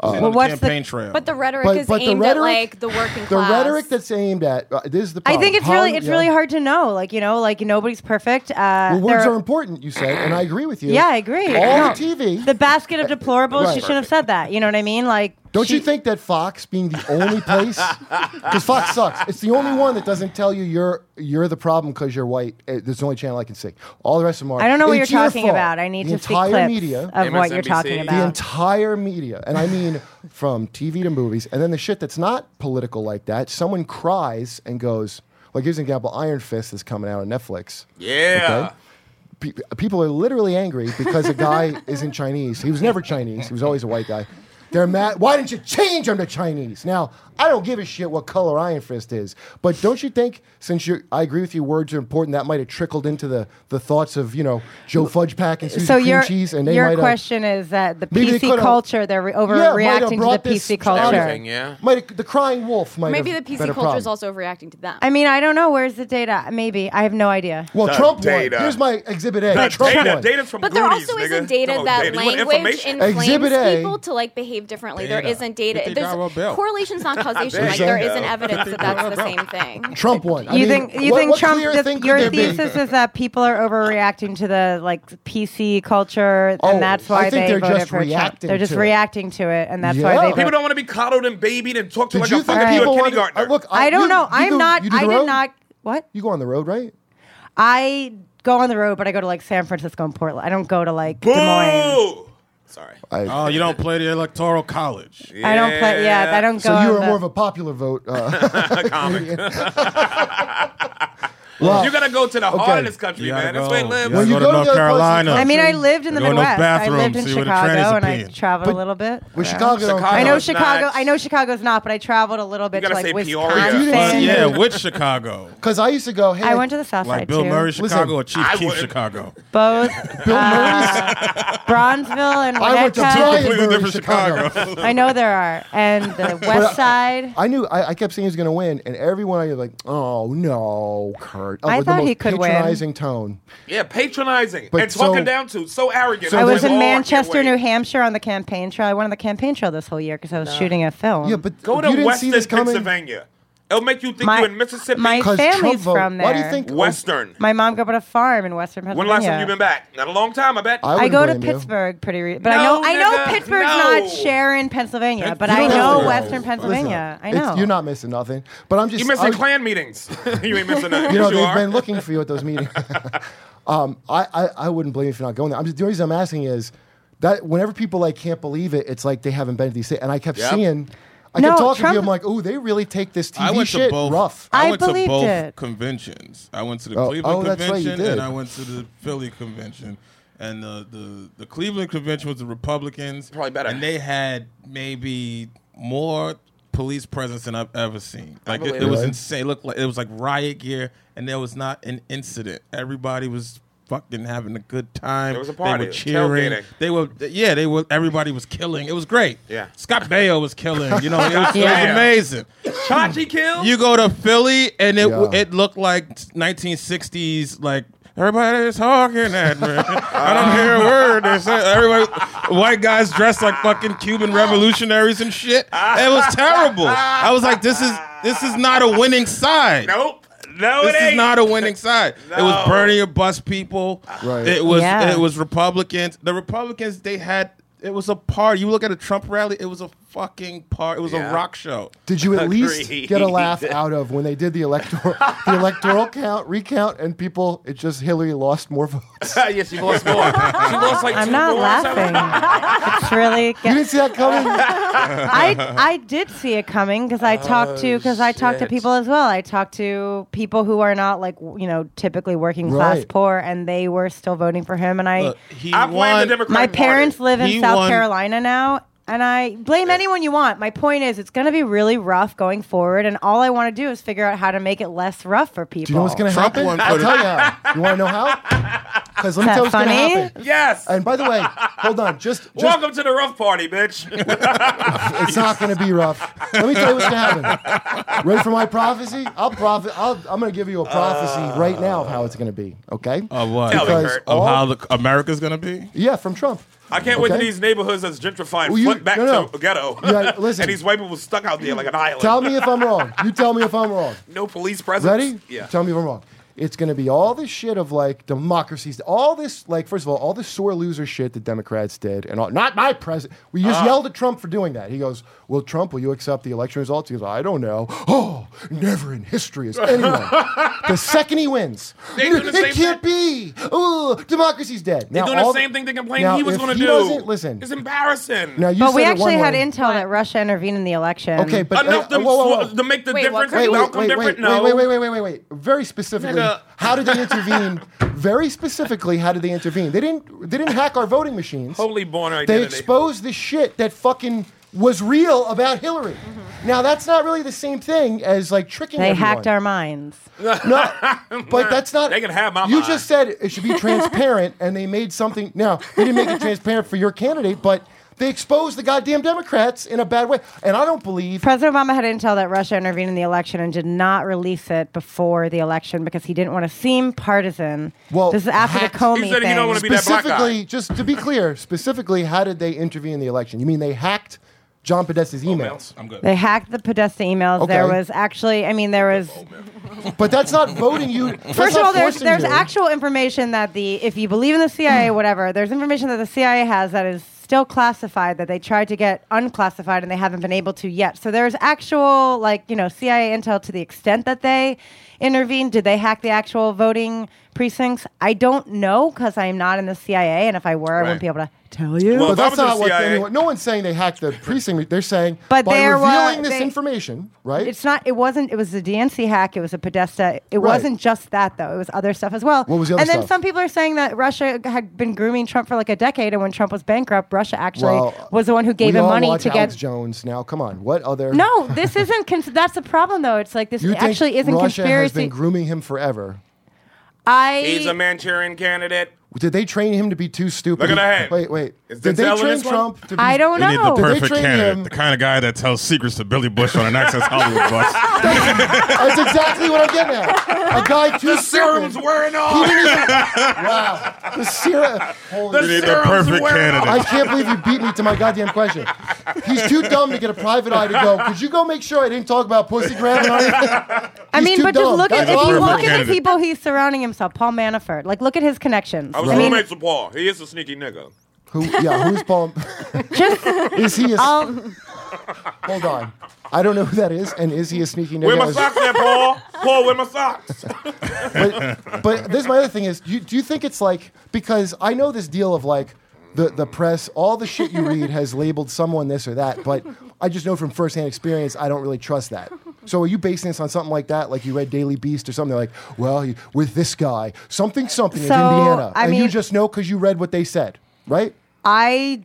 Speaker 7: On
Speaker 5: Well,
Speaker 7: the
Speaker 5: what's the-
Speaker 7: campaign trail.
Speaker 6: But the rhetoric
Speaker 3: But-
Speaker 6: is
Speaker 3: but the
Speaker 6: aimed at
Speaker 3: rhetoric-
Speaker 6: like the working
Speaker 3: The
Speaker 6: class.
Speaker 3: rhetoric that's aimed at uh, this is the
Speaker 5: I
Speaker 3: problem.
Speaker 5: think it's really
Speaker 3: Poli-
Speaker 5: it's
Speaker 3: yeah.
Speaker 5: really hard to know. Like you know, like nobody's perfect. Uh,
Speaker 3: Well, words
Speaker 5: there-
Speaker 3: are important, you said, and I agree with you.
Speaker 5: Yeah, I agree.
Speaker 3: All the
Speaker 5: No.
Speaker 3: TV.
Speaker 5: the basket of deplorables.
Speaker 3: Right.
Speaker 5: She shouldn't have said that. You know what I mean? Like,
Speaker 3: Don't
Speaker 5: she-
Speaker 3: you think that Fox being the only place, because Fox sucks, it's the only one that doesn't tell you you're you're the problem because you're white. Uh, There's the only channel I can see. All the rest of them are.
Speaker 5: I don't know what you're
Speaker 3: It's your
Speaker 5: talking
Speaker 3: fault.
Speaker 5: about. I need
Speaker 3: the
Speaker 5: to see
Speaker 3: entire
Speaker 5: clips
Speaker 3: media,
Speaker 5: of what you're
Speaker 2: MSNBC.
Speaker 5: talking
Speaker 2: The
Speaker 5: about.
Speaker 3: the entire media, and I mean from TV to movies, and then the shit that's not political like that. Someone cries and goes, like here's an example: Iron Fist is coming out on Netflix.
Speaker 2: Yeah.
Speaker 3: Pe- people are literally angry because a guy isn't Chinese. He was never Chinese. He was always a white guy. They're mad. Why didn't you change him to Chinese? Now, I don't give a shit what color Iron Fist is, but don't you think, since you, I agree with you, words are important, that might have trickled into the, the thoughts of, you know, Joe Fudge Pack and Susan
Speaker 5: so
Speaker 3: Cream
Speaker 5: your
Speaker 3: Cheese, and they
Speaker 5: your
Speaker 3: might uh,
Speaker 5: question is that the
Speaker 3: Maybe they
Speaker 5: PC
Speaker 3: could've-
Speaker 5: culture they're re-
Speaker 3: have, yeah, might have
Speaker 5: overreacting
Speaker 3: brought
Speaker 5: to the
Speaker 3: this
Speaker 5: PC culture.
Speaker 2: Everything, yeah.
Speaker 3: Might have, the crying wolf might
Speaker 6: Maybe the
Speaker 3: have
Speaker 6: PC
Speaker 3: been a
Speaker 6: culture is
Speaker 3: problem.
Speaker 6: also overreacting to them.
Speaker 5: I mean, I don't know. Where's the data? Maybe I have no idea.
Speaker 3: Well,
Speaker 2: The
Speaker 3: Trump
Speaker 2: data.
Speaker 3: won. Here's my exhibit A.
Speaker 2: But
Speaker 3: Trump
Speaker 2: data,
Speaker 3: won.
Speaker 2: data's from
Speaker 6: but there
Speaker 2: Goody's,
Speaker 6: also
Speaker 2: nigga.
Speaker 6: isn't data
Speaker 2: No,
Speaker 6: that
Speaker 2: data. You want
Speaker 6: language
Speaker 2: information?
Speaker 6: inflames
Speaker 3: Exhibit A.
Speaker 6: people to like behave differently. There
Speaker 7: Data.
Speaker 6: isn't data.
Speaker 7: Fifty dollar bill.
Speaker 6: There's correlation's not causation.
Speaker 2: bet.
Speaker 6: like there
Speaker 3: Bingo.
Speaker 6: isn't evidence that that's the same thing.
Speaker 3: Trump won. I
Speaker 5: you
Speaker 3: mean,
Speaker 5: think you
Speaker 3: what-
Speaker 5: think
Speaker 3: what
Speaker 5: Trump?
Speaker 3: clear
Speaker 5: the-
Speaker 3: thing could
Speaker 5: your
Speaker 3: there be?
Speaker 5: thesis is that people are overreacting to the like PC culture,
Speaker 3: Oh,
Speaker 5: and that's
Speaker 3: I
Speaker 5: why
Speaker 3: think
Speaker 5: they
Speaker 3: they're
Speaker 5: voted
Speaker 3: just
Speaker 5: for Trump.
Speaker 3: reacting
Speaker 5: They're just
Speaker 3: to it.
Speaker 5: reacting to it, and that's
Speaker 3: Yeah.
Speaker 5: why they.
Speaker 2: People
Speaker 5: voted-
Speaker 2: don't want to be coddled and babied and talked to
Speaker 3: Did
Speaker 2: like
Speaker 3: you
Speaker 2: a
Speaker 3: think
Speaker 2: fucking
Speaker 3: people wanted-
Speaker 2: kindergartner.
Speaker 3: uh, look,
Speaker 5: I
Speaker 3: you-
Speaker 5: don't know.
Speaker 3: you
Speaker 5: I'm
Speaker 3: go-
Speaker 5: not.
Speaker 3: you do
Speaker 5: I
Speaker 3: the
Speaker 5: did
Speaker 3: road?
Speaker 5: not. What?
Speaker 3: You go on the road, right?
Speaker 5: I go on the road, but I go to like San Francisco and Portland. I don't go to like Des Moines.
Speaker 2: Boo! Sorry.
Speaker 7: oh, you don't play the electoral college.
Speaker 5: I don't play. Yeah, I don't go.
Speaker 3: So you
Speaker 5: on
Speaker 3: were
Speaker 5: the-
Speaker 3: more of a popular vote. Uh,
Speaker 2: A comic.
Speaker 3: Well-
Speaker 2: you gotta go to the heart
Speaker 3: Okay.
Speaker 2: of this country,
Speaker 7: You gotta
Speaker 2: man. That's where it
Speaker 7: go.
Speaker 2: lives.
Speaker 7: You gotta
Speaker 3: When you
Speaker 7: go to
Speaker 3: go to
Speaker 7: North
Speaker 3: the other places-
Speaker 7: Carolina.
Speaker 5: I mean, I lived in the
Speaker 7: Go in those
Speaker 5: Midwest. I lived
Speaker 7: bathrooms,
Speaker 5: in
Speaker 7: see where the trannies
Speaker 5: Chicago
Speaker 7: are
Speaker 5: and I
Speaker 7: peeing.
Speaker 5: traveled
Speaker 3: But-
Speaker 5: a little bit.
Speaker 3: But
Speaker 5: around.
Speaker 3: Chicago, don't
Speaker 2: Chicago-
Speaker 5: I know
Speaker 2: it's not.
Speaker 5: Chicago. I know Chicago's not, but I traveled a little bit
Speaker 2: You
Speaker 5: to
Speaker 2: gotta
Speaker 5: like
Speaker 2: say Peoria.
Speaker 5: Wisconsin.
Speaker 7: But yeah,
Speaker 3: Saying-
Speaker 7: with Chicago.
Speaker 3: because I used to go. Hey,
Speaker 5: I went to the South
Speaker 7: Like
Speaker 5: Side
Speaker 7: Bill
Speaker 5: too.
Speaker 7: Murray,
Speaker 3: Listen,
Speaker 7: Chicago, or Chief
Speaker 2: I
Speaker 7: Keef,
Speaker 2: would-
Speaker 7: Chicago.
Speaker 5: Both uh,
Speaker 3: Bill Murray's.
Speaker 5: Bronzeville and
Speaker 3: I went to
Speaker 5: Winnetka.
Speaker 3: Bryant
Speaker 7: Completely
Speaker 3: Murray,
Speaker 7: different Chicago.
Speaker 5: I know there are, and the West Side.
Speaker 3: I knew I, I kept saying he was going to win, and everyone I was like, "Oh no, Kurt!" Uh,
Speaker 5: I
Speaker 3: with
Speaker 5: thought
Speaker 3: the most
Speaker 5: he could win.
Speaker 3: patronizing tone.
Speaker 2: Yeah, patronizing
Speaker 3: But
Speaker 2: and talking
Speaker 3: so-
Speaker 2: down to, so arrogant.
Speaker 3: So
Speaker 5: I
Speaker 2: I'm
Speaker 5: was
Speaker 2: like,
Speaker 5: in
Speaker 2: oh, I can't
Speaker 5: Manchester,
Speaker 2: wait.
Speaker 5: New Hampshire, on the campaign trail. I went on the campaign trail this whole year because I was shooting a film.
Speaker 3: Yeah, but
Speaker 2: Go
Speaker 3: you
Speaker 2: to
Speaker 3: didn't
Speaker 2: Western
Speaker 3: see this coming.
Speaker 2: Pennsylvania. It'll make you think
Speaker 5: My-
Speaker 2: you're in Mississippi.
Speaker 5: my
Speaker 3: 'Cause
Speaker 5: family's
Speaker 3: Trump vote-
Speaker 5: from
Speaker 3: Why do you
Speaker 5: there.
Speaker 3: think
Speaker 2: Western.
Speaker 5: my mom grew up on a farm in Western Pennsylvania.
Speaker 2: when last have you been back? Not a long time, I bet.
Speaker 3: I
Speaker 5: I
Speaker 3: wouldn't
Speaker 5: go to
Speaker 3: blame you.
Speaker 5: Pittsburgh pretty, re- but I
Speaker 2: No,
Speaker 5: know I know
Speaker 2: nigga,
Speaker 5: Pittsburgh's
Speaker 2: no.
Speaker 5: not Sharon, Pennsylvania, but
Speaker 3: You
Speaker 5: I
Speaker 3: don't
Speaker 5: know
Speaker 3: have to.
Speaker 5: Western
Speaker 3: Listen,
Speaker 5: Pennsylvania. I
Speaker 3: it's-
Speaker 5: know
Speaker 3: you're not missing nothing. But I'm just
Speaker 2: you
Speaker 3: I
Speaker 2: missing
Speaker 3: was-
Speaker 2: Klan meetings. you ain't missing nothing.
Speaker 3: You
Speaker 2: Yes,
Speaker 3: know they've
Speaker 2: are.
Speaker 3: been looking for you at those meetings. um, I, I I wouldn't blame you for not going there. I'm just the reason I'm asking is that whenever people like can't believe it, it's like they haven't been to these. And I kept
Speaker 2: Yep.
Speaker 3: seeing. I
Speaker 5: No,
Speaker 3: kept talking to
Speaker 5: Trump-
Speaker 3: you. I'm like, oh, they really take this TV
Speaker 7: I went
Speaker 3: shit
Speaker 7: to both.
Speaker 3: rough.
Speaker 5: I
Speaker 7: I, went to
Speaker 5: believed
Speaker 7: both
Speaker 5: it.
Speaker 7: conventions. I went to the
Speaker 3: Oh,
Speaker 7: Cleveland
Speaker 3: oh, that's right, you
Speaker 7: convention
Speaker 3: did.
Speaker 7: and I went to the Philly convention. And the, the the Cleveland convention was the Republicans.
Speaker 2: Probably better.
Speaker 7: And they had maybe more police presence than I've ever seen. Like it,
Speaker 2: believe
Speaker 7: it was
Speaker 3: it.
Speaker 7: insane. It looked like it was like riot gear, and there was not an incident. Everybody was fucking having a good time.
Speaker 2: There was a
Speaker 7: They
Speaker 2: party,
Speaker 7: were cheering.
Speaker 2: tailgating.
Speaker 7: They were yeah. They were. Everybody was killing. It was great.
Speaker 2: Yeah.
Speaker 7: Scott Baio was killing. You know, it was, it was
Speaker 2: Yeah.
Speaker 7: amazing.
Speaker 2: Chachi killed.
Speaker 7: You go to Philly and it
Speaker 3: Yeah.
Speaker 7: it looked like 1960s like everybody's honking at me. I don't hear a word. They say everybody white guys dressed like fucking Cuban revolutionaries and shit. It was terrible. I was like this is this is not a winning side.
Speaker 2: nope. No,
Speaker 7: This
Speaker 2: it
Speaker 7: is
Speaker 2: ain't.
Speaker 7: not a winning side. It was
Speaker 2: No.
Speaker 7: burning your bus people.
Speaker 3: Right.
Speaker 7: It was
Speaker 5: Yeah.
Speaker 7: it was Republicans. The Republicans they had it was a party. You look at a Trump rally, it was a fucking party. It was
Speaker 2: Yeah.
Speaker 7: a rock show.
Speaker 3: Did you at least
Speaker 2: Agreed.
Speaker 3: get a laugh out of when they did the electoral the electoral count recount and people? It just Hillary lost more votes.
Speaker 2: yeah, she lost more. she lost like
Speaker 5: I'm
Speaker 2: two
Speaker 5: not
Speaker 2: more or something.
Speaker 5: laughing. it's really.
Speaker 3: You
Speaker 5: Get-
Speaker 3: didn't see that coming.
Speaker 5: I I did see it coming because I talked to because I talked to
Speaker 2: Oh, shit.
Speaker 5: people as well. I talked to people who are not like w- you know typically working class
Speaker 3: Right.
Speaker 5: poor, and they were still voting for him. And I
Speaker 7: Look, he
Speaker 2: I blame the
Speaker 7: won-
Speaker 2: Democrat
Speaker 5: my
Speaker 2: Party.
Speaker 5: parents live in
Speaker 7: He
Speaker 5: South
Speaker 7: won-
Speaker 5: Carolina now, and I blame anyone you want. My point is, it's going to be really rough going forward, and all I want to do is figure out how to make it less rough for people.
Speaker 3: Do you know what's going to
Speaker 7: Trump
Speaker 3: happen?
Speaker 7: won
Speaker 3: I'll
Speaker 7: for the-
Speaker 3: tell you. How. You want to know how? Because let me
Speaker 5: Is
Speaker 3: tell you what's going
Speaker 5: that
Speaker 3: to
Speaker 5: funny?
Speaker 3: happen.
Speaker 2: Yes.
Speaker 3: And by the way, hold on. Just, just
Speaker 2: Welcome to the rough party, bitch.
Speaker 3: it's not going to be rough. Let me tell you what's going to happen. Ready for my prophecy? I'll prophet. I'll, I'm going to give you a prophecy
Speaker 2: Uh,
Speaker 3: right now of how it's going to be. Okay.
Speaker 7: Of what?
Speaker 2: Tell me,
Speaker 3: Because
Speaker 2: Kurt.
Speaker 7: of
Speaker 3: all-
Speaker 7: how the, America's gonna be?
Speaker 3: yeah, from Trump.
Speaker 2: I can't wait till
Speaker 3: Okay.
Speaker 2: these neighborhoods that's gentrified
Speaker 3: Well, you-
Speaker 2: flip back
Speaker 3: no, no.
Speaker 2: to ghetto.
Speaker 3: Yeah, listen.
Speaker 2: and these white people stuck out there like an island.
Speaker 3: Tell me if I'm wrong. You tell me if I'm wrong.
Speaker 2: no police presence.
Speaker 3: Ready?
Speaker 2: Yeah.
Speaker 3: Tell me if I'm wrong. It's going to be all this shit of like democracies, all this like first of all, all this sore loser shit that Democrats did, and all, not my president. We just
Speaker 2: Ah.
Speaker 3: yelled at Trump for doing that. He goes, "Well, Trump, will you accept the election results?" He goes, "I don't know. Oh, never in history has anyone." the second he wins,
Speaker 2: They do the
Speaker 3: it
Speaker 2: same
Speaker 3: can't be. Oh, democracy's dead.
Speaker 2: They're
Speaker 3: Now,
Speaker 2: doing the
Speaker 3: all
Speaker 2: same thing they complained
Speaker 3: now,
Speaker 2: he was
Speaker 3: if
Speaker 2: going to
Speaker 3: he
Speaker 2: do.
Speaker 3: doesn't- listen.
Speaker 2: It's embarrassing.
Speaker 3: Now you
Speaker 5: but we
Speaker 3: said it one
Speaker 5: actually had
Speaker 3: way.
Speaker 5: intel that Russia intervened in the election.
Speaker 3: Okay, but
Speaker 2: Enough
Speaker 3: uh,
Speaker 2: to,
Speaker 3: whoa, whoa, whoa.
Speaker 2: to make the
Speaker 6: Wait,
Speaker 2: difference
Speaker 6: what?
Speaker 2: and
Speaker 3: Wait, wait,
Speaker 2: welcome
Speaker 3: wait,
Speaker 2: different.
Speaker 3: wait,
Speaker 2: no.
Speaker 3: wait, wait, wait, wait, wait, wait. Very specifically,
Speaker 2: Nigga.
Speaker 3: how did they intervene? Very specifically, how did they intervene? They didn't. They didn't hack our voting machines.
Speaker 2: Totally born
Speaker 3: They
Speaker 2: identity.
Speaker 3: exposed the shit that fucking was real about Hillary. Now that's not really the same thing as like tricking.
Speaker 5: Mm-hmm. they
Speaker 3: everyone.
Speaker 5: hacked our minds.
Speaker 3: No, but that's not.
Speaker 2: They can have my
Speaker 3: You
Speaker 2: mind.
Speaker 3: just said it should be transparent, and they made something. Now they didn't make it transparent for your candidate, but they exposed the goddamn Democrats in a bad way. And I don't believe
Speaker 5: President Obama had intel that Russia intervened in the election and did not release it before the election because he didn't want to seem partisan.
Speaker 3: Well,
Speaker 5: this is after the
Speaker 3: hacked.
Speaker 5: Comey
Speaker 2: He said he
Speaker 5: thing.
Speaker 2: don't wanna be that black guy.
Speaker 3: specifically, just to be clear, specifically, how did they intervene in the election? You mean they hacked John Podesta's
Speaker 2: Oh,
Speaker 3: emails?
Speaker 7: I'm good.
Speaker 5: they hacked the Podesta emails.
Speaker 3: Okay. Oh,
Speaker 5: There was actually, I mean, there was
Speaker 3: But that's not voting you. that's
Speaker 5: First of
Speaker 3: not
Speaker 5: all, there's
Speaker 3: forcing
Speaker 5: there's
Speaker 3: you. Hmm.
Speaker 5: actual information that the if you believe in the CIA, whatever, there's information that the CIA has that is still classified that they tried to get unclassified and they haven't been able to yet. So there's actual like you know CIA intel to the extent that they intervened. Did they hack the actual voting precincts. I don't know because I am not in the CIA, and if I were, I
Speaker 2: Right.
Speaker 5: wouldn't be able to tell you.
Speaker 2: Well,
Speaker 3: But that's
Speaker 2: if I was
Speaker 3: not
Speaker 2: in
Speaker 3: what
Speaker 2: CIA
Speaker 3: anyone. No one's saying they hacked the precinct. They're saying
Speaker 5: But
Speaker 3: by
Speaker 5: there were-
Speaker 3: revealing this
Speaker 5: they-
Speaker 3: information, right?
Speaker 5: it's not. It wasn't. It was the DNC hack. It was a Podesta. It
Speaker 3: Right.
Speaker 5: wasn't just that though. It was other stuff as well.
Speaker 3: What was the other
Speaker 5: And then
Speaker 3: stuff?
Speaker 5: some people are saying that Russia had been grooming Trump for like a decade, and when Trump was bankrupt, Russia actually
Speaker 3: Well,
Speaker 5: was the one who gave
Speaker 3: we
Speaker 5: him
Speaker 3: all
Speaker 5: money
Speaker 3: watch
Speaker 5: to
Speaker 3: Alex
Speaker 5: get.
Speaker 3: Jones. Now, come on, what other?
Speaker 5: No, this isn't. Cons- that's the problem though. It's like this
Speaker 3: you think
Speaker 5: actually isn't
Speaker 3: Russia has
Speaker 5: conspiracy.
Speaker 3: been grooming him forever?
Speaker 5: I
Speaker 2: He's a Manchurian candidate.
Speaker 3: Did they train him to be too stupid?
Speaker 2: Look at her head.
Speaker 3: Wait, wait.
Speaker 2: Is
Speaker 3: Did they
Speaker 2: Denzel in
Speaker 3: train
Speaker 2: this one?
Speaker 3: Trump to be?
Speaker 5: I don't
Speaker 7: They need the
Speaker 5: know.
Speaker 7: perfect
Speaker 3: train
Speaker 7: candidate,
Speaker 3: him-
Speaker 7: the kind of guy that tells secrets to Billy Bush on an Access Hollywood bus.
Speaker 3: That's exactly what I'm getting at. A guy too
Speaker 2: The serum's
Speaker 3: stupid.
Speaker 2: wearing
Speaker 3: He
Speaker 2: off.
Speaker 3: didn't even- wow. The serum.
Speaker 2: The
Speaker 3: Holy
Speaker 7: You need the
Speaker 2: serum's
Speaker 7: perfect
Speaker 2: wearing
Speaker 7: candidate.
Speaker 2: off.
Speaker 3: I can't believe you beat me to my goddamn question. He's too dumb to get a private eye to go. Could you go make sure I didn't talk about pussy grabbing or anything?
Speaker 5: I
Speaker 3: He's
Speaker 5: mean,
Speaker 3: too
Speaker 5: but
Speaker 3: dumb.
Speaker 5: just look at
Speaker 3: That's
Speaker 5: if
Speaker 3: all
Speaker 5: you
Speaker 3: I'm
Speaker 5: look
Speaker 7: looking
Speaker 5: at
Speaker 7: at.
Speaker 5: the people he's surrounding himself. Paul Manafort. Like, look at his connections.
Speaker 2: I was
Speaker 5: I mean,
Speaker 2: roommates with Paul. He is a sneaky nigga.
Speaker 3: Who? Yeah. Who's Paul?
Speaker 5: just
Speaker 3: Is he a?
Speaker 5: all.
Speaker 3: Hold on. I don't know who that is, and is he a sneaky nigga?
Speaker 2: Where my
Speaker 3: Is-
Speaker 2: socks at, Paul? Paul, where my socks?
Speaker 3: but, but this is my other thing is do you, do you think it's like because I know this deal of like the, the press all the shit you read has labeled someone this or that but I just know from firsthand experience I don't really trust that so are you basing this on something like that like you read Daily Beast or something like well you, with this guy something something in
Speaker 5: So,
Speaker 3: Indiana
Speaker 5: I
Speaker 3: and you
Speaker 5: mean-
Speaker 3: just know because you read what they said right
Speaker 5: I.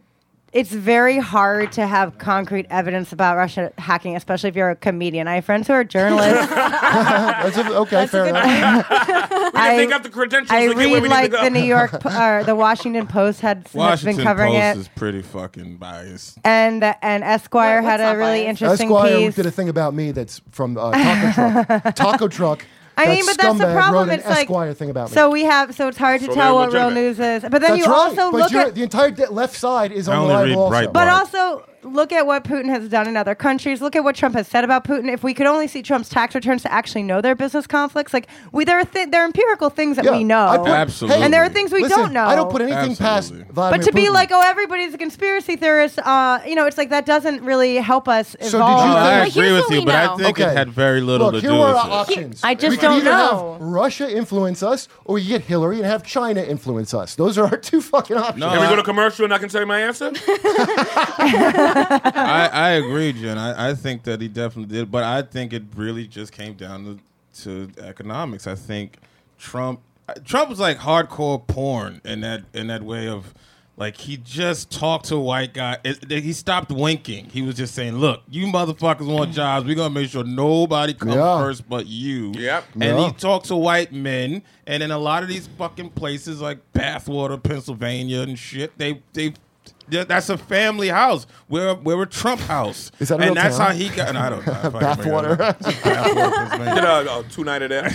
Speaker 5: It's very hard to have concrete evidence about Russia hacking, especially if you're a comedian. I have friends who are journalists.
Speaker 3: That's a- okay fair enough
Speaker 2: We didn't
Speaker 5: I-
Speaker 2: think up the credentials.
Speaker 5: I
Speaker 2: to get where
Speaker 5: read
Speaker 2: we
Speaker 5: like
Speaker 2: need to
Speaker 5: the
Speaker 2: go.
Speaker 5: New York Po- or the Washington Post had has been
Speaker 7: Washington
Speaker 5: covering
Speaker 7: Post
Speaker 5: it,
Speaker 7: is pretty fucking biased.
Speaker 5: and and Esquire
Speaker 6: What-
Speaker 5: had
Speaker 6: what's
Speaker 5: a
Speaker 6: not
Speaker 5: really
Speaker 6: biased?
Speaker 5: interesting
Speaker 3: Esquire
Speaker 5: piece.
Speaker 3: did a thing about me that's from uh, Taco Truck Taco Truck
Speaker 5: I
Speaker 3: that
Speaker 5: mean, but that's the
Speaker 3: scumbag
Speaker 5: problem.
Speaker 3: Wrote an
Speaker 5: It's like
Speaker 3: Esquire thing about me
Speaker 5: so we have so it's hard to
Speaker 2: So
Speaker 5: tell
Speaker 2: they're
Speaker 5: what real news
Speaker 2: legitimate.
Speaker 5: is. But then
Speaker 3: That's
Speaker 5: you
Speaker 3: right.
Speaker 5: also
Speaker 3: but
Speaker 5: look
Speaker 3: you're-
Speaker 5: at
Speaker 3: the entire de- left side is
Speaker 7: I
Speaker 3: on
Speaker 7: only
Speaker 3: the right
Speaker 7: read
Speaker 3: also.
Speaker 7: Breitbart.
Speaker 5: But
Speaker 7: Right.
Speaker 5: also look at what Putin has done in other countries. Look at what Trump has said about Putin. If we could only see Trump's tax returns to actually know their business conflicts, like we there are th- there are empirical things that
Speaker 3: Yeah.
Speaker 5: we know,
Speaker 3: I put-
Speaker 7: Absolutely.
Speaker 5: and there are things we
Speaker 3: Listen,
Speaker 5: don't know.
Speaker 3: I don't put anything past
Speaker 7: Absolutely.
Speaker 5: But
Speaker 3: Vladimir
Speaker 5: to be
Speaker 3: Putin.
Speaker 5: like, oh, everybody's a conspiracy theorist, uh, you know, it's like that doesn't really help us
Speaker 3: did you
Speaker 7: No,
Speaker 5: evolve.
Speaker 3: think-
Speaker 7: I
Speaker 6: Like,
Speaker 7: agree
Speaker 6: here's
Speaker 7: with
Speaker 6: what
Speaker 7: you,
Speaker 6: we
Speaker 7: but I
Speaker 6: know.
Speaker 7: think it had very little
Speaker 3: Look,
Speaker 7: to
Speaker 3: here
Speaker 7: do
Speaker 3: were
Speaker 7: with
Speaker 3: our
Speaker 7: it.
Speaker 3: options.
Speaker 5: I just
Speaker 3: we could
Speaker 5: don't
Speaker 3: either
Speaker 5: know.
Speaker 3: Have Russia influence us, or you get Hillary and have China influence us. Those are our two fucking options.
Speaker 7: No,
Speaker 2: Can we
Speaker 7: I-
Speaker 2: go to commercial and I can tell you my answer?
Speaker 7: I, I agree, Jen. I, I think that he definitely did, but I think it really just came down to, to economics. I think Trump Trump was like hardcore porn in that in that way of like he just talked to a white guy. It- he stopped winking. He was just saying, "Look, you motherfuckers want jobs. We're gonna make sure nobody comes
Speaker 3: Yeah.
Speaker 7: first but you."
Speaker 2: Yep.
Speaker 7: And
Speaker 3: Yeah.
Speaker 7: he talked to white men, and in a lot of these fucking places like Bathwater, Pennsylvania, and shit, they they. Yeah, that's a family house. We're we're a Trump house,
Speaker 3: Is that a
Speaker 7: and
Speaker 3: real
Speaker 7: that's
Speaker 3: town?
Speaker 7: how he got. No, I don't know. I fucking
Speaker 3: Bathwater.
Speaker 7: made it up. Bathwater, Pennsylvania.
Speaker 2: Did a, a uh, oh, two night of that.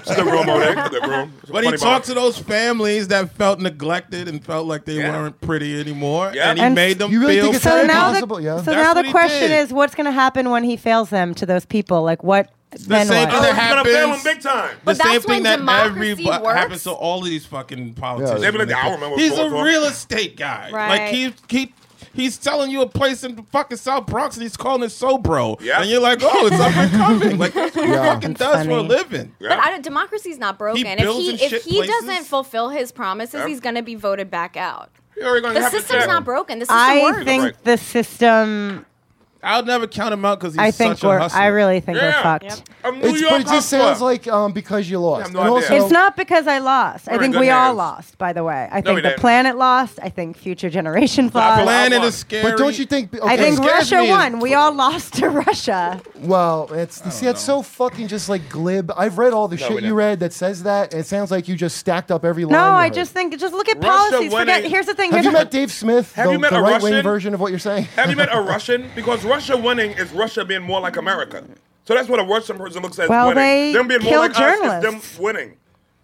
Speaker 2: It's the room over there. The room. It's
Speaker 7: But he
Speaker 2: $20.
Speaker 7: talked to those families that felt neglected and felt like they
Speaker 2: Yeah.
Speaker 7: weren't pretty anymore,
Speaker 2: Yeah.
Speaker 7: and he
Speaker 5: And
Speaker 7: made them
Speaker 3: you really
Speaker 7: feel.
Speaker 3: think it's
Speaker 5: so
Speaker 3: Very
Speaker 5: now
Speaker 3: possible,
Speaker 5: the,
Speaker 3: yeah.
Speaker 5: so
Speaker 7: That's
Speaker 5: now
Speaker 7: what
Speaker 5: the
Speaker 7: he
Speaker 5: question
Speaker 7: did.
Speaker 5: is what's going to happen when he fails them to those people like what then
Speaker 7: same
Speaker 5: what?
Speaker 7: thing
Speaker 2: Oh, he's gonna fail him
Speaker 7: happens.
Speaker 2: big time.
Speaker 7: the
Speaker 6: But
Speaker 7: same
Speaker 6: that's
Speaker 7: thing
Speaker 6: when
Speaker 7: that
Speaker 6: democracy
Speaker 7: everybody
Speaker 6: works.
Speaker 7: happens to all of these fucking politicians.
Speaker 3: They
Speaker 2: be like, "I remember
Speaker 7: He's a
Speaker 2: Ford, Ford."
Speaker 7: real estate guy. Like
Speaker 6: Right.
Speaker 7: he he he's telling you a place in the fucking South Bronx and he's calling it Sobro.
Speaker 2: Yeah.
Speaker 7: And you're like, oh, it's up and coming. Like that's what he
Speaker 3: Yeah.
Speaker 7: fucking does for a
Speaker 5: funny.
Speaker 7: living.
Speaker 6: But I don't, democracy's not broken. if
Speaker 7: builds
Speaker 6: he
Speaker 7: and shit
Speaker 6: if he
Speaker 7: places.
Speaker 6: doesn't fulfill his promises, he's going to be voted back out.
Speaker 2: You're already gonna
Speaker 6: The
Speaker 2: have to
Speaker 6: system's
Speaker 2: check.
Speaker 6: not broken. The system
Speaker 5: I
Speaker 6: works.
Speaker 5: think
Speaker 2: Right.
Speaker 5: the system
Speaker 7: I'll never count him out because he's
Speaker 5: I think
Speaker 7: such a
Speaker 5: we're
Speaker 7: hustler.
Speaker 5: I really think we're
Speaker 2: Yeah.
Speaker 5: fucked
Speaker 2: A New
Speaker 3: it's,
Speaker 2: York
Speaker 3: but it just
Speaker 2: hustler.
Speaker 3: sounds like um, because you lost.
Speaker 2: have no
Speaker 3: and
Speaker 2: idea.
Speaker 3: also,
Speaker 5: It's not because I lost. I
Speaker 2: We're in
Speaker 5: think
Speaker 2: good
Speaker 5: we all
Speaker 2: hands.
Speaker 5: lost, by the way.
Speaker 2: No,
Speaker 5: I
Speaker 2: we
Speaker 5: think the
Speaker 2: didn't.
Speaker 5: planet lost. I think future generations
Speaker 2: I
Speaker 5: lost.
Speaker 2: believe-
Speaker 7: Planet
Speaker 2: won.
Speaker 7: is scary.
Speaker 3: But don't you think? Okay,
Speaker 5: I think
Speaker 7: It scares
Speaker 5: Russia
Speaker 7: me.
Speaker 5: won. We all lost to Russia.
Speaker 3: Well, it's you see, it's so fucking just like glib. I've read all the
Speaker 2: we
Speaker 3: shit you
Speaker 2: don't.
Speaker 3: read that says that. and It sounds like you just stacked up every line.
Speaker 5: No,
Speaker 3: you
Speaker 5: I
Speaker 3: heard.
Speaker 5: just think just look at
Speaker 2: Russia
Speaker 5: policies.
Speaker 2: won
Speaker 5: Forget
Speaker 2: a-
Speaker 5: here's the thing.
Speaker 3: Have
Speaker 5: here's
Speaker 3: you
Speaker 5: the-
Speaker 3: met Dave Smith?
Speaker 2: Have
Speaker 3: the,
Speaker 2: you met
Speaker 3: the
Speaker 2: a
Speaker 3: right wing
Speaker 2: Russian?
Speaker 3: version of what you're saying?
Speaker 2: Have you met a Russian? Because Russia winning is Russia being more like America. So that's what a Russian person looks at.
Speaker 5: Well,
Speaker 2: winning.
Speaker 5: they
Speaker 2: them being more
Speaker 5: kill
Speaker 2: like us
Speaker 5: journalists.
Speaker 2: is them winning.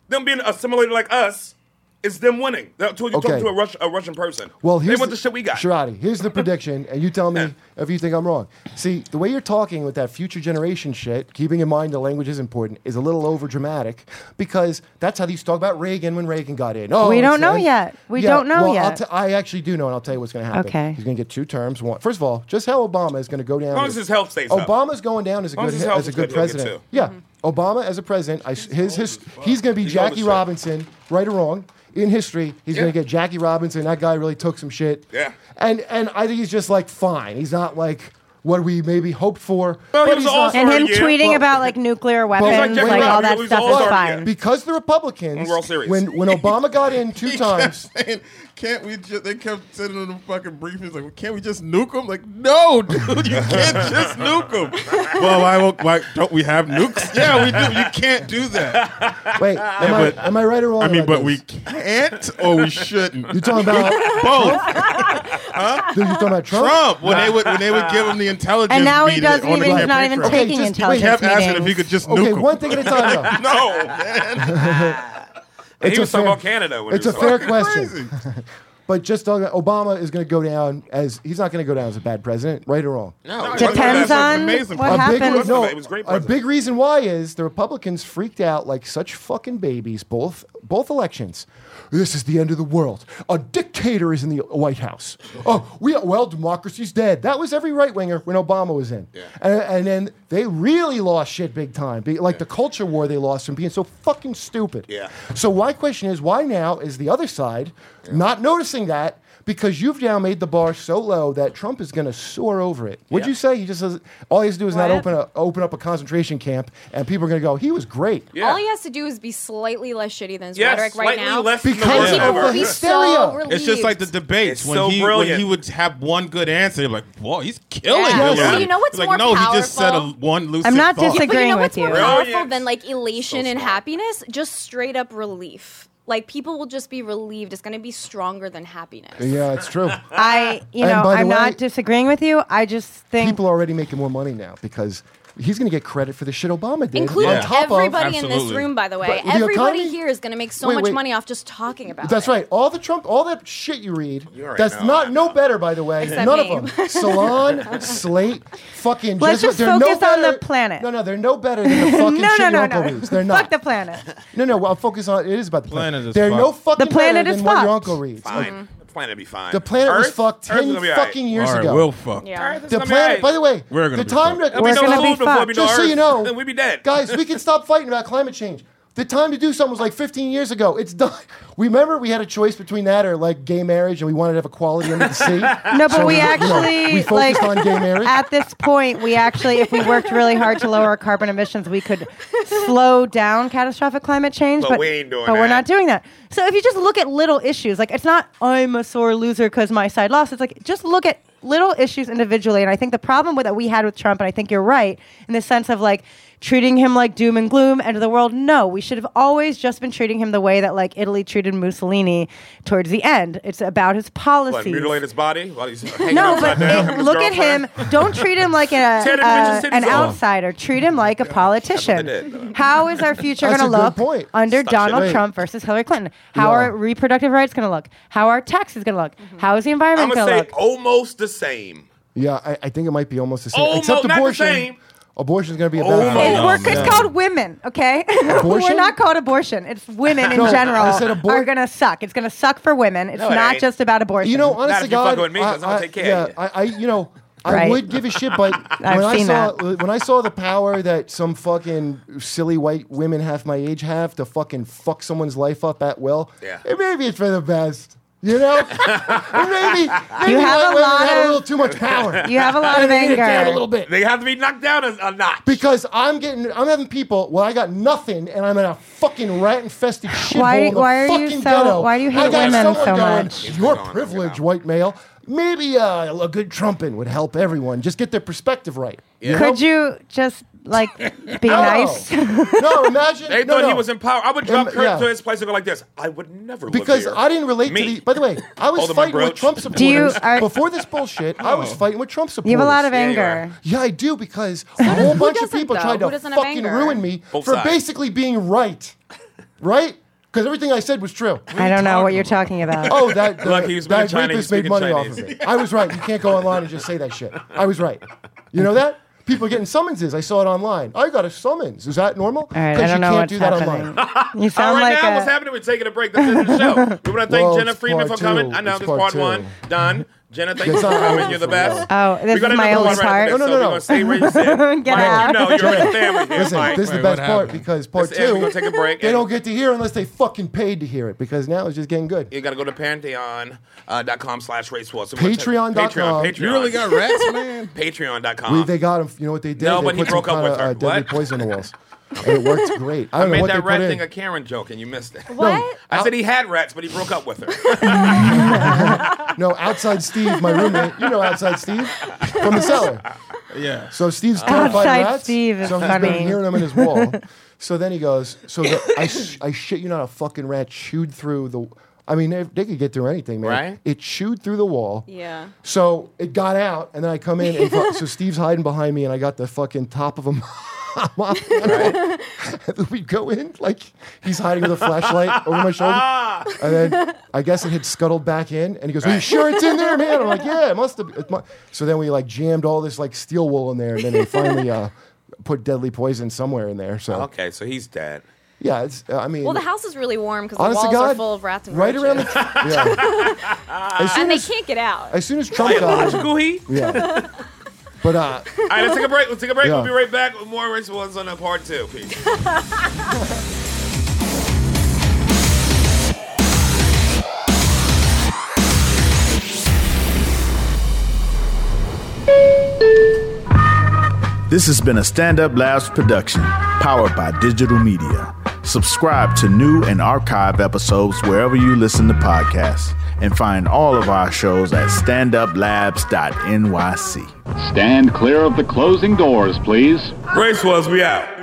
Speaker 2: Them being assimilated like us is them winning. That's what you
Speaker 3: Okay.
Speaker 2: talk to a, Rush, a Russian person.
Speaker 3: Well,
Speaker 2: they
Speaker 3: here's
Speaker 2: want the, shit we got.
Speaker 3: Sherrati, here's the prediction, and you tell me if you think I'm wrong. See, the way you're talking with that future generation shit, keeping in mind the language is important, is a little over dramatic because that's how they used to talk about Reagan when Reagan got in. Oh,
Speaker 5: We don't
Speaker 3: it's-
Speaker 5: know yet. We don't know
Speaker 3: well, I'll
Speaker 5: yet.
Speaker 3: t- I actually do know, and I'll tell you what's going to happen.
Speaker 5: Okay.
Speaker 3: He's going to get two terms. One, first of all, just how Obama is going to go down.
Speaker 2: long as his health stays up.
Speaker 3: Obama's going down as a
Speaker 2: long
Speaker 3: good
Speaker 2: as his health
Speaker 3: as a
Speaker 2: is good,
Speaker 3: good
Speaker 2: he'll get
Speaker 3: president.
Speaker 2: two.
Speaker 3: Yeah,
Speaker 5: Mm-hmm.
Speaker 3: Obama as a president, I, his, his he's going to be
Speaker 2: He's old
Speaker 3: Jackie
Speaker 2: as shit.
Speaker 3: Robinson, right or wrong. In history, he's
Speaker 2: Yeah.
Speaker 3: going to get Jackie Robinson. That guy really took some shit.
Speaker 2: Yeah.
Speaker 3: and and I think he's just like fine. He's not like what we maybe hoped for.
Speaker 2: Well, he
Speaker 3: but
Speaker 2: was
Speaker 3: he's
Speaker 2: an
Speaker 3: not-
Speaker 2: all-star.
Speaker 5: and him
Speaker 2: yeah.
Speaker 5: tweeting
Speaker 3: Well-
Speaker 5: about like nuclear
Speaker 3: Well,
Speaker 5: weapons,
Speaker 2: Jack
Speaker 5: like
Speaker 2: Rob,
Speaker 5: all
Speaker 2: he
Speaker 5: that
Speaker 2: was
Speaker 5: stuff is
Speaker 2: all-star,
Speaker 5: fine.
Speaker 3: because the Republicans,
Speaker 2: We're all serious.
Speaker 3: when when Obama got in two
Speaker 7: He
Speaker 3: times,
Speaker 7: kept saying, can't we just? They kept sending him the fucking briefings like, can't we just nuke them? Like, no, dude, you can't just nuke them. well, why, won't- why don't we have nukes? Yeah, we do. You can't do that.
Speaker 3: wait, am,
Speaker 7: but-
Speaker 3: I, am I right or wrong?
Speaker 7: I mean,
Speaker 3: about
Speaker 7: but
Speaker 3: this?
Speaker 7: we can't or we shouldn't.
Speaker 3: You're talking about
Speaker 7: Both.
Speaker 3: you're talking about Trump.
Speaker 7: Trump when they would when they would give him the intelligence.
Speaker 5: And now he
Speaker 7: meeting
Speaker 5: doesn't
Speaker 7: on the
Speaker 5: even- he's
Speaker 7: campaign
Speaker 5: not even
Speaker 7: trail.
Speaker 5: taking
Speaker 3: just-
Speaker 7: He
Speaker 5: intelligence
Speaker 7: kept asking
Speaker 5: meetings.
Speaker 7: if he could just nuke
Speaker 3: Okay,
Speaker 7: 'em.
Speaker 3: one thing at a time. Though.
Speaker 7: No, man.
Speaker 2: And he
Speaker 3: a
Speaker 2: was talking
Speaker 3: fair-
Speaker 2: about Canada. When
Speaker 3: It's
Speaker 2: he
Speaker 3: a
Speaker 2: was
Speaker 3: fair
Speaker 2: talking.
Speaker 3: question. But just talking, Obama is going to go down as he's not going to go down as a bad president, right or wrong.
Speaker 2: No,
Speaker 5: Depends
Speaker 7: That's
Speaker 5: on
Speaker 7: amazing.
Speaker 5: what
Speaker 3: a big,
Speaker 5: happens.
Speaker 3: no,
Speaker 2: It was great
Speaker 3: a
Speaker 2: president.
Speaker 3: big reason why is the Republicans freaked out like such fucking babies both both elections. This is the end of the world. A dictator is in the White House. Oh, we well, democracy's dead. That was every right winger when Obama was in. And, and then they really lost shit big time. Be- Like the culture war they lost from being so fucking stupid.
Speaker 2: Yeah.
Speaker 3: So my question is, why now is the other side not noticing that? Because you've now made the bar so low that Trump is going to soar over it. Would you say he just does all he has to do is not
Speaker 5: What?
Speaker 3: open a, open up a concentration camp, and people are going to go, he was great.
Speaker 2: Yeah.
Speaker 6: All he has to do is be slightly less shitty than his
Speaker 2: Yes,
Speaker 6: rhetoric right
Speaker 2: slightly
Speaker 6: now.
Speaker 2: less than
Speaker 6: and
Speaker 2: the
Speaker 3: Because
Speaker 6: people
Speaker 3: of
Speaker 6: will
Speaker 3: the
Speaker 6: be
Speaker 3: hysteria.
Speaker 6: so relieved.
Speaker 7: It's just like the debates
Speaker 2: It's
Speaker 7: when,
Speaker 2: so
Speaker 7: he,
Speaker 2: brilliant.
Speaker 7: when he would have one good answer. Like, whoa, he's killing
Speaker 6: Yeah.
Speaker 7: Hillary.
Speaker 6: Well, you know what's
Speaker 7: It's like,
Speaker 6: more
Speaker 7: no, he just said a,
Speaker 6: powerful?
Speaker 7: one lucid
Speaker 5: I'm not
Speaker 7: thought.
Speaker 5: disagreeing.
Speaker 6: But you know
Speaker 5: with
Speaker 6: what's more
Speaker 5: you.
Speaker 6: powerful
Speaker 2: Brilliant.
Speaker 6: than like elation
Speaker 7: So
Speaker 6: and
Speaker 7: smart.
Speaker 6: happiness? Just straight up relief. Like people will just be relieved. It's going to be stronger than happiness.
Speaker 3: Yeah, it's true.
Speaker 5: I, you
Speaker 3: And
Speaker 5: know,
Speaker 3: by the
Speaker 5: I'm
Speaker 3: way-
Speaker 5: not disagreeing with you. I just think
Speaker 3: people are already making more money now because he's going to get credit for the shit Obama did.
Speaker 6: Including
Speaker 3: on top of-
Speaker 6: everybody in this
Speaker 7: Absolutely.
Speaker 6: room, by the way.
Speaker 3: But the
Speaker 6: everybody
Speaker 3: economy-
Speaker 6: here is going to make so
Speaker 3: Wait,
Speaker 6: much
Speaker 3: wait.
Speaker 6: money off just talking about
Speaker 3: That's
Speaker 6: it.
Speaker 3: right. All the Trump, all that shit you read,
Speaker 2: already
Speaker 3: that's
Speaker 2: know,
Speaker 3: not
Speaker 2: I
Speaker 3: no
Speaker 2: know.
Speaker 3: better, by the way.
Speaker 6: Except
Speaker 3: None
Speaker 6: me.
Speaker 3: of them. Salon, Slate, fucking.
Speaker 5: Let's
Speaker 3: Jesuit,
Speaker 5: just
Speaker 3: they're no
Speaker 5: focus on
Speaker 3: better-
Speaker 5: the planet.
Speaker 3: No, no, they're no better than the fucking
Speaker 5: no,
Speaker 3: shit
Speaker 5: no,
Speaker 3: your
Speaker 5: no,
Speaker 3: uncle
Speaker 5: no.
Speaker 3: reads. They're not.
Speaker 5: Fuck the planet.
Speaker 3: No, no. Well, I'll focus on. It is about the planet.
Speaker 7: Planet is
Speaker 3: they're no
Speaker 7: fucked.
Speaker 3: fucking
Speaker 5: The planet
Speaker 3: better
Speaker 5: is
Speaker 3: than what your
Speaker 5: fucked.
Speaker 3: uncle reads.
Speaker 2: Fine. The planet be fine.
Speaker 3: The planet was
Speaker 2: Earth?
Speaker 3: fucked
Speaker 2: Earth is
Speaker 3: ten
Speaker 2: gonna be all right.
Speaker 3: fucking years
Speaker 7: All right,
Speaker 3: ago.
Speaker 7: we'll fuck.
Speaker 6: Yeah.
Speaker 2: Earth is
Speaker 3: The
Speaker 2: gonna be all
Speaker 3: planet,
Speaker 2: right.
Speaker 3: by the way,
Speaker 7: We're gonna
Speaker 3: the
Speaker 7: be
Speaker 3: time
Speaker 7: fucked.
Speaker 3: to
Speaker 2: There'll be
Speaker 5: We're
Speaker 2: no
Speaker 5: gonna be
Speaker 2: food before we
Speaker 5: fucked.
Speaker 2: know
Speaker 3: just so
Speaker 2: Earth,
Speaker 3: you know,
Speaker 2: then we be dead.
Speaker 3: guys. We can stop fighting about climate change. The time to do something was like 15 years ago. It's done. Remember, we had a choice between that or like gay marriage, and we wanted to have equality under the sea.
Speaker 5: No, but we
Speaker 3: you know,
Speaker 5: actually,
Speaker 3: we focused
Speaker 5: like,
Speaker 3: on gay marriage.
Speaker 5: at this point, we actually, if we worked really hard to lower our carbon emissions, we could slow down catastrophic climate change.
Speaker 2: But
Speaker 5: But,
Speaker 2: we ain't doing
Speaker 5: But we're
Speaker 2: that.
Speaker 5: not doing that. So if you just look at little issues, like it's not I'm a sore loser because my side lost. It's like just look at little issues individually. And I think the problem with, that we had with Trump, and I think you're right in the sense of like treating him like doom and gloom, end of the world. No, we should have always just been treating him the way that like Italy treated Mussolini towards the end. It's about his
Speaker 2: What,
Speaker 5: policies.
Speaker 2: mutilate his body while he's hanging
Speaker 5: No,
Speaker 2: upside
Speaker 5: but
Speaker 2: down,
Speaker 5: it-
Speaker 2: having his
Speaker 5: look at him.
Speaker 2: girlfriend?
Speaker 5: Don't treat him like a,
Speaker 2: Tear the
Speaker 5: uh,
Speaker 2: bitch's
Speaker 5: an
Speaker 2: titties off.
Speaker 5: outsider. Treat him like a politician.
Speaker 2: did.
Speaker 5: How is our future going
Speaker 3: That's
Speaker 5: to
Speaker 3: a good
Speaker 5: look
Speaker 3: point.
Speaker 5: under
Speaker 2: Stop
Speaker 5: Donald
Speaker 3: shit.
Speaker 5: Trump versus Hillary Clinton? How
Speaker 3: Yeah.
Speaker 5: are reproductive rights going to look? How are taxes going to look? How is the
Speaker 2: I'm
Speaker 5: environment
Speaker 2: gonna
Speaker 5: going to
Speaker 2: Mm-hmm. say
Speaker 5: look?
Speaker 2: almost the same.
Speaker 3: yeah, I, I think it might be almost the same.
Speaker 2: Almost-
Speaker 3: Except
Speaker 2: not the
Speaker 3: abortion.
Speaker 2: same.
Speaker 3: Abortion's going to be a
Speaker 2: Almost.
Speaker 3: bad
Speaker 2: It's
Speaker 5: It's,
Speaker 7: Oh,
Speaker 5: we're,
Speaker 7: man.
Speaker 5: it's called women, okay?
Speaker 3: Abortion?
Speaker 5: we're not called abortion. It's women in
Speaker 3: No, I
Speaker 5: general
Speaker 3: said abor-
Speaker 5: are going to suck. It's going to suck for women. It's
Speaker 2: No, it
Speaker 5: not
Speaker 2: ain't.
Speaker 5: just about abortion.
Speaker 3: You know,
Speaker 2: if
Speaker 3: honest to
Speaker 2: you fuck
Speaker 3: God,
Speaker 2: with me, 'cause I'm gonna take care of
Speaker 3: yeah, I, I, you know, I
Speaker 5: Right.
Speaker 3: would give a shit, but
Speaker 5: I've
Speaker 3: when I
Speaker 5: seen
Speaker 3: saw
Speaker 5: that.
Speaker 3: when I saw the power that some fucking silly white women half my age have to fucking fuck someone's life up at will,
Speaker 2: Yeah.
Speaker 3: it maybe it's for the best. You know, maybe, maybe
Speaker 5: You have
Speaker 3: white
Speaker 5: a
Speaker 3: women
Speaker 5: lot
Speaker 3: had a
Speaker 5: of-
Speaker 3: little too much power.
Speaker 5: you have a lot of
Speaker 3: Get it down a
Speaker 5: anger.
Speaker 3: little bit.
Speaker 2: They have to be knocked down a, a notch.
Speaker 3: Because I'm getting, I'm having people. Well, I got nothing, and I'm in a fucking rat infested shithole.
Speaker 5: Why-
Speaker 3: in the
Speaker 5: why are you
Speaker 3: fucking
Speaker 5: so-
Speaker 3: ghetto.
Speaker 5: why do you
Speaker 3: I
Speaker 5: hate
Speaker 3: got
Speaker 5: women
Speaker 3: someone
Speaker 5: so
Speaker 3: going,
Speaker 5: much?
Speaker 3: Your
Speaker 2: Going,
Speaker 3: privilege,
Speaker 2: yeah.
Speaker 3: white male. Maybe uh, a good trumping would help everyone. Just get their perspective right. Yeah.
Speaker 5: Could you just like be nice?
Speaker 3: no, imagine.
Speaker 2: They
Speaker 3: no,
Speaker 2: thought he
Speaker 3: no.
Speaker 2: was in power. I would drop
Speaker 3: Um,
Speaker 2: Kurt
Speaker 3: yeah.
Speaker 2: to his place and go like this. I would never live
Speaker 3: Because
Speaker 2: here.
Speaker 3: I didn't relate
Speaker 2: Me.
Speaker 3: to the. By the way, I was
Speaker 2: Hold on, my
Speaker 3: fighting with
Speaker 2: brooch. Oh.
Speaker 3: Trump
Speaker 5: Do you-
Speaker 3: supporters
Speaker 5: are-
Speaker 3: before this bullshit. I was fighting with Trump supporters.
Speaker 5: You have a lot of
Speaker 2: you
Speaker 5: anger.
Speaker 3: Yeah, I do because a whole
Speaker 6: who
Speaker 3: bunch of
Speaker 6: doesn't,
Speaker 3: people
Speaker 6: though?
Speaker 3: tried
Speaker 6: Who
Speaker 3: to
Speaker 6: doesn't have
Speaker 3: fucking
Speaker 6: anger?
Speaker 3: ruin me
Speaker 2: Both
Speaker 3: for
Speaker 2: sides.
Speaker 3: basically being right. Right? because everything I said was true.
Speaker 5: I don't know what you're talking about.
Speaker 3: Oh, that the,
Speaker 2: Look, he was
Speaker 3: that
Speaker 2: speaking
Speaker 3: rapist
Speaker 2: Chinese,
Speaker 3: made money
Speaker 2: speaking
Speaker 3: off of it. I was right. You can't go online and just say that shit. I was right. You know that? People are getting summonses. I saw it online. I got a summons. Is that normal?
Speaker 5: All right,
Speaker 3: 'Cause
Speaker 5: I don't
Speaker 3: you
Speaker 5: know
Speaker 3: can't
Speaker 5: what's
Speaker 3: do that
Speaker 5: happening.
Speaker 3: online.
Speaker 5: You
Speaker 2: All
Speaker 5: sound
Speaker 2: right,
Speaker 5: like
Speaker 2: now
Speaker 5: a-
Speaker 2: what's happening? We're taking a break. This is the show. We want to thank
Speaker 3: Well,
Speaker 2: Jenna
Speaker 3: it's
Speaker 2: Freeman for
Speaker 3: part
Speaker 2: coming.
Speaker 3: two.
Speaker 2: I know
Speaker 3: It's
Speaker 2: this is
Speaker 3: part
Speaker 2: part
Speaker 3: two.
Speaker 2: one. Done. Jenna, thank you
Speaker 3: It's
Speaker 2: for
Speaker 3: not
Speaker 2: coming.
Speaker 3: over
Speaker 2: You're the
Speaker 3: for
Speaker 2: best.
Speaker 5: Oh, this
Speaker 2: we got
Speaker 5: is my
Speaker 2: another one
Speaker 5: only
Speaker 2: right
Speaker 5: part.
Speaker 2: after this,
Speaker 3: No,
Speaker 2: so
Speaker 3: no, no,
Speaker 2: we're
Speaker 3: no.
Speaker 2: gonna stay where you sit.
Speaker 5: Get
Speaker 2: You
Speaker 5: out.
Speaker 2: know, you're in the family here.
Speaker 3: Listen,
Speaker 2: Mike.
Speaker 3: this is the
Speaker 7: Wait, what
Speaker 3: best part
Speaker 7: happened?
Speaker 3: because part
Speaker 2: That's it. We're
Speaker 3: two,
Speaker 2: gonna take a break
Speaker 3: they
Speaker 2: and-
Speaker 3: don't get to hear unless they fucking paid to hear it because now it's just getting good.
Speaker 2: You gotta go to pantheon.com uh, dot com slash racewars. So we're
Speaker 3: Patreon.com.
Speaker 2: gonna take- Patreon. Patreon.
Speaker 7: You really got rats, man.
Speaker 2: Patreon.com.
Speaker 3: We, they got him. You know what they did?
Speaker 2: No,
Speaker 3: they
Speaker 2: but he
Speaker 3: put some
Speaker 2: broke up
Speaker 3: kinda,
Speaker 2: with her.
Speaker 3: Uh, deadly
Speaker 2: What?
Speaker 3: poison on the walls. and it worked great. I don't know
Speaker 2: made
Speaker 3: what they
Speaker 2: that rat
Speaker 3: put
Speaker 2: thing
Speaker 3: in.
Speaker 2: a Karen joke and you missed it.
Speaker 6: What?
Speaker 2: I said he had rats, but he broke up with her.
Speaker 3: No, outside Steve, my roommate. You know outside Steve from the cellar.
Speaker 7: Yeah.
Speaker 3: So Steve's
Speaker 2: Oh.
Speaker 3: terrified
Speaker 5: Outside
Speaker 3: rats.
Speaker 5: Steve is
Speaker 3: so he's
Speaker 5: funny.
Speaker 3: been hearing them in his wall. So then he goes. So the, I, sh- I shit you not, a fucking rat chewed through the. I mean, they, they could get through anything, man.
Speaker 2: Right?
Speaker 3: It chewed through the wall.
Speaker 6: Yeah.
Speaker 3: So it got out, and then I come in, and fu- so Steve's hiding behind me, and I got the fucking top of him. we go in like he's hiding with a flashlight over my shoulder, and then I guess it had scuttled back in, and he goes, "Are you sure it's in there, man?" I'm like, "Yeah, it must have." It mu-" So then we like jammed all this like steel wool in there, and then they finally uh, put deadly poison somewhere in there. So
Speaker 2: okay, so he's dead.
Speaker 3: yeah, it's, uh, I mean,
Speaker 6: Well, the house is really warm because the
Speaker 3: honest
Speaker 6: walls
Speaker 3: to God,
Speaker 6: are full of rats and
Speaker 3: right around the
Speaker 6: roaches.
Speaker 3: yeah. as soon
Speaker 6: and they
Speaker 3: as,
Speaker 6: can't get out.
Speaker 3: as soon as Trump got in,
Speaker 2: Logical heat.
Speaker 3: yeah, but uh.
Speaker 2: All right, let's take a break. Let's take a break.
Speaker 3: Yeah.
Speaker 2: We'll be right back with more Race Ones on uh, part two. Peace.
Speaker 8: This has been a Stand Up Labs production, powered by digital media. Subscribe to new and archive episodes wherever you listen to podcasts, and find all of our shows at standuplabs.nyc.
Speaker 9: Stand clear of the closing doors, please.
Speaker 2: Race Ones, we out.